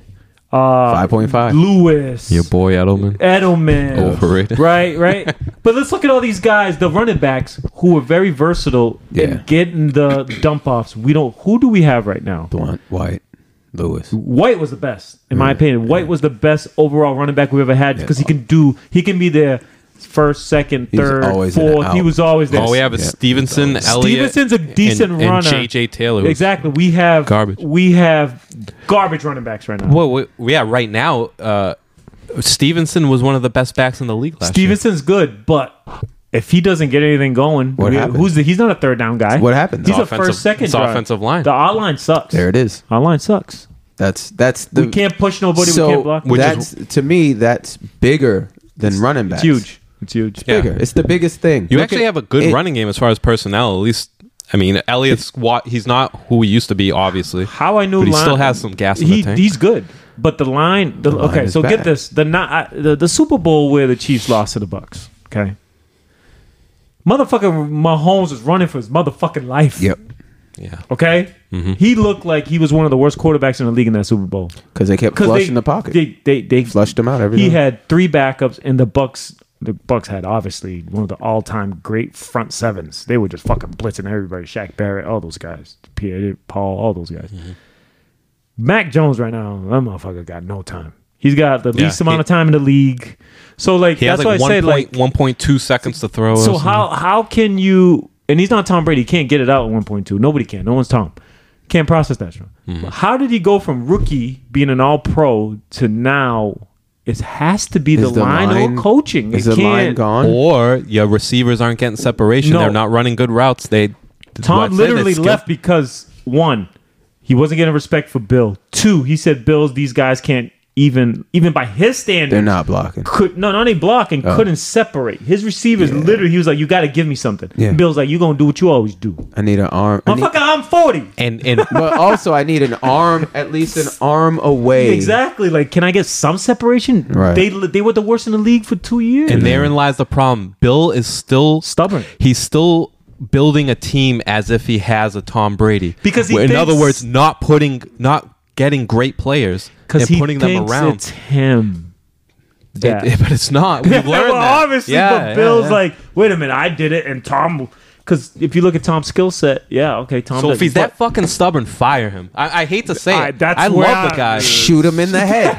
Speaker 3: uh,
Speaker 1: five point five?
Speaker 3: Lewis,
Speaker 2: Your boy Edelman.
Speaker 3: Edelman.
Speaker 2: Overrated.
Speaker 3: Right, right. but let's look at all these guys, the running backs, who are very versatile
Speaker 1: Yeah.
Speaker 3: in getting the dump offs. We don't. Who do we have right now?
Speaker 1: Blunt, White, Lewis.
Speaker 3: White was the best, in my opinion. White was the best overall running back we ever had because he can do. He can be there first, second,
Speaker 1: He was
Speaker 3: third,
Speaker 1: always in and
Speaker 3: fourth. He
Speaker 1: out.
Speaker 3: was always there.
Speaker 2: All we have is
Speaker 1: Yeah.
Speaker 2: Stevenson, Elliott,
Speaker 3: Stevenson's a decent
Speaker 2: and,
Speaker 3: runner.
Speaker 2: and JJ Taylor. who's-
Speaker 3: Exactly. We have
Speaker 2: Garbage.
Speaker 3: We have garbage running backs right now.
Speaker 2: Well, we, yeah, right now, uh, Stevenson was one of the best backs in the league last year.
Speaker 3: Stevenson's good, but if he doesn't get anything going,
Speaker 1: What
Speaker 3: we-
Speaker 1: happened?
Speaker 3: who's the, he's not a third down guy.
Speaker 1: What happened?
Speaker 3: He's
Speaker 1: The
Speaker 3: a
Speaker 2: offensive-
Speaker 3: first second.
Speaker 2: his
Speaker 3: drive.
Speaker 2: offensive line.
Speaker 3: The outline sucks.
Speaker 1: There it is.
Speaker 3: Outline sucks.
Speaker 1: That's that's the
Speaker 3: We can't push nobody.
Speaker 1: so
Speaker 3: we can't block.
Speaker 2: Which is-
Speaker 1: that's to me that's bigger than running
Speaker 3: it's
Speaker 1: backs.
Speaker 3: huge. It's huge.
Speaker 2: Yeah.
Speaker 1: bigger. It's the biggest thing.
Speaker 2: You
Speaker 1: Look
Speaker 2: actually
Speaker 1: at-
Speaker 2: have a good
Speaker 1: it-
Speaker 2: running game as far as personnel, at least. I mean, Elliott's what he's not who he used to be, obviously.
Speaker 3: How I knew
Speaker 2: But he
Speaker 3: line-
Speaker 2: still has some gas in
Speaker 3: he,
Speaker 2: the tank.
Speaker 3: He's good, but the line. The,
Speaker 1: line
Speaker 3: okay,
Speaker 1: is
Speaker 3: so get
Speaker 1: bad.
Speaker 3: this: the not the, the Super Bowl where the Chiefs lost to the Bucks. Okay, motherfucking Mahomes was running for his motherfucking life.
Speaker 1: Yep,
Speaker 2: yeah,
Speaker 3: Okay,
Speaker 2: Mm-hmm.
Speaker 3: he looked like he was one of the worst quarterbacks in the league in that Super Bowl.
Speaker 1: because they kept
Speaker 3: because
Speaker 1: flushing
Speaker 3: they,
Speaker 1: the pocket,
Speaker 3: They they, they
Speaker 1: flushed them out every.
Speaker 3: He
Speaker 1: time.
Speaker 3: had three backups, and the Bucks. The Bucks had obviously one of the all-time great front sevens. They were just fucking blitzing everybody. Shaq Barrett, all those guys, Pierre Paul, all those guys.
Speaker 2: Mm-hmm.
Speaker 3: Mac Jones right now, that motherfucker got no time. He's got the
Speaker 2: Yeah,
Speaker 3: least amount
Speaker 2: he-
Speaker 3: of time in the league. So like
Speaker 2: he
Speaker 3: that's
Speaker 2: has like
Speaker 3: why I
Speaker 2: one
Speaker 3: say
Speaker 2: point
Speaker 3: like
Speaker 2: one point two seconds to throw.
Speaker 3: so
Speaker 2: or
Speaker 3: how how can you? And he's not Tom Brady. He can't get it out at one point two. Nobody can. No one's Tom. Can't process that. Strong.
Speaker 1: Mm-hmm.
Speaker 3: How did he go from rookie being an All Pro to now? It has to be the,
Speaker 1: the
Speaker 3: line,
Speaker 1: line-
Speaker 3: or coaching.
Speaker 1: Is
Speaker 3: It
Speaker 1: the line
Speaker 2: something.
Speaker 3: can't-
Speaker 1: gone?
Speaker 2: or your receivers aren't getting separation.
Speaker 3: No.
Speaker 2: They're not running good routes. They
Speaker 3: Tom
Speaker 2: I'd say
Speaker 3: literally
Speaker 2: that's skill-
Speaker 3: left because one, he wasn't getting respect for Bill. Two, he said Bills these guys can't even even by his standards
Speaker 1: They're not Oh. blocking.
Speaker 3: could no not only block and couldn't separate his receivers. Literally, he was like, "You got to give me something."
Speaker 1: Yeah.
Speaker 3: Bill's like, "You gonna do what you always do."
Speaker 1: I need an arm. I need-
Speaker 3: Motherfucker, I'm forty.
Speaker 2: and and
Speaker 1: but also, I need an arm, at least an arm away.
Speaker 3: Exactly. Like, can I get some separation?
Speaker 1: Right.
Speaker 3: They they were the worst in the league for two years.
Speaker 2: and therein lies the problem. Bill is still
Speaker 3: Mm. Stubborn.
Speaker 2: He's still building a team as if he has a Tom Brady.
Speaker 3: Because he
Speaker 2: in
Speaker 3: thinks-
Speaker 2: other words, not putting not getting great players and
Speaker 3: because he
Speaker 2: putting them
Speaker 3: thinks
Speaker 2: around.
Speaker 3: it's him.
Speaker 2: It-
Speaker 3: That.
Speaker 2: but it's not. We've learned
Speaker 3: well,
Speaker 2: that.
Speaker 3: obviously,
Speaker 2: Yeah,
Speaker 3: but
Speaker 2: yeah,
Speaker 3: Bill's
Speaker 2: yeah.
Speaker 3: like, wait a minute, I did it, and Tom Because if you look at Tom's skill set, yeah, okay, Tom.
Speaker 2: So if
Speaker 3: doesn't-
Speaker 2: he's
Speaker 3: but-
Speaker 2: that fucking stubborn, fire him. I, I hate to say
Speaker 3: I-
Speaker 2: it.
Speaker 3: that's
Speaker 2: I
Speaker 3: where
Speaker 2: love the
Speaker 3: I-
Speaker 2: guy.
Speaker 1: Shoot him in the head.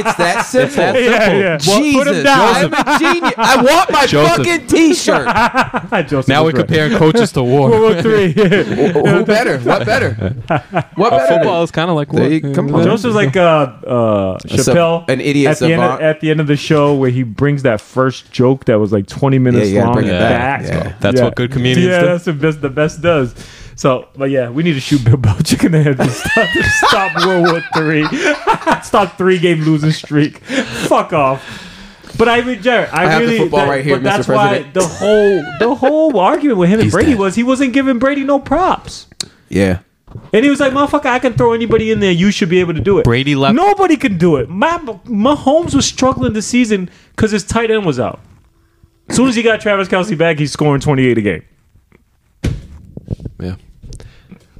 Speaker 1: it's that simple.
Speaker 2: that simple.
Speaker 3: yeah, yeah.
Speaker 1: Jesus,
Speaker 3: Put him down.
Speaker 1: I'm a genius. I want my
Speaker 2: Joseph.
Speaker 1: fucking T-shirt.
Speaker 3: Joseph
Speaker 2: Now
Speaker 3: was
Speaker 2: we're
Speaker 3: right.
Speaker 2: comparing coaches to war.
Speaker 3: World War Three.
Speaker 1: Who better? What better? What
Speaker 2: Uh,
Speaker 1: better?
Speaker 2: football is kind of like
Speaker 1: There
Speaker 2: war.
Speaker 1: you- come on.
Speaker 3: Joseph's like uh, uh,
Speaker 1: sub-
Speaker 3: Chappelle,
Speaker 1: an idiot
Speaker 3: at the, end of,
Speaker 1: savant.
Speaker 3: at the end of the show where he brings that first joke that was like 20 minutes
Speaker 1: you gotta
Speaker 3: long
Speaker 1: bring it back.
Speaker 3: back.
Speaker 1: Yeah.
Speaker 2: That's what good comedians
Speaker 3: yeah,
Speaker 2: do.
Speaker 3: that's the best. The best does. So, but yeah, we need to shoot Bill Belichick in the head to stop, to stop World War Three, stop three game losing streak. Fuck off. But I mean, Jared, I,
Speaker 1: I have the
Speaker 3: really.
Speaker 1: football right here,
Speaker 3: but
Speaker 1: Mr.
Speaker 3: that's why
Speaker 1: President.
Speaker 3: the whole the whole argument with him and Brady
Speaker 2: dead.
Speaker 3: was he wasn't giving Brady no props.
Speaker 1: Yeah.
Speaker 3: And he was like, "Motherfucker, I can throw anybody in there. You should be able to do it."
Speaker 2: Brady left-
Speaker 3: Nobody can do it. My Mahomes was struggling this season because his tight end was out. As soon as he got Travis Kelsey back, he's scoring twenty eight a game.
Speaker 2: Yeah.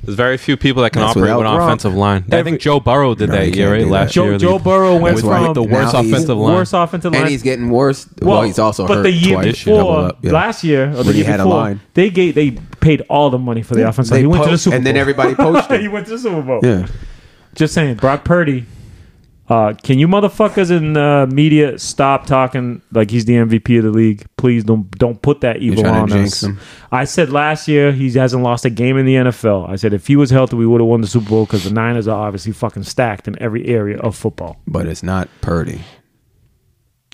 Speaker 2: There's very few people that can
Speaker 1: That's
Speaker 2: operate
Speaker 1: without
Speaker 2: with an
Speaker 1: Gronk.
Speaker 2: offensive line. I
Speaker 3: Every-
Speaker 2: think Joe Burrow did
Speaker 1: he
Speaker 2: that year,
Speaker 1: can't
Speaker 2: right?
Speaker 1: do
Speaker 2: Last
Speaker 1: that.
Speaker 3: Joe
Speaker 2: year.
Speaker 3: Joe Burrow went
Speaker 1: That's
Speaker 2: with
Speaker 1: why
Speaker 3: from
Speaker 2: the worst
Speaker 1: Now he's-
Speaker 2: offensive line.
Speaker 3: worst offensive line.
Speaker 1: And he's getting worse. Well, he's also
Speaker 3: but
Speaker 1: hurt
Speaker 3: the year
Speaker 1: twice.
Speaker 3: before,
Speaker 1: Double up, yeah.
Speaker 3: last year or the
Speaker 1: When he
Speaker 3: year
Speaker 1: had a
Speaker 3: before,
Speaker 1: line.
Speaker 3: they gave they paid all the money for the offense.
Speaker 1: They
Speaker 3: he went to the
Speaker 1: poached,
Speaker 3: Super
Speaker 1: and then
Speaker 3: Bowl.
Speaker 1: everybody poached him.
Speaker 3: he went to the Super Bowl.
Speaker 1: Yeah.
Speaker 3: Just saying, Brock Purdy. Uh, can you motherfuckers in the media stop talking like he's the MVP of the league? Please don't don't put that evil
Speaker 1: trying
Speaker 3: on
Speaker 1: to jinx
Speaker 3: us.
Speaker 1: him.
Speaker 3: I said last year he hasn't lost a game in the NFL. I said if he was healthy, we would have won the Super Bowl because the Niners are obviously fucking stacked in every area of football.
Speaker 1: But it's not Purdy.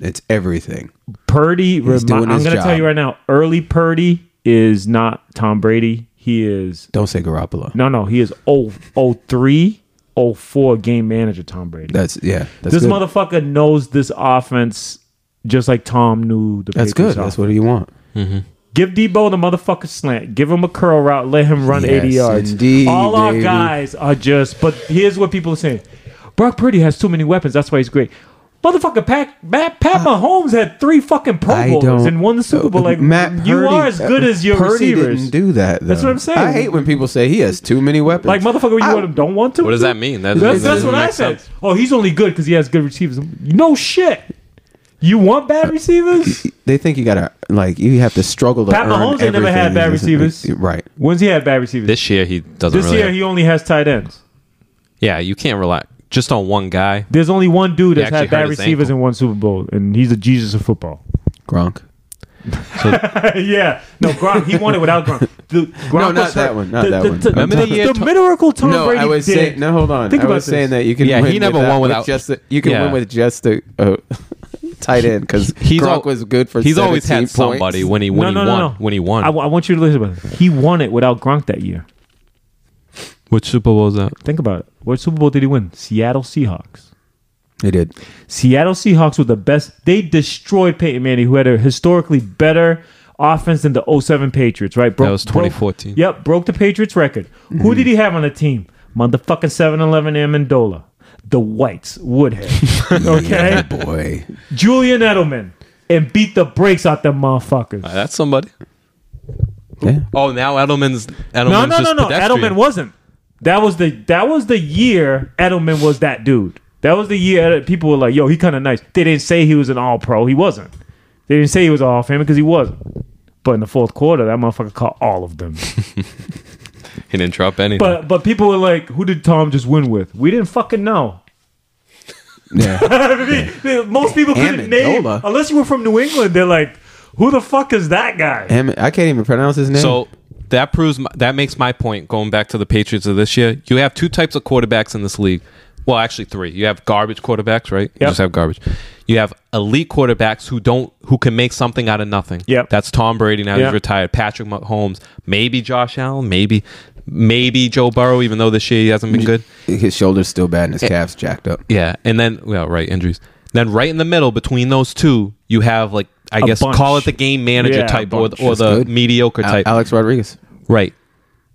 Speaker 1: It's everything.
Speaker 3: Purdy, remi- I'm
Speaker 1: doing
Speaker 3: going
Speaker 1: his
Speaker 3: to
Speaker 1: job.
Speaker 3: tell you right now, early Purdy is not Tom Brady. He is
Speaker 1: Don't say Garoppolo.
Speaker 3: no, no, he is oh, 0, 03, 04 game manager Tom Brady.
Speaker 1: That's yeah. That's
Speaker 3: this
Speaker 1: good.
Speaker 3: motherfucker knows this offense just like Tom knew the.
Speaker 1: That's
Speaker 3: Patriots
Speaker 1: good. That's
Speaker 3: offense.
Speaker 1: what you want.
Speaker 3: Give Debo the motherfucker slant. Give him a curl route. Let him run
Speaker 1: Yes,
Speaker 3: 80 yards.
Speaker 1: indeed,
Speaker 3: All our
Speaker 1: baby.
Speaker 3: guys are just. But here's what people are saying: Brock Purdy has too many weapons. That's why he's great. Motherfucker, Pat, Matt, Pat Mahomes had three fucking Pro
Speaker 1: Uh, I
Speaker 3: Bowls
Speaker 1: don't.
Speaker 3: and won the Super Bowl. Like
Speaker 1: Matt
Speaker 3: you
Speaker 1: Purdy- uh,
Speaker 3: are as good as your
Speaker 1: Purdy
Speaker 3: receivers.
Speaker 1: Didn't do that. Though.
Speaker 3: That's what I'm saying.
Speaker 1: I hate when people say he has too many weapons.
Speaker 3: like motherfucker, you
Speaker 1: I-
Speaker 3: want him, don't want to.
Speaker 2: What does that mean? That
Speaker 3: That's,
Speaker 2: doesn't-
Speaker 3: that's what
Speaker 2: doesn't
Speaker 3: I
Speaker 2: make
Speaker 3: said.
Speaker 2: sense.
Speaker 3: Oh, he's only good because he has good receivers. No shit. You want bad receivers?
Speaker 1: they think you gotta like you have to struggle to
Speaker 3: Pat
Speaker 1: earn
Speaker 3: Mahomes ain't never
Speaker 1: everything.
Speaker 3: had bad receivers.
Speaker 1: Right.
Speaker 3: When's he had bad receivers? This,
Speaker 2: This year he doesn't really.
Speaker 3: year,
Speaker 2: have-
Speaker 3: he only has tight ends.
Speaker 2: yeah, you can't rely just on one guy.
Speaker 3: There's only one dude
Speaker 2: He
Speaker 3: that's
Speaker 2: actually
Speaker 3: had bad
Speaker 2: hurt his
Speaker 3: receivers in one Super Bowl, and he's the Jesus of football.
Speaker 1: Gronk.
Speaker 3: yeah, no, Gronk. He won it without Gronk. The, Gronk
Speaker 1: No, not
Speaker 3: was
Speaker 1: that
Speaker 3: hurt.
Speaker 1: one, not
Speaker 3: The-
Speaker 1: that
Speaker 3: the-
Speaker 1: one.
Speaker 3: The,
Speaker 1: Remember
Speaker 2: the
Speaker 3: the-
Speaker 2: year
Speaker 3: the
Speaker 2: Tom-
Speaker 3: miracle Tom
Speaker 1: no,
Speaker 3: Brady
Speaker 1: I was
Speaker 3: did.
Speaker 1: saying. No, hold on.
Speaker 3: Think
Speaker 1: I
Speaker 3: about
Speaker 1: was
Speaker 3: this.
Speaker 1: saying that you can.
Speaker 2: Yeah,
Speaker 1: win
Speaker 2: he never
Speaker 1: without,
Speaker 2: won
Speaker 1: with
Speaker 2: without-
Speaker 1: just the, you can
Speaker 2: Yeah.
Speaker 1: win with just the uh, tight end because
Speaker 2: He's
Speaker 1: Gronk
Speaker 2: al-
Speaker 1: was good for.
Speaker 2: He's always
Speaker 1: 17
Speaker 2: had somebody
Speaker 1: points.
Speaker 2: when he when he won when he won.
Speaker 3: I, wa- I want you to listen about it. He won it without Gronk that year.
Speaker 2: Which Super Bowl was that?
Speaker 3: Think about it. What Super Bowl did he win? Seattle Seahawks.
Speaker 1: He did.
Speaker 3: Seattle Seahawks were the best. They destroyed Peyton Manning, who had a historically better offense than the 07 Patriots, right? Broke,
Speaker 2: That was Mm-hmm. 2014.
Speaker 3: Broke, yep, broke the Patriots record. Who did he have on the team? Motherfucking 7 11 Amendola. The Whites, Woodhead. Okay?
Speaker 1: Boy,
Speaker 3: Julian Edelman. And beat the brakes out them motherfuckers.
Speaker 2: Uh, That's somebody.
Speaker 1: yeah.
Speaker 2: Oh, now Edelman's Edelman's
Speaker 3: no, no, no,
Speaker 2: just
Speaker 3: no.
Speaker 2: pedestrian.
Speaker 3: Edelman wasn't. That was the that was the year Edelman was that dude. That was the year that people were like, "Yo, he kind of nice." They didn't say he was an All Pro. He wasn't. They didn't say he was All Famer because he wasn't. But in the fourth quarter, that motherfucker caught all of them.
Speaker 2: He didn't drop anything.
Speaker 3: But but people were like, "Who did Tom just win with?" We didn't fucking know.
Speaker 1: yeah.
Speaker 3: I mean, they- Most people couldn't name
Speaker 1: Amendola.
Speaker 3: unless you were from New England. They're like, "Who the fuck is that guy?"
Speaker 1: Damn it, I can't even pronounce his name.
Speaker 2: So that proves my, that makes my point going back to the Patriots of this year. You have two types of quarterbacks in this league. Well, actually three. You have garbage quarterbacks, right? You
Speaker 3: Yep.
Speaker 2: just have garbage. You have elite quarterbacks who don't who can make something out of nothing.
Speaker 3: Yep.
Speaker 2: That's Tom Brady now
Speaker 3: Yep.
Speaker 2: he's retired. Patrick Mahomes, maybe Josh Allen, maybe maybe Joe Burrow even though this year he hasn't been good.
Speaker 1: his shoulder's still bad and his calf's jacked up.
Speaker 2: Yeah, and then well, right injuries. Then right in the middle between those two, you have like I guess
Speaker 3: bunch.
Speaker 2: call it the game manager
Speaker 3: Yeah, a
Speaker 2: type or,
Speaker 1: bunch.
Speaker 2: or
Speaker 1: That's
Speaker 2: the
Speaker 1: good.
Speaker 2: mediocre
Speaker 1: Al-
Speaker 2: type.
Speaker 1: Alex Rodriguez.
Speaker 2: Right.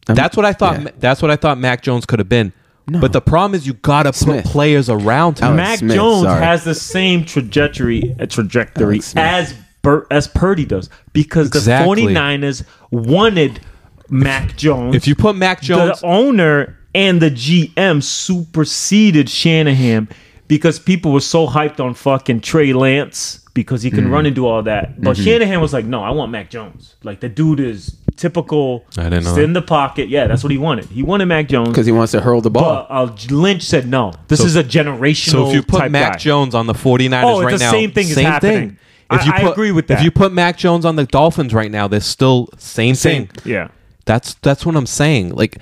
Speaker 2: that's what I thought.
Speaker 1: yeah.
Speaker 2: That's what I thought Mac Jones could have been. But the problem is you gotta
Speaker 1: Smith.
Speaker 2: put players around him.
Speaker 1: Alex
Speaker 3: Mac
Speaker 1: Smith,
Speaker 3: Jones
Speaker 1: sorry.
Speaker 3: has the same trajectory uh, trajectory
Speaker 1: Alex Smith.
Speaker 3: as Bur- as Purdy does because
Speaker 2: Exactly.
Speaker 3: the 49ers wanted Mac Jones.
Speaker 2: if you put Mac Jones,
Speaker 3: the owner and the GM superseded Shanahan because people were so hyped on fucking Trey
Speaker 2: Mm. Mm-hmm.
Speaker 3: Lance because he can run and do all that. But Shanahan was like, "No, I want Mac Jones. Like the dude is typical.
Speaker 2: I didn't know
Speaker 3: sit
Speaker 2: that.
Speaker 3: in the pocket. Yeah, that's what he wanted. He wanted Mac Jones.
Speaker 1: because he wants to hurl the ball.
Speaker 3: But uh, Lynch said no. This is a generational.
Speaker 2: So if you put
Speaker 3: type
Speaker 2: Mac
Speaker 3: guy.
Speaker 2: Jones on the 49ers
Speaker 3: Oh, it's
Speaker 2: right
Speaker 3: the
Speaker 2: now,
Speaker 3: same thing is
Speaker 2: same
Speaker 3: happening.
Speaker 2: thing.
Speaker 3: I- I
Speaker 2: put,
Speaker 3: agree with that.
Speaker 2: If you put Mac Jones on the Dolphins right now, they're still same,
Speaker 3: Same.
Speaker 2: thing.
Speaker 3: yeah,
Speaker 2: That's that's what I'm saying. Like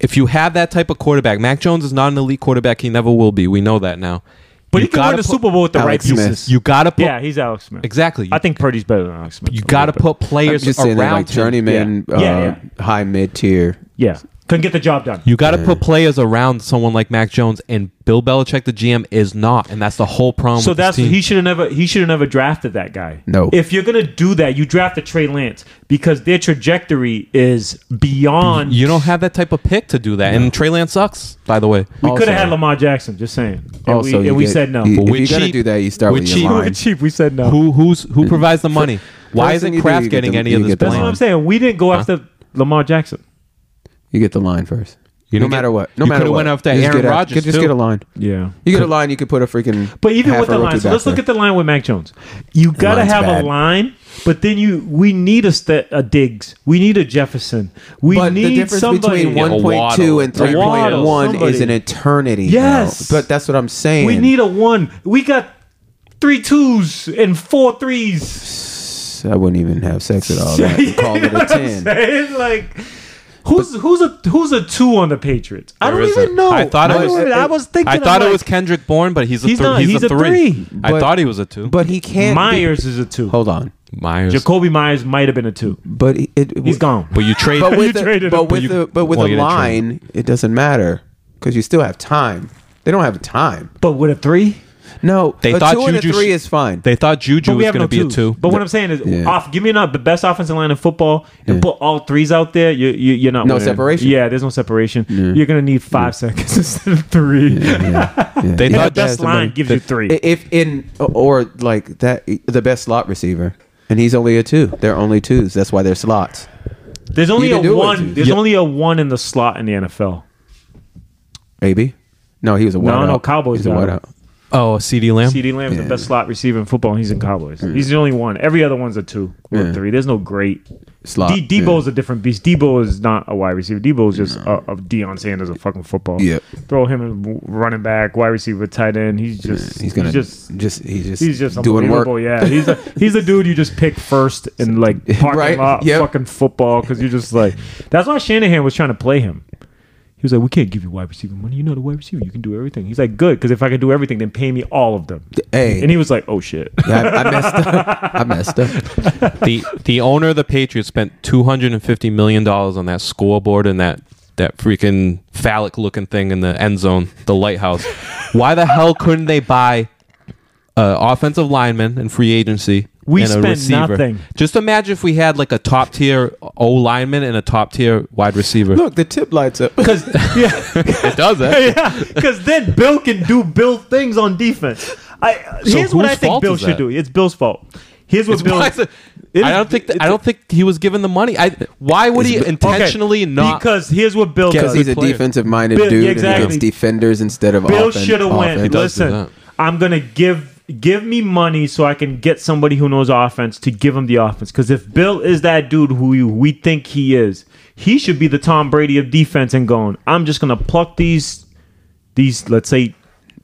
Speaker 2: if you have that type of quarterback, Mac Jones is not an elite quarterback. He never will be. We know that now.
Speaker 3: but
Speaker 2: You
Speaker 3: he can
Speaker 2: gotta
Speaker 3: win the
Speaker 2: put-
Speaker 3: Super Bowl with the
Speaker 1: Alex
Speaker 3: right
Speaker 1: Smith.
Speaker 3: pieces.
Speaker 2: You got to put
Speaker 3: yeah, he's Alex Smith.
Speaker 2: exactly.
Speaker 3: I think Purdy's better than Alex Smith.
Speaker 2: you
Speaker 3: a
Speaker 2: got to
Speaker 3: little bit.
Speaker 2: put
Speaker 1: I'm
Speaker 2: players
Speaker 1: just saying,
Speaker 2: around
Speaker 1: that, like
Speaker 2: him.
Speaker 1: journeyman,
Speaker 3: Yeah.
Speaker 1: Uh,
Speaker 3: Yeah, yeah.
Speaker 1: high mid tier.
Speaker 3: Yeah, couldn't get the job done.
Speaker 2: You got to put players around someone like Mac Jones, and Bill Belichick, the GM, is not, and that's the whole problem.
Speaker 3: So
Speaker 2: with this
Speaker 3: that's
Speaker 2: team.
Speaker 3: he should have never he should have never drafted that guy.
Speaker 1: No.
Speaker 3: If you're gonna do that, you draft a Trey Lance because their trajectory is beyond.
Speaker 2: You don't have that type of pick to do that, and Trey Lance sucks. By the way,
Speaker 3: we could
Speaker 1: Also-
Speaker 3: have had Lamar Jackson. Just saying. And
Speaker 1: Also,
Speaker 3: we,
Speaker 1: you
Speaker 3: and we
Speaker 1: get-
Speaker 3: said no.
Speaker 1: you-
Speaker 2: But
Speaker 1: if
Speaker 2: we're
Speaker 1: you're gonna
Speaker 2: cheap.
Speaker 1: do that, you start
Speaker 2: We're
Speaker 1: with your
Speaker 2: cheap.
Speaker 1: line.
Speaker 2: We're
Speaker 3: cheap. We said no.
Speaker 2: who who's who provides the money? Why
Speaker 1: First thing
Speaker 2: isn't
Speaker 1: you do,
Speaker 2: Kraft
Speaker 1: you get
Speaker 2: getting
Speaker 1: the-
Speaker 2: any
Speaker 1: you
Speaker 2: of this
Speaker 1: get the
Speaker 3: That's
Speaker 2: blame?
Speaker 3: what I'm saying. We didn't go after Lamar Jackson.
Speaker 1: You get the line first.
Speaker 2: You
Speaker 1: no
Speaker 2: don't
Speaker 1: matter
Speaker 2: get-
Speaker 1: what. No
Speaker 2: you
Speaker 1: matter
Speaker 2: could've
Speaker 1: what.
Speaker 2: went after
Speaker 1: Just
Speaker 2: Aaron
Speaker 1: get a-
Speaker 2: Rodgers,
Speaker 1: get- Just
Speaker 2: too.
Speaker 1: get a line.
Speaker 3: Yeah.
Speaker 1: You get a line. You could put a freaking.
Speaker 3: But even
Speaker 1: half
Speaker 3: with
Speaker 1: a
Speaker 3: the
Speaker 1: rookie
Speaker 3: line, so
Speaker 1: back
Speaker 3: let's look
Speaker 1: there.
Speaker 3: at the line with Mac Jones. You gotta
Speaker 1: line's
Speaker 3: have
Speaker 1: bad.
Speaker 3: a line, but then you we need a, st- a Diggs, we need a Jefferson, we
Speaker 1: But
Speaker 3: need
Speaker 1: the difference
Speaker 3: somebody.
Speaker 1: between
Speaker 2: Yeah, a
Speaker 1: 1.2 and
Speaker 2: Waddle.
Speaker 3: A Waddle,
Speaker 1: 3.1 is
Speaker 3: somebody.
Speaker 1: an eternity.
Speaker 3: Yes.
Speaker 1: though. But that's what I'm saying.
Speaker 3: We need a one. We got three twos and four threes.
Speaker 1: I wouldn't even have sex at all. That. and Call it a 10.
Speaker 3: Saying, like who's who's a who's a two on the Patriots? I
Speaker 2: There
Speaker 3: don't
Speaker 2: isn't.
Speaker 3: even know.
Speaker 2: I thought it
Speaker 3: don't
Speaker 2: was.
Speaker 3: even- I was thinking.
Speaker 2: I thought
Speaker 3: I'm
Speaker 2: it was
Speaker 3: like,
Speaker 2: Kendrick Bourne, but he's a
Speaker 3: He's
Speaker 2: three.
Speaker 3: not-
Speaker 2: he's a three. I
Speaker 1: But-
Speaker 2: thought he was a two.
Speaker 1: But he can't. be-
Speaker 3: Myers is a two.
Speaker 1: Hold on.
Speaker 2: Myers.
Speaker 3: Jacoby Myers might have been a two.
Speaker 1: But he- it,
Speaker 3: He's gone.
Speaker 2: but you trade.
Speaker 1: But
Speaker 3: You
Speaker 1: with, the,
Speaker 3: traded
Speaker 1: but
Speaker 3: him.
Speaker 1: with,
Speaker 2: You-
Speaker 1: the, but with
Speaker 2: well,
Speaker 1: a
Speaker 2: you didn't trade
Speaker 1: line, it doesn't matter because you still have time. They don't have time.
Speaker 3: But with a three.
Speaker 1: No,
Speaker 2: They
Speaker 1: a
Speaker 2: thought
Speaker 1: two and a
Speaker 2: Juju
Speaker 1: three
Speaker 2: sh-
Speaker 1: is fine.
Speaker 2: they thought Juju
Speaker 3: But we
Speaker 2: was
Speaker 3: have
Speaker 2: going to be
Speaker 3: no
Speaker 2: a
Speaker 3: twos.
Speaker 2: two.
Speaker 3: But what I'm saying is,
Speaker 1: Yeah.
Speaker 3: off. Give me not the best offensive line in football and put all threes out there. You, you, you're not
Speaker 1: No
Speaker 3: winning.
Speaker 1: separation.
Speaker 3: Yeah, there's no separation. You're gonna need five seconds instead of three.
Speaker 2: they
Speaker 3: And the
Speaker 2: thought
Speaker 3: best
Speaker 1: the
Speaker 3: line
Speaker 1: money.
Speaker 3: gives you three.
Speaker 1: I- if in or like that the best slot receiver and he's only a two they're only twos that's why they're slots
Speaker 3: There's only
Speaker 1: can
Speaker 3: a
Speaker 1: do it,
Speaker 3: one.
Speaker 1: dude.
Speaker 3: There's
Speaker 1: Yeah.
Speaker 3: only a one in the slot in the NFL.
Speaker 1: maybe no he was a wideout.
Speaker 3: no, Cowboys
Speaker 1: he's a
Speaker 3: got
Speaker 1: wideout.
Speaker 3: him.
Speaker 2: oh, CD Lamb.
Speaker 3: CD Lamb is the best slot receiver in football, and he's in Cowboys. He's the only one. Every other one's a two or
Speaker 1: Yeah.
Speaker 3: three. There's no great.
Speaker 1: slot
Speaker 3: D- Debo's a different beast. Debo is not a wide receiver. Debo is just a, a Deion Sanders of fucking football.
Speaker 1: Yeah.
Speaker 3: Throw him in w- running back, wide receiver, tight end. He's just
Speaker 1: Yeah, he's gonna
Speaker 3: just
Speaker 1: just just he's just
Speaker 3: he's just
Speaker 1: doing work
Speaker 3: unbelievable. Yeah, he's a, he's a dude you just pick first in like parking
Speaker 1: Right?
Speaker 3: lot
Speaker 1: Yep.
Speaker 3: fucking football because you're just like that's why Shanahan was trying to play him. He was like, "We can't give you wide receiver money. You know the wide receiver. You can do everything." He's like, "Good, because if I can do everything, then pay me all of them."
Speaker 1: hey
Speaker 3: And he was like, "Oh shit."
Speaker 1: I, I messed up I messed up
Speaker 2: the the owner of the Patriots spent two hundred and fifty million dollars on that scoreboard and that that freaking phallic looking thing in the end zone, the lighthouse. Why the hell couldn't they buy uh, offensive lineman and free agency?
Speaker 3: We
Speaker 2: and a
Speaker 3: spent
Speaker 2: receiver?
Speaker 3: nothing.
Speaker 2: Just imagine if we had like a top tier O lineman and a top tier wide receiver.
Speaker 1: look the tip lights up
Speaker 3: Because yeah,
Speaker 2: it does eh? it.
Speaker 3: yeah, because then Bill can do Bill things on defense. I
Speaker 2: So
Speaker 3: here's what
Speaker 2: whose
Speaker 3: I think
Speaker 2: fault
Speaker 3: Bill
Speaker 2: is
Speaker 3: should
Speaker 2: that?
Speaker 3: do. It's Bill's fault. Here's what Bill.
Speaker 2: Why is it-
Speaker 3: It
Speaker 2: I
Speaker 3: is-
Speaker 2: don't think th- I don't think he was given the money. I why would he
Speaker 3: Okay,
Speaker 2: intentionally not?
Speaker 3: because here's what Bill
Speaker 1: because
Speaker 3: does.
Speaker 1: he's a
Speaker 2: player.
Speaker 1: defensive minded
Speaker 3: Bill-
Speaker 1: dude
Speaker 3: exactly.
Speaker 1: and he gets defenders instead of
Speaker 3: Bill
Speaker 1: offen-
Speaker 3: should have went.
Speaker 1: offense.
Speaker 2: does do that.
Speaker 3: Listen, I'm gonna give give me money so I can get somebody who knows offense to give him the offense. Because if Bill is that dude who you, we think he is, he should be the Tom Brady of defense and going. I'm just gonna pluck these these let's say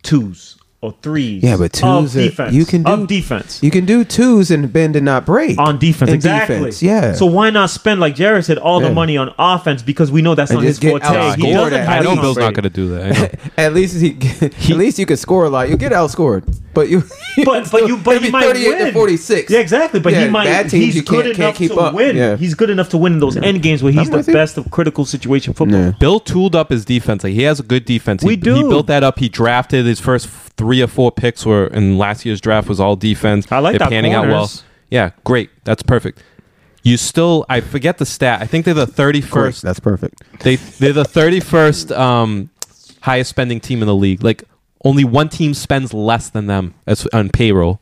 Speaker 3: twos or threes.
Speaker 1: Yeah, but
Speaker 3: of
Speaker 1: twos are-
Speaker 3: defense
Speaker 1: you can do-
Speaker 3: of defense.
Speaker 1: you can do twos and bend and not break
Speaker 3: on defense,
Speaker 1: In
Speaker 3: exactly.
Speaker 1: defense, yeah
Speaker 3: So why not spend, like Jared said, all
Speaker 1: Yeah.
Speaker 3: the money on offense because we know that's
Speaker 1: And
Speaker 3: not his
Speaker 1: just get
Speaker 3: forte. He
Speaker 1: outscored
Speaker 3: doesn't
Speaker 1: at
Speaker 3: have
Speaker 2: I know
Speaker 1: least.
Speaker 3: Tom
Speaker 2: Bill's not
Speaker 3: Brady.
Speaker 2: going to do that. I know.
Speaker 1: At least he, at least you could score a lot. You get outscored, but you,
Speaker 3: but but you but
Speaker 1: it'd
Speaker 3: he
Speaker 1: be
Speaker 3: might
Speaker 1: 38
Speaker 3: win.
Speaker 1: to 46.
Speaker 3: Yeah, exactly. But
Speaker 1: Yeah,
Speaker 3: he might.
Speaker 1: bad teams,
Speaker 3: he's
Speaker 1: you can't-
Speaker 3: good enough
Speaker 1: can't keep
Speaker 3: to
Speaker 1: up.
Speaker 3: win.
Speaker 1: Yeah.
Speaker 3: He's good enough to win in those end games where he's
Speaker 1: I'm
Speaker 3: the
Speaker 1: with you.
Speaker 3: best of critical situation football.
Speaker 1: Yeah.
Speaker 2: Bill tooled up his defense. Like he has a good defense. He-
Speaker 3: We do.
Speaker 2: He built that up. He drafted his first three or four picks were in last year's draft was all defense.
Speaker 3: I like
Speaker 2: They're
Speaker 3: that
Speaker 2: panning out well.
Speaker 3: corners.
Speaker 2: Yeah, great. That's perfect. You still, I forget the stat. I think they're the thirty
Speaker 1: Great,
Speaker 2: first.
Speaker 1: That's perfect.
Speaker 2: They they're the thirty first um, highest spending team in the league. Like only one team spends less than them as on payroll.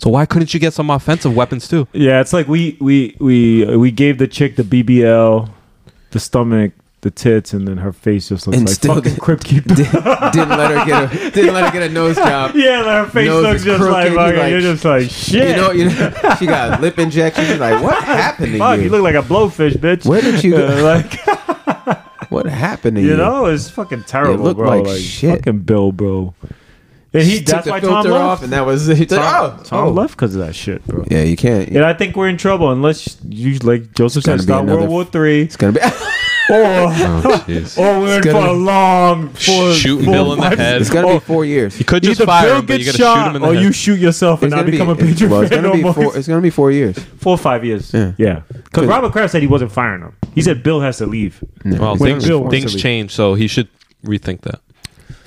Speaker 2: So why couldn't you get some offensive weapons too?
Speaker 3: Yeah, it's like we we we we gave the chick the BBL, the stomach, the tits, and then her face just looks
Speaker 1: And
Speaker 3: like
Speaker 1: still
Speaker 3: fucking
Speaker 1: did-
Speaker 3: Crypt Keeper.
Speaker 1: Did, not let her get a didn't let her get a nose job.
Speaker 3: yeah, her face
Speaker 1: Nose
Speaker 3: looks
Speaker 1: is
Speaker 3: just like,
Speaker 1: crooked,
Speaker 3: fucking-
Speaker 1: you're like,
Speaker 3: you're just like shit.
Speaker 1: You know, you know, she got lip injections. Like, what happened to
Speaker 3: Fuck,
Speaker 1: you?
Speaker 3: you look like a blowfish, bitch.
Speaker 1: Where did you go?
Speaker 3: Uh, like
Speaker 1: what happened to you?
Speaker 3: you know, it's fucking terrible,
Speaker 1: looked
Speaker 3: bro.
Speaker 1: like
Speaker 3: Like,
Speaker 1: shit.
Speaker 3: fucking Bill, bro. And
Speaker 1: She
Speaker 3: he
Speaker 1: took
Speaker 3: that's
Speaker 1: the
Speaker 3: why Tom
Speaker 1: filter
Speaker 3: left.
Speaker 1: off, and that was it.
Speaker 3: Tom,
Speaker 1: oh,
Speaker 3: Tom
Speaker 1: oh.
Speaker 3: left because of that shit, bro.
Speaker 1: Yeah, you can't.
Speaker 3: And I think we're in trouble unless you like Joseph
Speaker 1: It's gonna be
Speaker 3: said, start
Speaker 1: another-
Speaker 3: World War Three,
Speaker 1: it's gonna be.
Speaker 3: or
Speaker 2: Oh, jeez.
Speaker 3: or we're in
Speaker 1: gonna-
Speaker 3: for a long four,
Speaker 2: Shooting
Speaker 3: four,
Speaker 2: Bill in the
Speaker 3: five-
Speaker 2: head.
Speaker 1: It's gonna
Speaker 3: Oh,
Speaker 1: be four years.
Speaker 2: You could just
Speaker 3: Either
Speaker 2: fire
Speaker 3: Bill
Speaker 2: him, but you
Speaker 3: gets
Speaker 2: gotta shoot him
Speaker 3: shot,
Speaker 2: in the
Speaker 3: or
Speaker 2: head.
Speaker 3: you shoot yourself
Speaker 1: It's
Speaker 3: and I
Speaker 1: gonna be-
Speaker 3: become a
Speaker 1: it's-
Speaker 3: Patriot
Speaker 1: well, it's
Speaker 3: fan
Speaker 1: gonna be
Speaker 3: almost.
Speaker 1: four. It's gonna be four years.
Speaker 3: four or five years.
Speaker 1: Yeah.
Speaker 3: yeah. Because
Speaker 1: Good.
Speaker 3: Robert Kraft said he wasn't firing him. He said Bill has to leave.
Speaker 1: No,
Speaker 2: well,
Speaker 1: it's gonna
Speaker 2: things,
Speaker 1: be
Speaker 3: Bill
Speaker 1: four.
Speaker 3: wants
Speaker 2: things
Speaker 3: to be-
Speaker 2: change, so he should rethink that.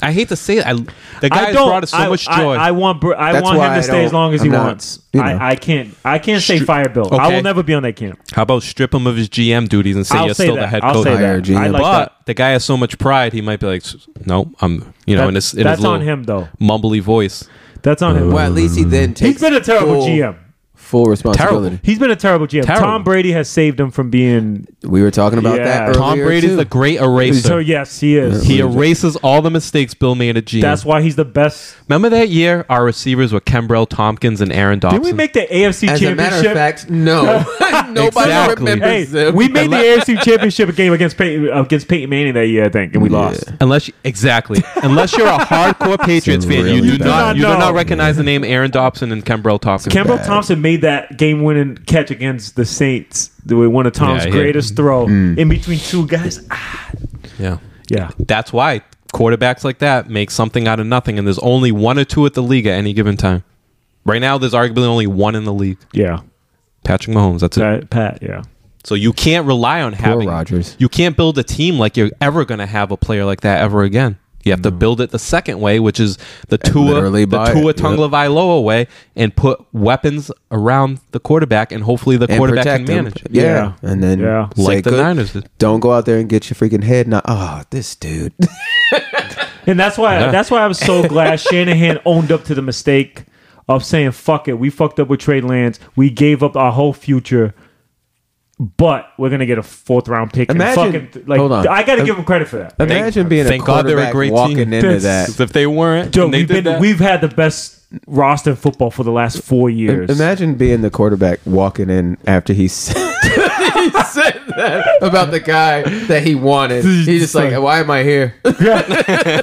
Speaker 2: I hate to say it. I, the
Speaker 3: I
Speaker 2: guy has
Speaker 3: don't-
Speaker 2: brought us so
Speaker 3: I,
Speaker 2: much
Speaker 3: I-
Speaker 2: joy.
Speaker 3: I, want Br- I
Speaker 1: That's
Speaker 3: want him
Speaker 1: why I
Speaker 3: to stay as
Speaker 1: don't-
Speaker 3: long as he
Speaker 1: I'm not,
Speaker 3: wants.
Speaker 1: you know.
Speaker 3: I, I can't I can't say
Speaker 2: Stri-
Speaker 3: fire Bill. I
Speaker 2: Okay.
Speaker 3: will never be on that camp.
Speaker 2: How about strip him of his GM duties and say
Speaker 3: I'll
Speaker 2: you're
Speaker 3: say
Speaker 2: still
Speaker 3: that.
Speaker 2: the head
Speaker 3: I'll
Speaker 2: coach?
Speaker 3: say
Speaker 1: Hire
Speaker 3: that.
Speaker 1: GM.
Speaker 3: I like
Speaker 2: but
Speaker 3: that.
Speaker 2: the guy has so much pride, he might be like, "No, I'm," you know,
Speaker 3: That-
Speaker 2: in his in
Speaker 3: that's
Speaker 2: his
Speaker 3: on
Speaker 2: little
Speaker 3: him though.
Speaker 2: mumbly voice.
Speaker 3: That's on him.
Speaker 1: Well, at least he
Speaker 2: Mm-hmm.
Speaker 1: then takes.
Speaker 3: He's been a terrible
Speaker 1: full,
Speaker 3: GM.
Speaker 1: Full responsibility.
Speaker 3: He's been a terrible GM.
Speaker 2: Terrible.
Speaker 3: Tom Brady has saved him from being.
Speaker 1: We were talking about that.
Speaker 3: Yeah.
Speaker 1: Earlier
Speaker 2: Tom Brady's
Speaker 1: too.
Speaker 2: the great eraser.
Speaker 3: So yes, he is.
Speaker 2: he erases all the mistakes Bill made at GM.
Speaker 3: That's why he's the best.
Speaker 2: Remember that year our receivers were Kembrell Tompkins and Aaron Dobson.
Speaker 3: Did we make the AFC
Speaker 1: As a
Speaker 3: championship?
Speaker 1: matter of fact, no. Nobody
Speaker 2: Exactly.
Speaker 3: hey,
Speaker 1: remembers
Speaker 2: uh,
Speaker 1: them.
Speaker 3: we made the AFC championship game against Peyton, against Peyton Manning that year, I think, and we lost.
Speaker 2: Unless you, exactly, unless you're a hardcore Patriots fan,
Speaker 1: really
Speaker 2: you do
Speaker 1: bad.
Speaker 2: not you do
Speaker 3: No.
Speaker 2: not recognize the name Aaron Dobson and Kembrell Tompkins.
Speaker 3: Campbell Thompson made that game-winning catch against the Saints, the- one of Tom's
Speaker 2: Yeah, yeah.
Speaker 3: greatest throw
Speaker 2: Mm.
Speaker 3: in between two guys. Ah,
Speaker 2: yeah,
Speaker 3: Yeah,
Speaker 2: that's why quarterbacks like that make something out of nothing, and there's only one or two at the league at any given time. Right now, there's arguably only one in the league,
Speaker 3: yeah,
Speaker 2: Patrick Mahomes. That's it.
Speaker 3: Pat, Pat, yeah.
Speaker 2: So you can't rely on having
Speaker 1: Rodgers.
Speaker 2: You can't build a team like you're ever going to have a player like that ever again. You have to build it the second way, which is the Tua,
Speaker 1: literally
Speaker 2: the
Speaker 1: buy it,
Speaker 2: Tua
Speaker 1: yep.
Speaker 2: Tagovailoa way, and put weapons around the quarterback, and hopefully the
Speaker 1: And
Speaker 2: quarterback can
Speaker 1: protect him.
Speaker 2: manage.
Speaker 1: Yeah.
Speaker 3: Yeah.
Speaker 1: and then
Speaker 3: Yeah.
Speaker 1: say,
Speaker 2: Like the
Speaker 1: "Good-
Speaker 2: Niners did."
Speaker 1: Don't go out there and get your freaking head. Not oh, this dude.
Speaker 3: And that's why
Speaker 2: Yeah.
Speaker 3: that's why I was so glad Shanahan owned up to the mistake of saying "fuck it." We fucked up with Trey Lance. We gave up our whole future, but we're gonna get a fourth round pick.
Speaker 1: Imagine-
Speaker 3: and fucking, like
Speaker 1: hold on.
Speaker 3: I got to
Speaker 1: Um,
Speaker 3: give him credit for that.
Speaker 1: Imagine being
Speaker 2: thank
Speaker 1: a
Speaker 2: God they're a
Speaker 1: quarterback
Speaker 2: great
Speaker 1: walking
Speaker 2: team.
Speaker 1: into
Speaker 3: This-
Speaker 1: that.
Speaker 2: 'Cause if they weren't,
Speaker 3: Dude,
Speaker 2: and they
Speaker 3: we've
Speaker 2: did
Speaker 3: been
Speaker 2: that-
Speaker 3: we've had the best roster in football for the last four years.
Speaker 1: Imagine being the quarterback walking in after he said, he said that about the guy that he wanted. He's just like, why am I here? hey,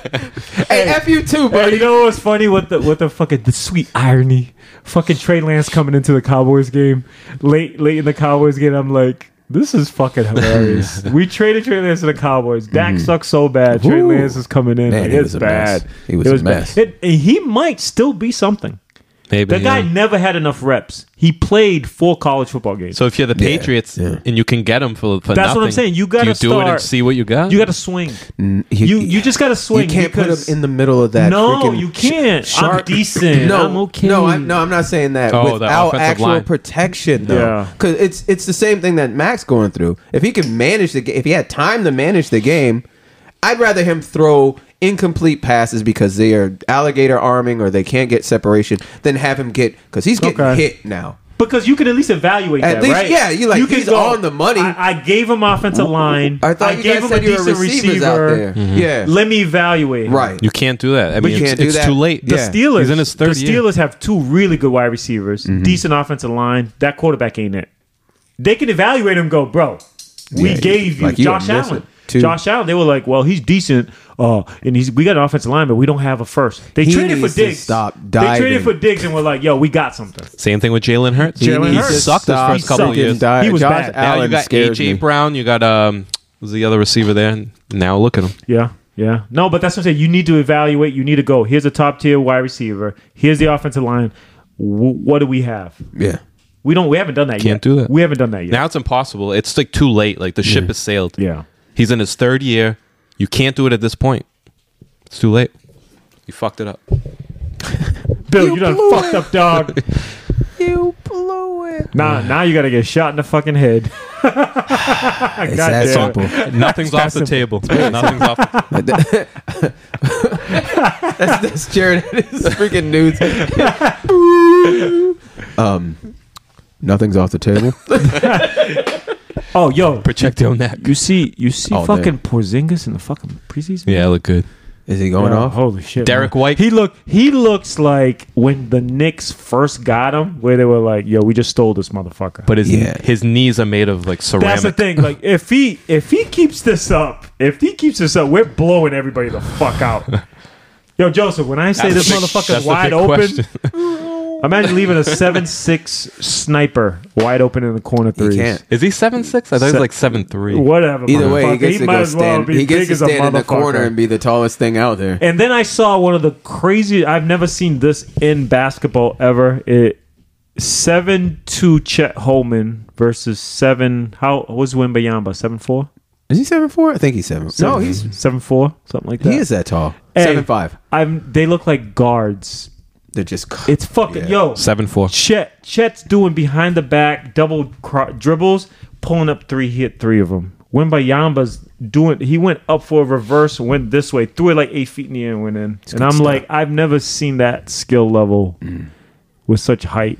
Speaker 1: F you too,
Speaker 3: But you
Speaker 1: buddy.
Speaker 3: know what's funny? What the what the fucking the sweet irony? Fucking Trey Lance coming into the Cowboys game late late in the Cowboys game. I'm like, this is fucking hilarious. we traded Trey Lance to the Cowboys. Dak sucks so bad. Trey
Speaker 1: Mm-hmm. Ooh.
Speaker 3: Lance is coming in.
Speaker 1: Man,
Speaker 3: like,
Speaker 1: he
Speaker 3: it's
Speaker 1: was a
Speaker 3: bad.
Speaker 1: mess. He was
Speaker 3: It
Speaker 1: a
Speaker 3: bad.
Speaker 1: mess.
Speaker 3: It- and he might still be something.
Speaker 2: Maybe
Speaker 3: The guy
Speaker 2: yeah.
Speaker 3: never had enough reps. He played four college football games.
Speaker 2: So if you're the Patriots and you can get him for, for
Speaker 3: That's what I'm
Speaker 2: nothing,
Speaker 3: saying. You
Speaker 2: do
Speaker 3: gotta
Speaker 2: you do it and
Speaker 3: start-
Speaker 2: see what you got.
Speaker 3: you got to swing. You you just got to swing.
Speaker 1: You can't put him
Speaker 3: because-
Speaker 1: in the middle of that.
Speaker 3: No,
Speaker 1: freaking
Speaker 3: you
Speaker 1: sh-
Speaker 3: can't. I'm
Speaker 1: shark-
Speaker 3: decent.
Speaker 1: No,
Speaker 3: I'm okay.
Speaker 1: No, I'm, no, I'm not saying that.
Speaker 2: Oh, the
Speaker 1: Without
Speaker 2: offensive
Speaker 1: actual
Speaker 2: line.
Speaker 1: protection, though,
Speaker 3: Yeah.
Speaker 1: because it's it's the same thing that Max going through. If he could manage the, ga- if he had time to manage the game, I'd rather him throw incomplete passes because they are alligator arming or they can't get separation than have him get because he's getting
Speaker 3: Okay.
Speaker 1: hit now.
Speaker 3: Because you can at least evaluate
Speaker 1: At
Speaker 3: that,
Speaker 1: least-
Speaker 3: right?
Speaker 1: yeah, you like, he's on the money.
Speaker 3: I, I gave him offensive line.
Speaker 1: I thought you
Speaker 3: gave
Speaker 1: guys
Speaker 3: him
Speaker 1: said
Speaker 3: a
Speaker 1: you were
Speaker 3: decent
Speaker 1: receivers
Speaker 3: receiver.
Speaker 1: out there.
Speaker 2: Mm-hmm.
Speaker 1: Yeah,
Speaker 3: Let me evaluate. him.
Speaker 1: right.
Speaker 2: You can't do that. I mean,
Speaker 1: you
Speaker 2: it's,
Speaker 1: can't do
Speaker 2: it's
Speaker 1: that.
Speaker 2: too late.
Speaker 1: The Yeah.
Speaker 3: Steelers.
Speaker 2: He's in his third
Speaker 3: the
Speaker 2: year.
Speaker 3: Steelers have two really good wide receivers,
Speaker 1: Mm-hmm.
Speaker 3: decent offensive line. That quarterback ain't it. They can evaluate him. Go, bro. We
Speaker 1: Yeah,
Speaker 3: gave you
Speaker 1: like, you were
Speaker 3: Josh
Speaker 1: missing
Speaker 3: Allen.
Speaker 1: two.
Speaker 3: Josh Allen. They were like, well, he's decent. Uh, and he's we got an offensive line, but we don't have a first. They
Speaker 1: He
Speaker 3: traded for
Speaker 1: needs to
Speaker 3: Diggs.
Speaker 1: stop
Speaker 3: They
Speaker 1: diving.
Speaker 3: traded for Diggs, and we're like, yo, we got something.
Speaker 2: Same thing with Jalen Hurts.
Speaker 3: Jalen
Speaker 2: he
Speaker 3: Hurts
Speaker 2: sucked his
Speaker 1: Stop
Speaker 2: first couple
Speaker 3: sucked.
Speaker 2: of years.
Speaker 1: fucking die-
Speaker 3: He was
Speaker 1: Josh
Speaker 3: bad. Now
Speaker 1: Allen
Speaker 2: now you got
Speaker 1: scares
Speaker 2: AJ
Speaker 1: me.
Speaker 2: Brown. You got um, was the other receiver there? And now look at him.
Speaker 3: Yeah, yeah. No, but that's what I'm saying. You need to evaluate. You need to go. Here's a top tier wide receiver. Here's the offensive line. W- what do we have?
Speaker 1: Yeah.
Speaker 3: We don't. We haven't done that yet.
Speaker 2: Can't do that.
Speaker 3: We haven't done that yet.
Speaker 2: Now it's impossible. It's like too late. Like the ship has sailed.
Speaker 3: yeah.
Speaker 2: He's in his third year. You can't do it at this point. It's too late. You fucked it up.
Speaker 3: Bill, you, done fucked up, dog.
Speaker 1: You blew it.
Speaker 3: nah, now you got to get shot in the fucking head.
Speaker 1: It's
Speaker 3: God
Speaker 1: that
Speaker 3: damn it.
Speaker 1: simple.
Speaker 2: Nothing's off the table. Nothing's off. The
Speaker 1: Like that- that's that's Jared and his freaking nudes. um, nothing's off the table.
Speaker 3: Oh, yo,
Speaker 2: Protect your neck.
Speaker 3: you see, you see,
Speaker 1: All day.
Speaker 3: fucking Porzingis in the fucking preseason.
Speaker 2: Yeah, look good.
Speaker 1: Is he going
Speaker 3: Yeah,
Speaker 1: off?
Speaker 3: Holy shit!
Speaker 2: Derek White.
Speaker 3: He look. He looks like when the Knicks first got him, where they were like, "Yo, we just stole this motherfucker."
Speaker 2: But his
Speaker 1: Yeah.
Speaker 2: his knees are made of like ceramic.
Speaker 3: that's the thing. Like, if he if he keeps this up, if he keeps this up, we're blowing everybody the fuck out. Yo, Joseph, when I say
Speaker 2: That's
Speaker 3: this
Speaker 2: the big- that's
Speaker 3: motherfucker's
Speaker 2: the
Speaker 3: wide
Speaker 2: big
Speaker 3: open,
Speaker 2: question.
Speaker 3: imagine leaving a seven six sniper wide open in the corner
Speaker 1: He
Speaker 3: threes.
Speaker 1: can't.
Speaker 2: Is he seven six? I thought he
Speaker 3: Se-
Speaker 2: was like seven three.
Speaker 3: Whatever.
Speaker 1: Either way, he
Speaker 3: motherfucker.
Speaker 1: gets to
Speaker 3: might
Speaker 1: go
Speaker 3: as well
Speaker 1: stand.
Speaker 3: be
Speaker 1: He
Speaker 3: big
Speaker 1: gets to
Speaker 3: as a
Speaker 1: stand in the corner
Speaker 3: motherfucker.
Speaker 1: and be the tallest thing out there.
Speaker 3: And then I saw one of the crazy. I've never seen this in basketball ever. It seven two Chet Holman versus seven. How what was Wimbayamba seven four?
Speaker 1: Is he seven four? I think he's seven. No, he's
Speaker 3: seven four something like that.
Speaker 1: he is that tall.
Speaker 3: Hey.
Speaker 1: Seven five.
Speaker 3: I'm. They look like guards.
Speaker 1: They're just
Speaker 3: It's fucking
Speaker 1: Yeah.
Speaker 3: yo.
Speaker 2: Seven four.
Speaker 3: Chet Chet's doing behind the back double cro- dribbles, pulling up three. He hit three of them. Wimbayamba's doing. He went up for a reverse, went this way, threw it like eight feet in the air, and went in. and
Speaker 1: good
Speaker 3: I'm
Speaker 1: stuff.
Speaker 3: like, I've never seen that skill level with such height.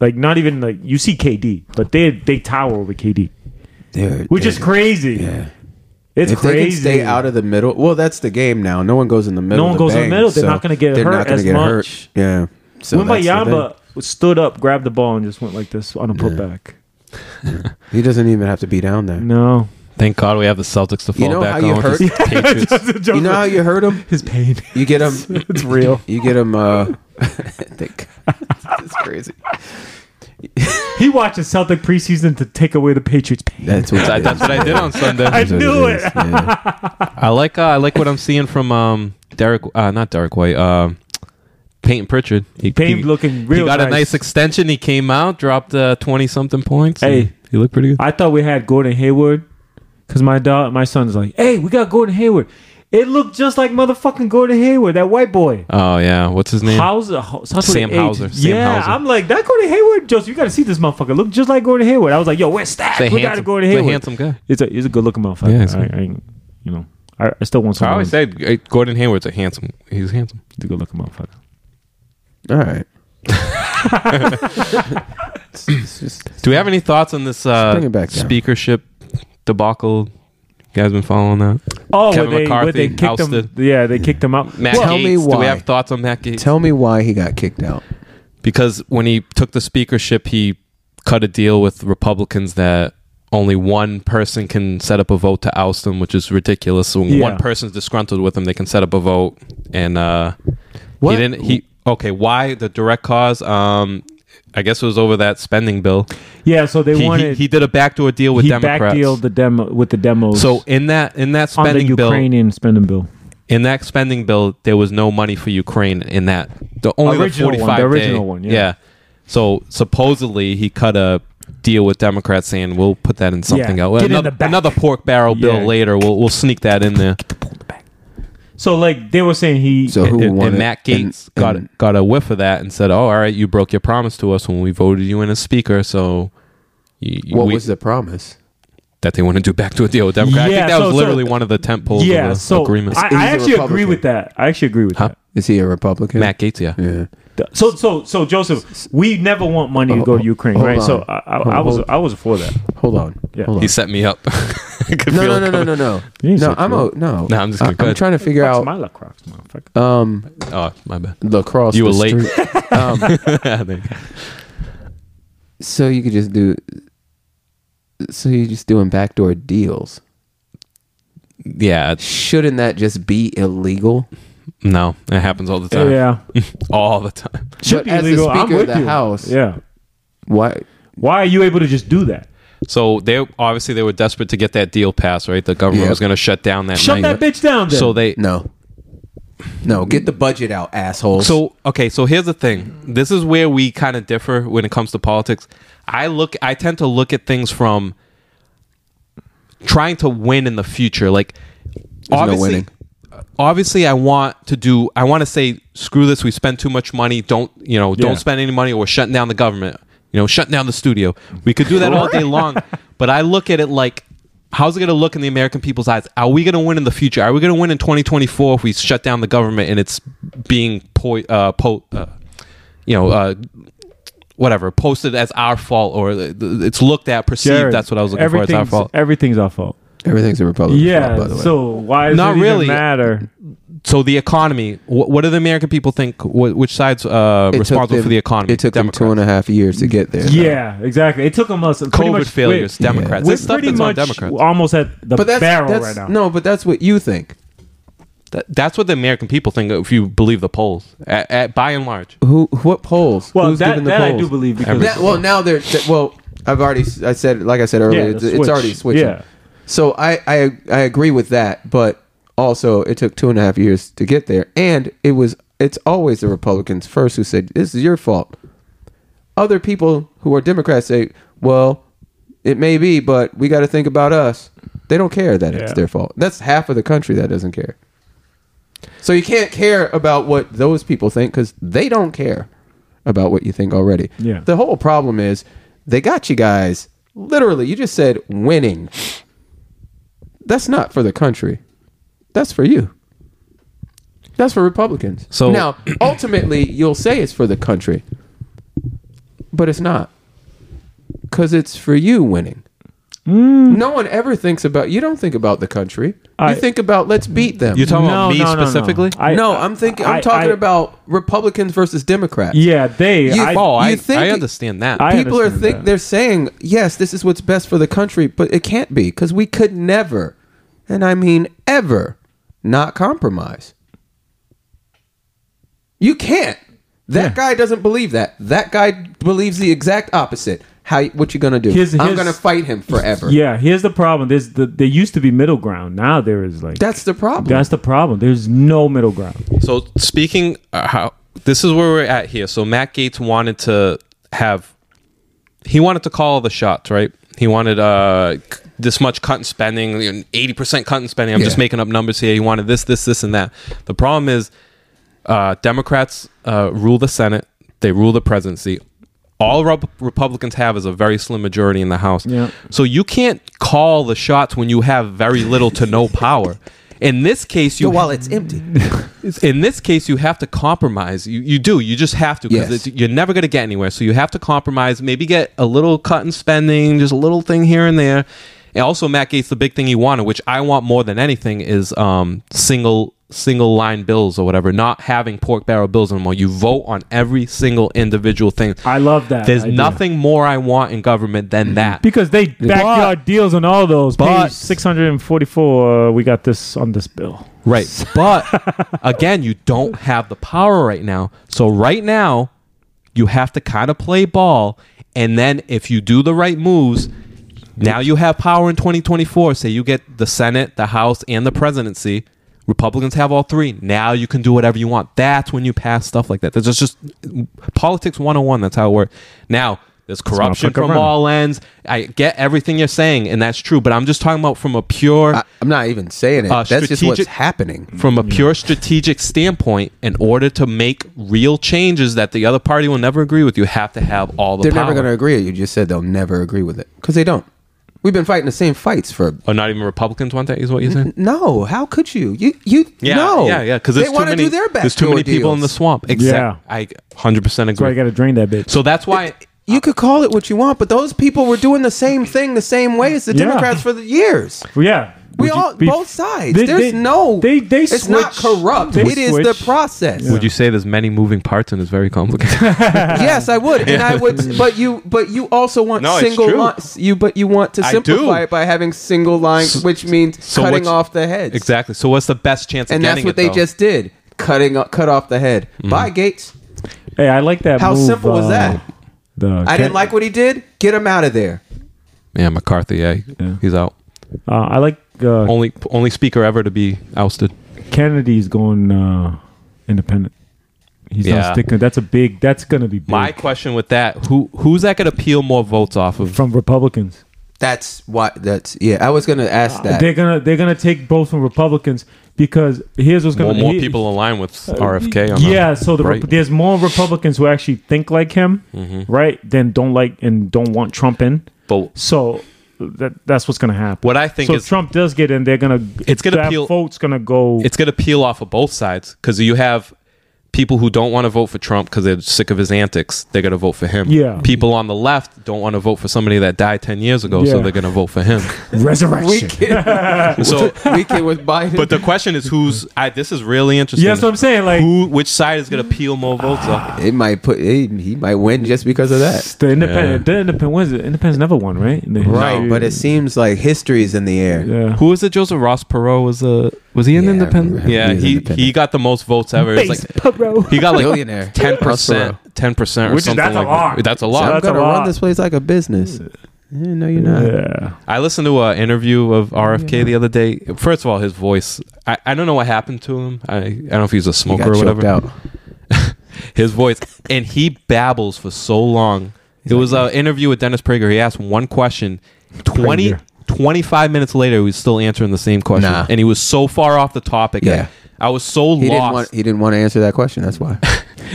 Speaker 3: Like not even like you see KD, but they they tower over KD,
Speaker 1: they're,
Speaker 3: which is
Speaker 1: they're-
Speaker 3: crazy.
Speaker 1: Yeah.
Speaker 3: It's
Speaker 1: If
Speaker 3: crazy.
Speaker 1: they can stay out of the middle, well, that's the game now. No one goes in the middle.
Speaker 3: No
Speaker 1: to
Speaker 3: one goes in the
Speaker 1: bang,
Speaker 3: middle. They're
Speaker 1: so
Speaker 3: not gonna get
Speaker 1: they're
Speaker 3: hurt
Speaker 1: not gonna
Speaker 3: as
Speaker 1: get hurt.
Speaker 3: much.
Speaker 1: Yeah. So that's the
Speaker 3: Wimbayamba stood up, grabbed the ball, and just went like this on a putback.
Speaker 1: thing. he doesn't even have to be down there.
Speaker 3: No,
Speaker 2: Thank God we have the Celtics to fall
Speaker 1: You know how
Speaker 2: back
Speaker 1: you
Speaker 2: on.
Speaker 1: hurt-
Speaker 2: just Patriots.
Speaker 1: You know how you hurt him?
Speaker 3: his pain.
Speaker 1: You get him.
Speaker 3: it's real.
Speaker 1: You get him. Uh, think- that's crazy.
Speaker 3: He watches Celtic preseason to take away the Patriots' pain.
Speaker 1: That's what.
Speaker 2: That-
Speaker 1: it is.
Speaker 2: That's what I did on Sunday.
Speaker 3: I
Speaker 1: That's what
Speaker 3: knew
Speaker 1: is.
Speaker 3: it.
Speaker 1: Yeah.
Speaker 2: I like uh, I like what I'm seeing from um, Derek. Uh, not Derek White. Um, Peyton Pritchard. He,
Speaker 3: Pain
Speaker 2: he-
Speaker 3: looking
Speaker 2: he
Speaker 3: real.
Speaker 2: got
Speaker 3: nice.
Speaker 2: a nice extension. He came out, dropped twenty something points. and
Speaker 3: Hey.
Speaker 2: he looked pretty good.
Speaker 3: I thought we had Gordon Hayward because my dog, my son's like, "Hey, we got Gordon Hayward." It looked just like motherfucking Gordon Hayward, that white boy.
Speaker 2: Oh yeah, what's his name?
Speaker 3: Hauser, Ho- Hauser
Speaker 2: Sam
Speaker 3: age-
Speaker 2: Hauser, Sam
Speaker 3: yeah,
Speaker 2: Hauser.
Speaker 3: I'm like that Gordon Hayward. Joseph, you got to see this motherfucker. Look just like Gordon Hayward. I was like, "Yo, where's that?
Speaker 2: Say
Speaker 3: We got
Speaker 2: handsome,
Speaker 3: Gordon
Speaker 2: say
Speaker 3: Hayward."
Speaker 2: handsome guy.
Speaker 3: It's a it's a good looking motherfucker.
Speaker 2: Yeah, it's-
Speaker 3: I, I, ain't- you know, I, I still
Speaker 2: I
Speaker 3: want someone.
Speaker 2: always said uh, Gordon Hayward's a handsome. He's handsome.
Speaker 3: He's a good looking motherfucker.
Speaker 1: All right.
Speaker 2: Do we have any thoughts on this uh,
Speaker 1: bring it back down.
Speaker 2: speakership debacle? You guys been following that?
Speaker 3: Oh,
Speaker 2: Kevin
Speaker 3: where they, where
Speaker 2: McCarthy
Speaker 3: they kicked him.
Speaker 2: ousted.
Speaker 3: Yeah, they kicked him out.
Speaker 2: Matt
Speaker 1: Well- Tell
Speaker 2: Gaetz,
Speaker 1: me
Speaker 2: Do
Speaker 1: why.
Speaker 2: we have thoughts on Matt Gates?
Speaker 1: Tell me why he got kicked out.
Speaker 2: because when he took the speakership, he cut a deal with Republicans that only one person can set up a vote to oust him, which is ridiculous. So when
Speaker 3: Yeah.
Speaker 2: one person's disgruntled with him, they can set up a vote. And uh,
Speaker 1: What?
Speaker 2: he didn't. He okay? Why the direct cause? Um, I guess it was over that spending bill.
Speaker 3: yeah, so they
Speaker 2: He, he,
Speaker 3: wanted
Speaker 2: he did a backdoor deal with
Speaker 3: he
Speaker 2: Democrats.
Speaker 3: backdealed the demo with the demos.
Speaker 2: so in that in that
Speaker 3: on the
Speaker 2: spending bill,
Speaker 3: Ukrainian spending bill,
Speaker 2: in that spending bill, there was no money for Ukraine in that. The only
Speaker 3: Original
Speaker 2: the
Speaker 3: one, the
Speaker 2: 45 day-
Speaker 3: original one, yeah.
Speaker 2: So supposedly he cut a deal with Democrats saying we'll put that in something
Speaker 3: Yeah,
Speaker 2: else.
Speaker 3: get in
Speaker 2: Another,
Speaker 3: the back.
Speaker 2: another pork barrel
Speaker 3: Yeah.
Speaker 2: bill later. We'll we'll sneak that in there.
Speaker 3: so like they were saying he.
Speaker 1: So who
Speaker 2: and,
Speaker 1: won
Speaker 2: and
Speaker 1: it?
Speaker 2: Matt Gates
Speaker 1: And-
Speaker 2: got
Speaker 1: and-
Speaker 2: got a whiff of that and said, "Oh, all right, you broke your promise to us when we voted you in as speaker." So. You, you-
Speaker 1: What
Speaker 2: we-
Speaker 1: was the promise?
Speaker 2: that they want to do back to a deal with Democrats? I
Speaker 3: Yeah,
Speaker 2: think that
Speaker 3: so-
Speaker 2: was
Speaker 3: so-
Speaker 2: literally one of the tent poles of
Speaker 3: yeah,
Speaker 2: the
Speaker 3: so
Speaker 2: agreement.
Speaker 3: I,
Speaker 1: He's
Speaker 3: I
Speaker 1: a
Speaker 3: actually agree
Speaker 1: Republican.
Speaker 3: with that. I actually agree with
Speaker 2: Huh?
Speaker 3: that.
Speaker 1: Is he a Republican?
Speaker 2: Matt Gates, yeah.
Speaker 1: Yeah.
Speaker 3: Th- So so so Joseph, we never want money to go to Ukraine,
Speaker 1: Oh, Hold
Speaker 3: right?
Speaker 1: on.
Speaker 3: So I, I, I
Speaker 1: Hold-
Speaker 3: was
Speaker 1: hold.
Speaker 3: I was for that.
Speaker 1: Hold on.
Speaker 3: Yeah.
Speaker 1: Hold on.
Speaker 2: He set me up. I could
Speaker 1: no,
Speaker 2: feel
Speaker 1: no,
Speaker 2: it
Speaker 1: no, no,
Speaker 2: coming.
Speaker 1: no, no,
Speaker 3: You didn't
Speaker 1: no.
Speaker 3: say
Speaker 1: I'm
Speaker 3: true.
Speaker 1: a, no.
Speaker 2: No, I'm just
Speaker 1: I-
Speaker 2: kidding. Go
Speaker 1: I'm
Speaker 2: ahead.
Speaker 1: trying to figure
Speaker 3: Fuck's
Speaker 1: out
Speaker 3: my lacrosse, motherfucker.
Speaker 1: um
Speaker 2: Oh, my bad.
Speaker 1: lacrosse. the
Speaker 2: You were late.
Speaker 1: street. um,
Speaker 2: I think.
Speaker 1: so you could just do. So you're just doing backdoor deals.
Speaker 2: Yeah,
Speaker 1: Shouldn't that just be illegal?
Speaker 2: no, it happens all the time.
Speaker 3: Yeah,
Speaker 2: all the time.
Speaker 3: should
Speaker 1: But
Speaker 3: be
Speaker 1: as the
Speaker 3: illegal. I'm
Speaker 1: Speaker of
Speaker 3: with
Speaker 1: the
Speaker 3: you.
Speaker 1: House-
Speaker 3: Yeah.
Speaker 1: Why?
Speaker 3: Why are you able to just do that?
Speaker 2: So they obviously they were desperate to get that deal passed, right? The government
Speaker 1: Yeah.
Speaker 2: was going to shut down that
Speaker 3: Shut
Speaker 2: night.
Speaker 3: that bitch down. Then.
Speaker 2: so they
Speaker 1: No. No. Get the budget out, assholes.
Speaker 2: so okay. So here's the thing. This is where we kind of differ when it comes to politics. I look. I tend to look at things from trying to win in the future. Like
Speaker 1: no
Speaker 2: obviously,
Speaker 1: winning.
Speaker 2: obviously, I want to do. I want to say, screw this. We spend too much money. Don't you know?
Speaker 3: Yeah.
Speaker 2: Don't spend any money, or we're shutting down the government. You know, shutting down the studio. We could do that all day long. But I look at it like. How's it going to look in the American people's eyes? Are we going to win in the future? Are we going to win in 2024 if we shut down the government and it's being po- uh, po- uh, you know, uh, whatever posted as our fault or th- th- it's looked at perceived.
Speaker 3: Jared,
Speaker 2: that's what I was looking for. It's our
Speaker 3: everything's-
Speaker 2: fault.
Speaker 3: Everything's our fault.
Speaker 1: Everything's a Republican.
Speaker 3: Yeah.
Speaker 1: by the way.
Speaker 3: So why does
Speaker 2: Not
Speaker 3: it
Speaker 2: really.
Speaker 3: even matter?
Speaker 2: So the economy. Wh- what do the American people think? Wh- which side's uh,
Speaker 1: It took
Speaker 2: responsible
Speaker 1: them-
Speaker 2: for the economy?
Speaker 1: It took them two
Speaker 2: Democrats.
Speaker 1: and a half years to get there.
Speaker 3: Yeah, exactly. It took them us. pretty
Speaker 2: COVID
Speaker 3: much,
Speaker 2: failures.
Speaker 1: Yeah.
Speaker 2: Democrats.
Speaker 3: We're, we're
Speaker 2: This stuff
Speaker 3: pretty
Speaker 2: that's on
Speaker 3: much
Speaker 2: Democrats.
Speaker 3: almost at the
Speaker 1: but that's
Speaker 3: barrel
Speaker 1: that's
Speaker 3: right now.
Speaker 1: no, but that's what you think.
Speaker 2: Th- that's what the American people think if you believe the polls. At, at by and large,
Speaker 1: Who? What polls?
Speaker 3: well,
Speaker 1: Who's
Speaker 3: that,
Speaker 1: giving the
Speaker 3: that I
Speaker 1: polls?
Speaker 3: do believe because
Speaker 1: Now- well, now they're th- well. I've already s- I said like I said earlier,
Speaker 3: the
Speaker 1: it's, it's
Speaker 3: switch.
Speaker 1: already switching.
Speaker 3: Yeah.
Speaker 1: So I, I I agree with that, but also it took two and a half years to get there, and it was it's always the Republicans first who said this is your fault. Other people who are Democrats say, well, it may be, but we got to think about us. They don't care that it's
Speaker 3: Yeah.
Speaker 1: their fault. That's half of the country that doesn't care. So you can't care about what those people think because they don't care about what you think already.
Speaker 3: Yeah.
Speaker 1: The whole problem is they got you guys literally. You just said winning. That's not for the country. That's for you. That's for Republicans.
Speaker 2: So-
Speaker 1: now, ultimately, you'll say it's for the country, but it's not because it's for you winning. No one ever thinks about. You don't think about the country.
Speaker 3: Mm. I-
Speaker 1: you think about let's beat them.
Speaker 2: you talking
Speaker 3: No,
Speaker 2: about me
Speaker 3: no, no, no.
Speaker 2: specifically?
Speaker 3: I- uh,
Speaker 1: no, I'm thinking. I'm
Speaker 3: I-
Speaker 1: talking
Speaker 3: I-
Speaker 1: about Republicans versus Democrats.
Speaker 3: Yeah, they.
Speaker 1: You-
Speaker 3: I,
Speaker 2: oh, I,
Speaker 1: you think-
Speaker 2: I understand that.
Speaker 3: I-
Speaker 1: people are
Speaker 3: understand
Speaker 1: think
Speaker 3: that.
Speaker 1: they're saying yes, this is what's best for the country, but it can't be because we could never, and I mean ever, not compromise. You can't. That guy doesn't believe that. That guy believes the exact opposite. How? What you gonna do?
Speaker 3: His-
Speaker 1: I'm
Speaker 3: his-
Speaker 1: gonna fight him forever.
Speaker 3: yeah, here's the problem. There's the there used to be middle ground. Now there is like
Speaker 1: That's the problem.
Speaker 3: that's the problem. There's no middle ground.
Speaker 2: So speaking uh, how this is where we're at here. So Matt Gates wanted to have he wanted to call the shots, right? He wanted uh c- this much cut in spending, eighty percent cut in spending. I'm just
Speaker 1: Yeah.
Speaker 2: making up numbers here. He wanted this, this, this, and that. The problem is, uh, Democrats uh, rule the Senate. They rule the presidency. All Rep- Republicans have is a very slim majority in the House.
Speaker 3: Yeah.
Speaker 2: So you can't call the shots when you have very little to no power. In this case, you
Speaker 1: Your wallet's empty.
Speaker 2: in this case you have to compromise you, you do you just have to because
Speaker 1: Yes.
Speaker 2: it's- you're never going to get anywhere so you have to compromise maybe get a little cut in spending just a little thing here and there and also matt gates the big thing he wanted which i want more than anything is um, single single line bills or whatever not having pork barrel bills anymore you vote on every single individual thing
Speaker 3: I Mm-hmm. love that.
Speaker 2: there's
Speaker 3: idea.
Speaker 2: nothing more i want in government than that
Speaker 3: because they backyard deals on all those.
Speaker 2: but-
Speaker 3: Page 644. uh, We got this on this bill.
Speaker 2: Right. But again, you don't have the power right now. So right now, you have to kind of play ball. And then if you do the right moves, now you have power in 2024. Say you get the Senate, the House, and the presidency. Republicans have all three. Now you can do whatever you want. That's when you pass stuff like that. That's just, just mm, politics 101. That's how it works. Now, there's corruption
Speaker 3: motherfucker
Speaker 2: from
Speaker 3: running.
Speaker 2: all ends. I get everything you're saying, and that's true. But I'm just talking about from a pure
Speaker 1: I, I'm not even saying it.
Speaker 2: Uh,
Speaker 1: That's just what's
Speaker 2: strategic-
Speaker 1: happening.
Speaker 2: from a pure strategic standpoint, in order to make real changes that the other party will never agree with, you have to have all the
Speaker 1: They're
Speaker 2: power.
Speaker 1: never going to agree. You just said they'll never agree with it because they don't. We've been fighting the same fights for
Speaker 2: or not even Republicans want that. Is what you said?
Speaker 1: no. How could you? You you
Speaker 2: Yeah,
Speaker 1: no.
Speaker 2: yeah, yeah. Because
Speaker 1: they want to
Speaker 2: many.
Speaker 1: do their back.
Speaker 2: there's too many people in the swamp.
Speaker 3: Yeah.
Speaker 2: Exactly. I 100 percent
Speaker 3: That's why I
Speaker 2: agree.
Speaker 3: got to drain that bitch.
Speaker 2: so that's why.
Speaker 1: You could call it what you want, but those people were doing the same thing the same way as the
Speaker 3: Yeah.
Speaker 1: Democrats for the years.
Speaker 3: Well, yeah,
Speaker 1: We
Speaker 3: Would you
Speaker 1: all
Speaker 3: be-
Speaker 1: both sides.
Speaker 3: They-
Speaker 1: There's
Speaker 3: they-
Speaker 1: no.
Speaker 3: they- they
Speaker 1: It's not
Speaker 3: switch.
Speaker 1: corrupt.
Speaker 3: They
Speaker 1: It is the
Speaker 3: switch.
Speaker 1: process.
Speaker 2: Would you say there's many moving parts and it's very complicated?
Speaker 1: yes, I would, and I would. But you, but you also want
Speaker 2: No, it's
Speaker 1: single
Speaker 2: true.
Speaker 1: lines. You, but you want to
Speaker 2: I
Speaker 1: simplify
Speaker 2: do.
Speaker 1: it by having single lines, which means
Speaker 2: so
Speaker 1: cutting
Speaker 2: what's-
Speaker 1: off the heads.
Speaker 2: exactly. So what's the best chance?
Speaker 1: and
Speaker 2: of
Speaker 1: that's
Speaker 2: getting
Speaker 1: what
Speaker 2: it,
Speaker 1: they
Speaker 2: though? Mm-hmm.
Speaker 1: just did. Cutting cut off the head. Bye, Gates.
Speaker 3: Hey, I like that.
Speaker 1: How
Speaker 3: move,
Speaker 1: simple was
Speaker 3: uh,
Speaker 1: that?
Speaker 3: The,
Speaker 1: I didn't like what he did. Get him out of there.
Speaker 2: Yeah, McCarthy. Yeah,
Speaker 3: Yeah.
Speaker 2: he's out.
Speaker 3: Uh, I like uh,
Speaker 2: Only only speaker ever to be ousted.
Speaker 3: Kennedy's going uh, independent. He's
Speaker 2: Yeah.
Speaker 3: not sticking. That's a big. That's gonna be big
Speaker 2: My question with that: Who who's that going to peel more votes off of?
Speaker 3: from Republicans.
Speaker 1: That's why. That's yeah. I was gonna ask that.
Speaker 3: They're gonna they're gonna take both from Republicans because here's what's gonna
Speaker 2: more, more
Speaker 3: he- Uh,
Speaker 2: people align with RFK. On
Speaker 3: yeah, so the,
Speaker 2: right. Mm-hmm.
Speaker 3: there's more Republicans who actually think like him, right? Than don't like and don't want Trump in.
Speaker 2: but
Speaker 3: So that that's what's gonna happen.
Speaker 2: What I think
Speaker 3: so
Speaker 2: is-
Speaker 3: Trump does get in, they're gonna
Speaker 2: It's gonna
Speaker 3: that
Speaker 2: peel-
Speaker 3: vote's gonna go.
Speaker 2: it's going to peel off of both sides because you have people who don't want to vote for Trump because they're sick of his antics, they're going to vote for him.
Speaker 3: Yeah.
Speaker 2: People on the left don't want to vote for somebody that died 10 years ago, so
Speaker 3: Yeah.
Speaker 2: they're going to vote for him.
Speaker 3: Resurrection.
Speaker 2: so,
Speaker 1: Weekend with Biden.
Speaker 2: but the question is who's, I, this is really interesting.
Speaker 3: yeah, that's what I'm saying. Like,
Speaker 2: Who, which side is going to peel more votes up?
Speaker 1: it might put he, he might win just because of that.
Speaker 3: it's the independent, the independent, what is it? Independent's never won, right? In the history.
Speaker 1: But it seems like history's in the air.
Speaker 3: yeah.
Speaker 2: Who is it? Joseph Ross Perot was a was he an
Speaker 1: Yeah, I
Speaker 2: independent?
Speaker 1: remember him.
Speaker 2: Yeah,
Speaker 1: He was
Speaker 2: he
Speaker 1: independent.
Speaker 2: he got the most votes ever. It was like he got like
Speaker 1: Billionaire.
Speaker 2: ten percent, ten percent, or
Speaker 3: Which is-
Speaker 2: something
Speaker 3: that's a
Speaker 2: like
Speaker 3: lot.
Speaker 2: That. That's a
Speaker 1: So
Speaker 2: lot.
Speaker 1: I'm
Speaker 3: That's a
Speaker 1: gonna
Speaker 3: lot.
Speaker 1: run this place like a business. Yeah, no, you're not.
Speaker 3: Yeah.
Speaker 2: I listened to an interview of RFK the other day. First of all, his voice. I, I don't know what happened to him. I, I don't know if he's a
Speaker 1: He
Speaker 2: smoker
Speaker 1: got
Speaker 2: or
Speaker 1: choked
Speaker 2: whatever.
Speaker 1: out.
Speaker 2: His voice. And he babbles for so long. it was an interview with Dennis Prager. He asked one question. 20,
Speaker 3: Prager.
Speaker 2: 25 minutes later, he was still answering the same question.
Speaker 1: Nah.
Speaker 2: And he was so far off the topic.
Speaker 1: Yeah.
Speaker 2: I, I was so
Speaker 1: He didn't
Speaker 2: lost.
Speaker 1: want. He didn't want to answer that question. That's why.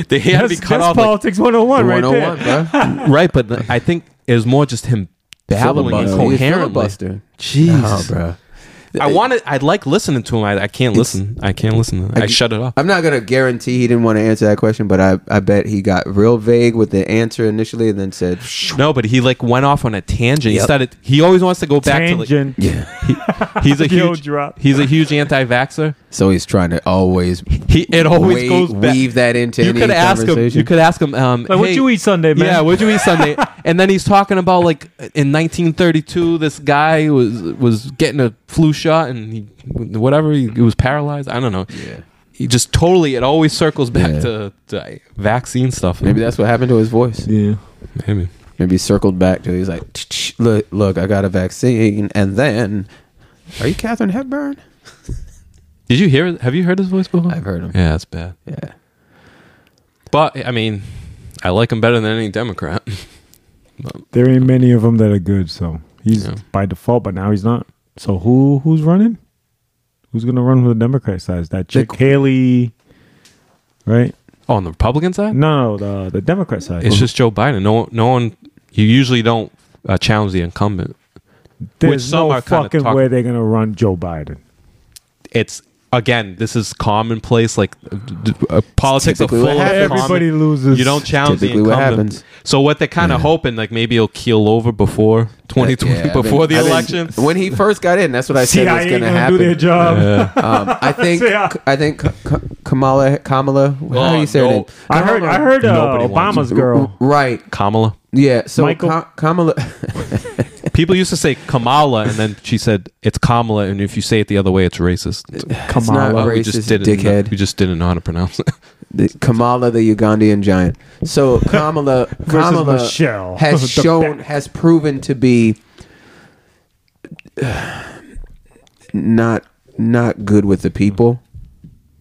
Speaker 2: they had
Speaker 3: That's,
Speaker 2: me cut
Speaker 3: that's
Speaker 2: off. like- oh
Speaker 3: politics 101 right there.
Speaker 1: 101, bruh.
Speaker 2: right, but the- I think it was more just him babbling
Speaker 1: Filibuster. He's
Speaker 2: incoherently.
Speaker 1: filibuster.
Speaker 2: Jeez.
Speaker 1: Oh, bruh.
Speaker 2: I want to. I like listening to him. I, I can't listen. I can't listen. I, I shut it off.
Speaker 1: I'm not gonna guarantee he didn't want to answer that question, but I, I bet he got real vague with the answer initially, and then said,
Speaker 2: No, but he like went off on a tangent. He
Speaker 1: Yep.
Speaker 2: started. He always wants to go back to
Speaker 3: Tangent.
Speaker 1: "Yeah."
Speaker 2: like. He's a
Speaker 3: The old
Speaker 2: huge.
Speaker 3: drop.
Speaker 2: He's a huge anti-vaxer.
Speaker 1: So he's trying to always
Speaker 2: He it
Speaker 1: wa-
Speaker 2: always goes back.
Speaker 1: weave that into
Speaker 2: you
Speaker 1: any
Speaker 2: could ask him.
Speaker 1: conversation.
Speaker 2: You could ask him. Um,
Speaker 3: Like,
Speaker 2: hey,
Speaker 3: what'd you eat Sunday, man?
Speaker 2: Yeah, what'd you eat Sunday? and then he's talking about like in 1932, this guy was was getting a flu shot and he whatever he, he was paralyzed. I don't know.
Speaker 1: Yeah.
Speaker 2: He just totally. It always circles back
Speaker 1: Yeah.
Speaker 2: to, to vaccine stuff.
Speaker 1: Maybe that's what happened to his voice.
Speaker 3: Yeah.
Speaker 2: maybe.
Speaker 1: Maybe he circled back to. He's like, "Tch, tch, "Look, look, I got a vaccine," and then, "Are you Catherine Hepburn?"
Speaker 2: Did you hear? Have you heard his voice before?
Speaker 1: I've heard him.
Speaker 2: Yeah, that's bad.
Speaker 1: Yeah.
Speaker 2: But I mean, I like him better than any Democrat.
Speaker 3: There ain't many of them that are good, so he's
Speaker 2: Yeah.
Speaker 3: by default. But now he's not. So who who's running? Who's gonna run for the Democrat side? Is that chick
Speaker 1: The-
Speaker 3: Haley? Right?
Speaker 2: Oh, on the Republican side,
Speaker 3: No, no, the the Democrat side.
Speaker 2: it's just Joe Biden. No, one- no one. You usually don't uh, challenge the incumbent.
Speaker 3: There's
Speaker 2: which some
Speaker 3: no
Speaker 2: are kinda
Speaker 3: fucking
Speaker 2: talk-
Speaker 3: way they're gonna run Joe Biden.
Speaker 2: It's again, this is commonplace. Like uh, d- uh, politics are
Speaker 1: Typically
Speaker 2: full
Speaker 1: what
Speaker 2: of
Speaker 1: happens.
Speaker 2: common-
Speaker 3: Everybody loses.
Speaker 2: You don't challenge the
Speaker 1: Typically what
Speaker 2: incumbent.
Speaker 1: happens.
Speaker 2: So what they're kind of hoping, like maybe he'll keel over before 2020,
Speaker 1: Yeah, I've been-
Speaker 2: before the
Speaker 1: I've been-
Speaker 2: election.
Speaker 1: when he first got in, that's what I said
Speaker 3: CIA
Speaker 1: was
Speaker 3: ain't
Speaker 1: going to
Speaker 3: gonna do their
Speaker 1: happen.
Speaker 3: job.
Speaker 1: Um, I think
Speaker 3: Yeah.
Speaker 1: I think Ka- Ka- Kamala Kamala. How do
Speaker 2: Oh,
Speaker 1: you say
Speaker 2: no.
Speaker 1: her name?
Speaker 3: I heard I heard uh,
Speaker 2: Nobody wants
Speaker 3: Obama's girl.
Speaker 1: Right.
Speaker 2: Kamala.
Speaker 1: Yeah. So
Speaker 3: Michael-
Speaker 1: Ka- Kamala.
Speaker 2: People used to say Kamala, and then she said it's Kamala, and if you say it the other way, it's racist.
Speaker 1: It's not
Speaker 3: Kamala.
Speaker 2: But oh, we
Speaker 1: racist,
Speaker 2: just didn't.
Speaker 1: dickhead.
Speaker 2: We just didn't know how to pronounce it.
Speaker 1: The- Kamala, the Ugandan giant. So Kamala, Kamala
Speaker 3: Michelle. The
Speaker 1: has shown,
Speaker 3: back.
Speaker 1: has proven to be not not good with the people,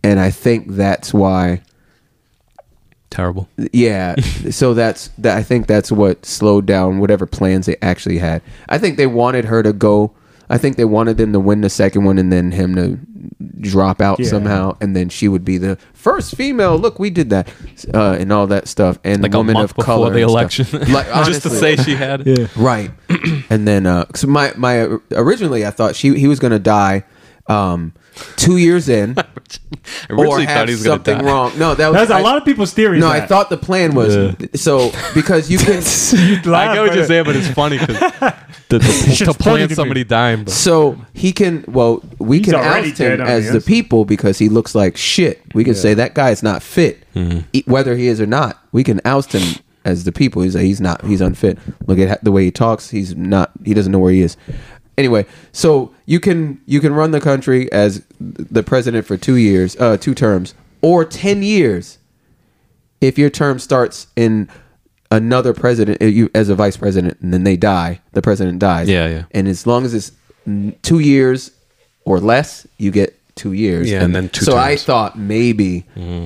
Speaker 1: and I think that's why.
Speaker 2: Terrible.
Speaker 1: Yeah, so that's that. I think that's what slowed down whatever plans they actually had. I think they wanted her to go. I think they wanted them to win the second one and then him to drop out
Speaker 3: Yeah.
Speaker 1: somehow, and then she would be the first female. Look, we did that, uh, and all that stuff, and
Speaker 2: Like
Speaker 1: the woman
Speaker 2: a month
Speaker 1: of
Speaker 2: before
Speaker 1: color
Speaker 2: the
Speaker 1: and
Speaker 2: election,
Speaker 1: stuff. Like,
Speaker 2: just to
Speaker 1: honestly.
Speaker 2: say she had. it.
Speaker 3: Yeah.
Speaker 1: Right. and then uh so my my originally I thought she he was going to die um 2 years in
Speaker 2: I originally
Speaker 1: or
Speaker 2: thought
Speaker 1: have
Speaker 2: he was gonna
Speaker 1: something
Speaker 2: die.
Speaker 1: wrong. No, that was
Speaker 3: That's a
Speaker 1: I-
Speaker 3: lot of people's theories.
Speaker 1: No,
Speaker 3: that.
Speaker 1: I thought the plan was so because you can
Speaker 2: I get what
Speaker 3: Laugh,
Speaker 2: you're
Speaker 3: but-
Speaker 2: saying, but it's funny 'cause to, to,
Speaker 3: Shit's
Speaker 2: to
Speaker 3: funny to
Speaker 2: plan
Speaker 3: me.
Speaker 2: somebody dying. But
Speaker 1: so he can well we
Speaker 3: He's
Speaker 1: can
Speaker 3: already
Speaker 1: oust him
Speaker 3: dead, I
Speaker 1: as the
Speaker 3: guess.
Speaker 1: people because he looks like shit. We can say that guy's not fit, e- whether he is or not. We can oust him as the people. He's he's not he's unfit. Look at ho- the way he talks. He's not. He doesn't know where he is. Anyway, so you can you can run the country as the president for two years, uh, two terms, or ten years if your term starts in another president uh, you as a vice president and then they die the president dies
Speaker 2: Yeah, yeah.
Speaker 1: and as long as it's n- two years or less you get two years
Speaker 2: Yeah, and then two
Speaker 1: so i
Speaker 2: terms. Mm-hmm.
Speaker 1: thought maybe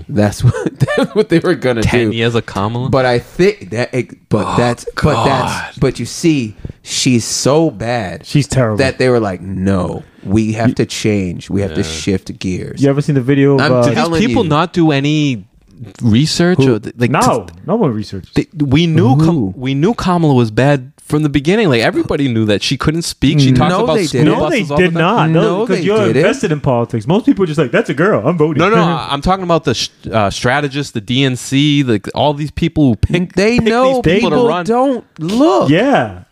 Speaker 1: that's what that's what they were gonna
Speaker 2: ten Oh,
Speaker 1: do
Speaker 2: years of Kamala.
Speaker 1: but i think that it, but that's but that's but you see she's so bad
Speaker 3: She's terrible.
Speaker 1: that they were like no we have to change we have to shift gears
Speaker 3: you ever seen the video of
Speaker 1: I'm
Speaker 3: uh,
Speaker 1: telling
Speaker 2: Did these people
Speaker 1: you.
Speaker 2: not do any research or th- like
Speaker 3: No, no one researched.
Speaker 2: th- th- we knew Kam-
Speaker 1: Who?
Speaker 2: we knew Kamala was bad from the beginning. Like everybody knew that she couldn't speak. She talks
Speaker 1: Mm. No,
Speaker 2: about
Speaker 1: they
Speaker 2: school
Speaker 1: didn't.
Speaker 3: No, they
Speaker 2: buses all
Speaker 3: did
Speaker 2: the time.
Speaker 1: No,
Speaker 3: not. No, because
Speaker 1: they
Speaker 3: you're
Speaker 1: didn't.
Speaker 3: invested in politics. Most people are just like, "That's a girl. I'm voting."
Speaker 2: No, no, I- I'm talking about the sh- uh, strategists, the DNC, like all these people who pick.
Speaker 1: They
Speaker 2: pick
Speaker 1: know
Speaker 2: these
Speaker 1: people,
Speaker 2: people, to run.
Speaker 1: don't look.
Speaker 3: yeah.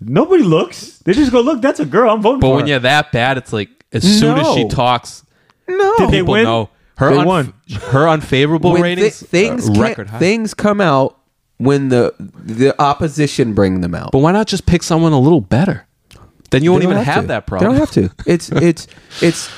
Speaker 3: Nobody looks. They just go, "Look, that's a girl. I'm voting
Speaker 2: But
Speaker 3: for."
Speaker 2: when
Speaker 3: her."
Speaker 2: you're that bad, it's like as soon as she
Speaker 1: No.
Speaker 2: talks,
Speaker 1: No,
Speaker 3: Did they
Speaker 2: people
Speaker 3: win?
Speaker 2: know her.
Speaker 3: They
Speaker 2: unf-
Speaker 3: won.
Speaker 2: Her unfavorable
Speaker 1: When thi-
Speaker 2: ratings,
Speaker 1: things
Speaker 2: uh,
Speaker 1: can't-
Speaker 2: record high.
Speaker 1: Things come out when the the opposition bring them out.
Speaker 2: But why not just pick someone a little better? Then you won't
Speaker 1: They
Speaker 2: even
Speaker 1: don't
Speaker 2: have,
Speaker 1: to.
Speaker 2: that problem.
Speaker 1: They don't have to. It's it's it's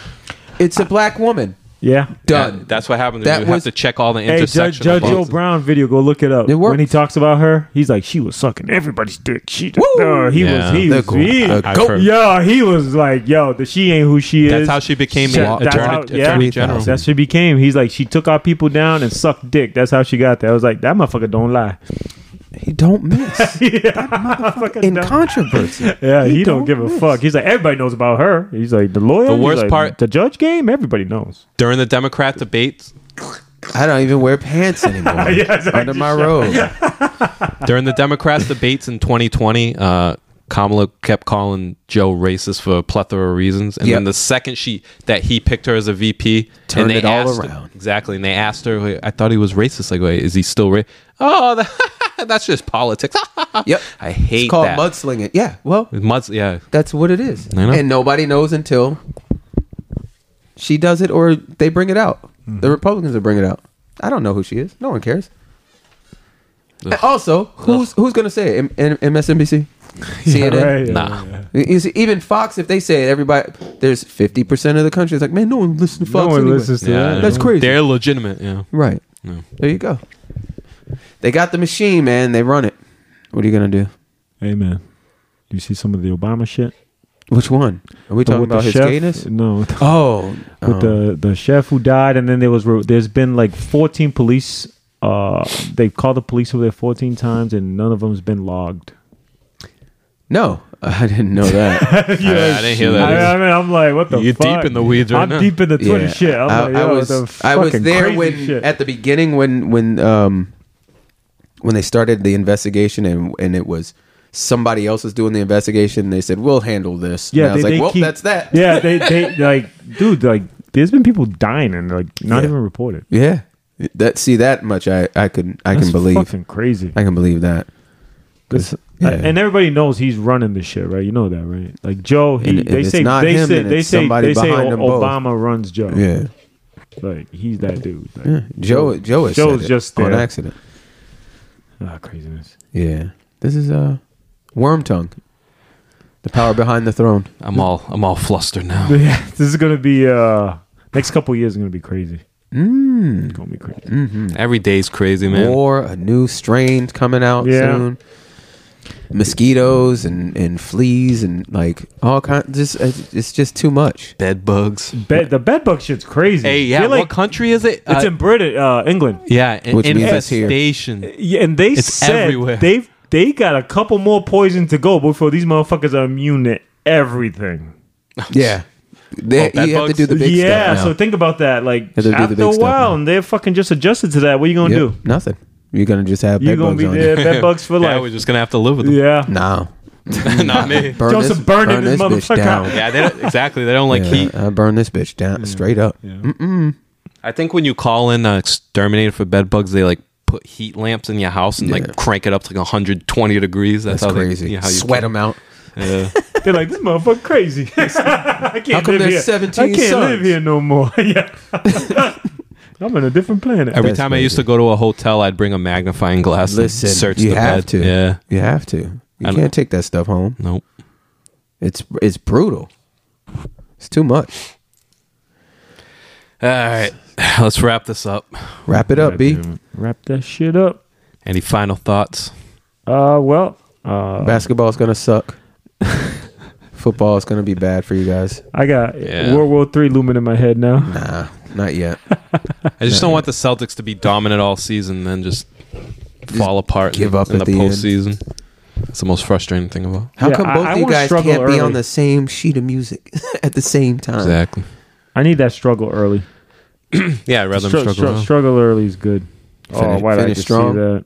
Speaker 1: it's a black woman.
Speaker 3: yeah.
Speaker 2: Yeah,
Speaker 1: Done.
Speaker 2: that's what happens.
Speaker 1: That
Speaker 2: you
Speaker 1: was-
Speaker 2: have to check all the
Speaker 3: Hey, Judge,
Speaker 2: intersections.
Speaker 3: Judge Joe Brown video, go look it up.
Speaker 1: It worked.
Speaker 3: when he talks about her, he's like, "She was sucking everybody's dick." She, just,
Speaker 1: Woo! Uh,
Speaker 3: Uh, he
Speaker 2: Yeah.
Speaker 3: was, he
Speaker 1: The
Speaker 3: was,
Speaker 1: goat.
Speaker 3: he,
Speaker 1: The
Speaker 2: I've
Speaker 1: goat.
Speaker 2: heard.
Speaker 3: yo, he was like, "Yo, that she ain't who she is."
Speaker 2: That's how she became
Speaker 3: She-
Speaker 2: the
Speaker 3: that's
Speaker 2: attorney,
Speaker 3: how- yeah.
Speaker 2: attorney general.
Speaker 3: That's what she became. He's like, she took our people down and sucked dick. That's how she got there. I was like, that motherfucker don't lie.
Speaker 1: He don't miss
Speaker 3: Motherfucker
Speaker 1: in
Speaker 3: don't-
Speaker 1: controversy.
Speaker 3: yeah, he, don't,
Speaker 1: don't
Speaker 3: give a
Speaker 1: miss.
Speaker 3: fuck. He's like, everybody knows about her. He's like, the lawyer.
Speaker 2: The
Speaker 3: he's
Speaker 2: worst
Speaker 3: like,
Speaker 2: part-
Speaker 3: the judge game. Everybody knows.
Speaker 2: During the Democrat debates,
Speaker 1: I don't even wear pants anymore
Speaker 3: Yes, I
Speaker 1: under my robe.
Speaker 2: during the Democrats debates in 2020, uh, Kamala kept calling Joe racist for a plethora of reasons, and
Speaker 1: Yep.
Speaker 2: then the second she that he picked her as a VP,
Speaker 1: Turned
Speaker 2: and they
Speaker 1: it all
Speaker 2: asked-
Speaker 1: around.
Speaker 2: exactly, and they asked her, like, "I thought he was racist. Like, wait, is he still racist? Oh, that, that's just politics.
Speaker 1: Yep.
Speaker 2: I hate
Speaker 1: It's called
Speaker 2: that.
Speaker 1: mudslinging. Yeah. Well,
Speaker 2: Muds, yeah,
Speaker 1: that's what it is.
Speaker 2: I know.
Speaker 1: And nobody knows until she does it or they bring it out.
Speaker 3: Mm-hmm.
Speaker 1: The Republicans will bring it out. I don't know who she is. No one cares. And Also, who's who's going to say it? M- M- MSNBC? CNN?
Speaker 3: Right?
Speaker 2: Nah.
Speaker 3: Yeah.
Speaker 1: You see, even Fox, if they say it, everybody there's fifty percent of the country is like, man, no one listens to
Speaker 3: No
Speaker 1: Fox.
Speaker 3: one
Speaker 1: anyway."
Speaker 3: listens to
Speaker 2: yeah, I
Speaker 3: that.
Speaker 1: That's
Speaker 2: know.
Speaker 1: crazy.
Speaker 2: They're legitimate. Yeah,
Speaker 1: Right. There you go. They got the machine, man. They run it. What are you gonna do?
Speaker 3: Hey man, you see some of the Obama shit?
Speaker 1: Which one? Are we talking
Speaker 3: With the
Speaker 1: about his
Speaker 3: chef?
Speaker 1: gayness?
Speaker 3: No,
Speaker 1: Oh,
Speaker 3: with
Speaker 1: um,
Speaker 3: the the chef who died, and then there was re- there's been like 14 police. Uh, they've called the police over there 14 times, and none of them's been logged.
Speaker 1: no, I didn't know that.
Speaker 2: I, I didn't hear that.
Speaker 3: I,
Speaker 2: either.
Speaker 3: I mean, I'm like, what the
Speaker 2: You're
Speaker 3: fuck?
Speaker 2: deep in the weeds right
Speaker 3: I'm
Speaker 2: now.
Speaker 3: deep in the Twitter
Speaker 1: Yeah.
Speaker 3: shit. I'm
Speaker 1: I,
Speaker 3: like,
Speaker 1: I
Speaker 3: yo,
Speaker 1: was
Speaker 3: the
Speaker 1: I was
Speaker 3: fucking
Speaker 1: there
Speaker 3: crazy
Speaker 1: when
Speaker 3: shit.
Speaker 1: at the beginning when when um when they started the investigation and and it was somebody else was doing the investigation. and They said we'll handle this. and I was like, well, that's that.
Speaker 3: Yeah, they they like, dude, like, there's been people dying and like not even reported.
Speaker 1: Yeah. That see that much I I can I
Speaker 3: That's
Speaker 1: can believe.
Speaker 3: fucking crazy.
Speaker 1: I can believe that.
Speaker 3: That's-
Speaker 1: yeah.
Speaker 3: and everybody knows he's running the shit, right? You know that, right? Like Joe, he,
Speaker 1: And- and
Speaker 3: they
Speaker 1: it's
Speaker 3: say
Speaker 1: not
Speaker 3: they
Speaker 1: him,
Speaker 3: say
Speaker 1: and
Speaker 3: they
Speaker 1: it's
Speaker 3: say
Speaker 1: somebody
Speaker 3: they say
Speaker 1: behind
Speaker 3: O-
Speaker 1: them both.
Speaker 3: Obama runs Joe.
Speaker 1: Yeah.
Speaker 3: like he's that dude. Like,
Speaker 1: Joe Joe has
Speaker 3: Joe's
Speaker 1: said it
Speaker 3: just
Speaker 1: on
Speaker 3: there.
Speaker 1: accident.
Speaker 3: ah, craziness.
Speaker 1: Yeah. This is uh Worm Tongue. The power behind the throne.
Speaker 2: I'm all I'm all flustered now.
Speaker 3: But yeah, this is gonna be uh next couple years is gonna be crazy. Mm. It's gonna be crazy.
Speaker 2: Every day's crazy, man.
Speaker 1: Mm-hmm. War, a new strain coming out
Speaker 3: Yeah.
Speaker 1: soon. Mosquitoes and, and fleas and like all kinds. Just it's it's just too much.
Speaker 2: Bed bugs.
Speaker 3: Bed, the bed bug shit's crazy.
Speaker 2: Hey, yeah.
Speaker 3: They're
Speaker 2: what country is it?
Speaker 3: it's
Speaker 2: Uh,
Speaker 3: in Britain, uh, England.
Speaker 2: yeah, an
Speaker 1: Which means it's here.
Speaker 2: infestation.
Speaker 3: Yeah, and they
Speaker 2: It's
Speaker 3: said
Speaker 2: everywhere.
Speaker 3: they've they got a couple more poison to go before these motherfuckers are immune to everything.
Speaker 1: Yeah.
Speaker 2: Oh,
Speaker 1: They,
Speaker 2: bed
Speaker 1: you have to
Speaker 2: bugs?
Speaker 1: do the big
Speaker 3: yeah,
Speaker 1: stuff.
Speaker 3: so think about that. Like
Speaker 1: They do the big
Speaker 3: after a
Speaker 1: stuff
Speaker 3: while,
Speaker 1: now.
Speaker 3: and they're fucking just adjusted to that. What are you gonna
Speaker 1: now. Yep,
Speaker 3: do?
Speaker 1: nothing. You're gonna just have
Speaker 3: You're
Speaker 1: bed
Speaker 3: gonna
Speaker 1: bugs
Speaker 3: be
Speaker 1: on
Speaker 3: there,
Speaker 1: you.
Speaker 3: bed bugs for
Speaker 2: yeah, we're
Speaker 3: life.
Speaker 2: just gonna have to live with them.
Speaker 3: Yeah,
Speaker 1: No.
Speaker 2: Not me.
Speaker 1: Burn
Speaker 3: Joseph
Speaker 1: this,
Speaker 3: burning
Speaker 1: burn
Speaker 3: this
Speaker 1: this bitch
Speaker 3: motherfucker.
Speaker 1: down.
Speaker 2: Yeah, they don't, exactly. They don't like
Speaker 1: Yeah,
Speaker 2: heat.
Speaker 1: I burn this bitch down straight up.
Speaker 2: I think when you call in uh, exterminator for bed bugs, they like put heat lamps in your house and
Speaker 1: Yeah.
Speaker 2: like crank it up to like 120 degrees. That's,
Speaker 1: That's
Speaker 2: how they-
Speaker 1: crazy.
Speaker 2: yeah, how you
Speaker 1: Sweat them out.
Speaker 2: Yeah.
Speaker 3: they're like this motherfucker crazy. I can't
Speaker 1: come
Speaker 3: live
Speaker 1: there's
Speaker 3: here.
Speaker 1: 17
Speaker 3: I can't
Speaker 1: sons?
Speaker 3: live here no more. yeah, I'm in a different planet.
Speaker 2: Every
Speaker 1: That's
Speaker 2: time I used to go to a hotel, I'd bring a magnifying glass.
Speaker 1: Listen,
Speaker 2: and search
Speaker 1: you
Speaker 2: the
Speaker 1: have
Speaker 2: bed.
Speaker 1: to.
Speaker 2: Yeah.
Speaker 1: You have to. You
Speaker 2: I
Speaker 1: can't
Speaker 2: know.
Speaker 1: take that stuff home.
Speaker 2: Nope.
Speaker 1: It's it's brutal. It's too much.
Speaker 2: All right. Let's wrap this up.
Speaker 1: Wrap it up, B.
Speaker 3: Wrap that shit up.
Speaker 2: Any final thoughts?
Speaker 3: Uh, well, uh,
Speaker 1: Basketball's gonna suck. Football is gonna be bad for you guys.
Speaker 3: I got
Speaker 2: Yeah.
Speaker 3: World War Three looming in my head now.
Speaker 1: Nah, not yet.
Speaker 2: I just don't want the Celtics to be dominant all season, and then just, fall apart.
Speaker 1: give
Speaker 2: in-
Speaker 1: up
Speaker 2: in
Speaker 1: at
Speaker 2: the,
Speaker 1: the end.
Speaker 2: postseason. It's the most frustrating thing of all.
Speaker 1: How
Speaker 3: Yeah,
Speaker 1: come
Speaker 3: I-
Speaker 1: both
Speaker 3: I
Speaker 1: of you
Speaker 3: wanna
Speaker 1: guys
Speaker 3: struggle
Speaker 1: can't be
Speaker 3: early.
Speaker 1: on the same sheet of music at the same time?
Speaker 2: Exactly.
Speaker 3: I need that struggle early.
Speaker 2: Yeah, I'd rather them
Speaker 3: Stru- stru-
Speaker 2: struggle. now.
Speaker 3: struggle early is good. Oh,
Speaker 1: Finish-
Speaker 3: why did I
Speaker 1: finish
Speaker 3: just
Speaker 1: strong.
Speaker 3: see that?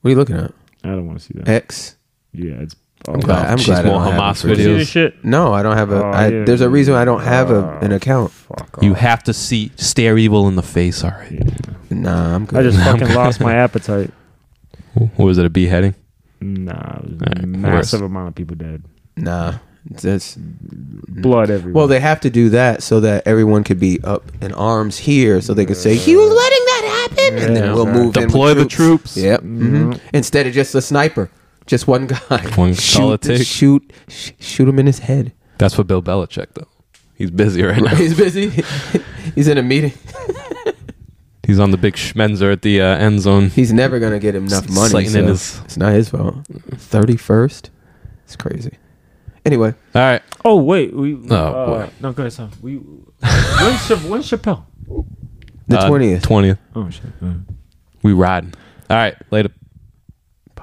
Speaker 1: What are you looking at?
Speaker 3: I don't want to see that.
Speaker 1: X
Speaker 3: Yeah, it's.
Speaker 1: I'm glad. I'm
Speaker 2: She's
Speaker 1: glad I
Speaker 2: more
Speaker 1: don't have
Speaker 2: Hamas
Speaker 1: it for
Speaker 3: You
Speaker 2: videos.
Speaker 3: see
Speaker 1: you.
Speaker 3: this shit?
Speaker 1: No, I don't have a.
Speaker 3: Oh,
Speaker 1: I-
Speaker 3: yeah.
Speaker 1: There's a reason I don't have a, an
Speaker 3: Oh,
Speaker 1: account.
Speaker 3: Fuck off.
Speaker 2: You have to see stare evil in the face. All right.
Speaker 1: Nah, I'm good.
Speaker 3: I just fucking lost my appetite.
Speaker 2: What was it? A beheading?
Speaker 3: Nah, it was
Speaker 2: All
Speaker 3: a
Speaker 2: right,
Speaker 3: massive
Speaker 2: worse.
Speaker 3: amount of people dead.
Speaker 1: nah. That's
Speaker 3: Blood everywhere.
Speaker 1: well, they have to do that so that everyone could be up in arms here, so they could say he was letting that happen, and
Speaker 3: Yeah.
Speaker 1: then we'll move in with
Speaker 2: Deploy the troops.
Speaker 1: Yep. hmm Instead of just a sniper, just one guy.
Speaker 2: One solid
Speaker 1: shoot,
Speaker 2: take.
Speaker 1: shoot, sh- shoot him in his head.
Speaker 2: That's what Bill Belichick though. He's busy right now.
Speaker 1: He's busy. He's in a meeting.
Speaker 2: He's on the big schmenzer at the uh, end zone.
Speaker 1: He's never gonna get him enough money.
Speaker 2: Slating in
Speaker 1: so
Speaker 2: his-
Speaker 1: It's not his fault. Thirty first. It's crazy. Anyway,
Speaker 2: All right.
Speaker 3: oh wait, we. Oh, uh,
Speaker 2: boy.
Speaker 3: No, go ahead, son. We. When's, Cha- when's Chappelle?
Speaker 2: Uh,
Speaker 1: the twentieth.
Speaker 2: Twentieth.
Speaker 3: Oh shit.
Speaker 2: We riding. All right. Later.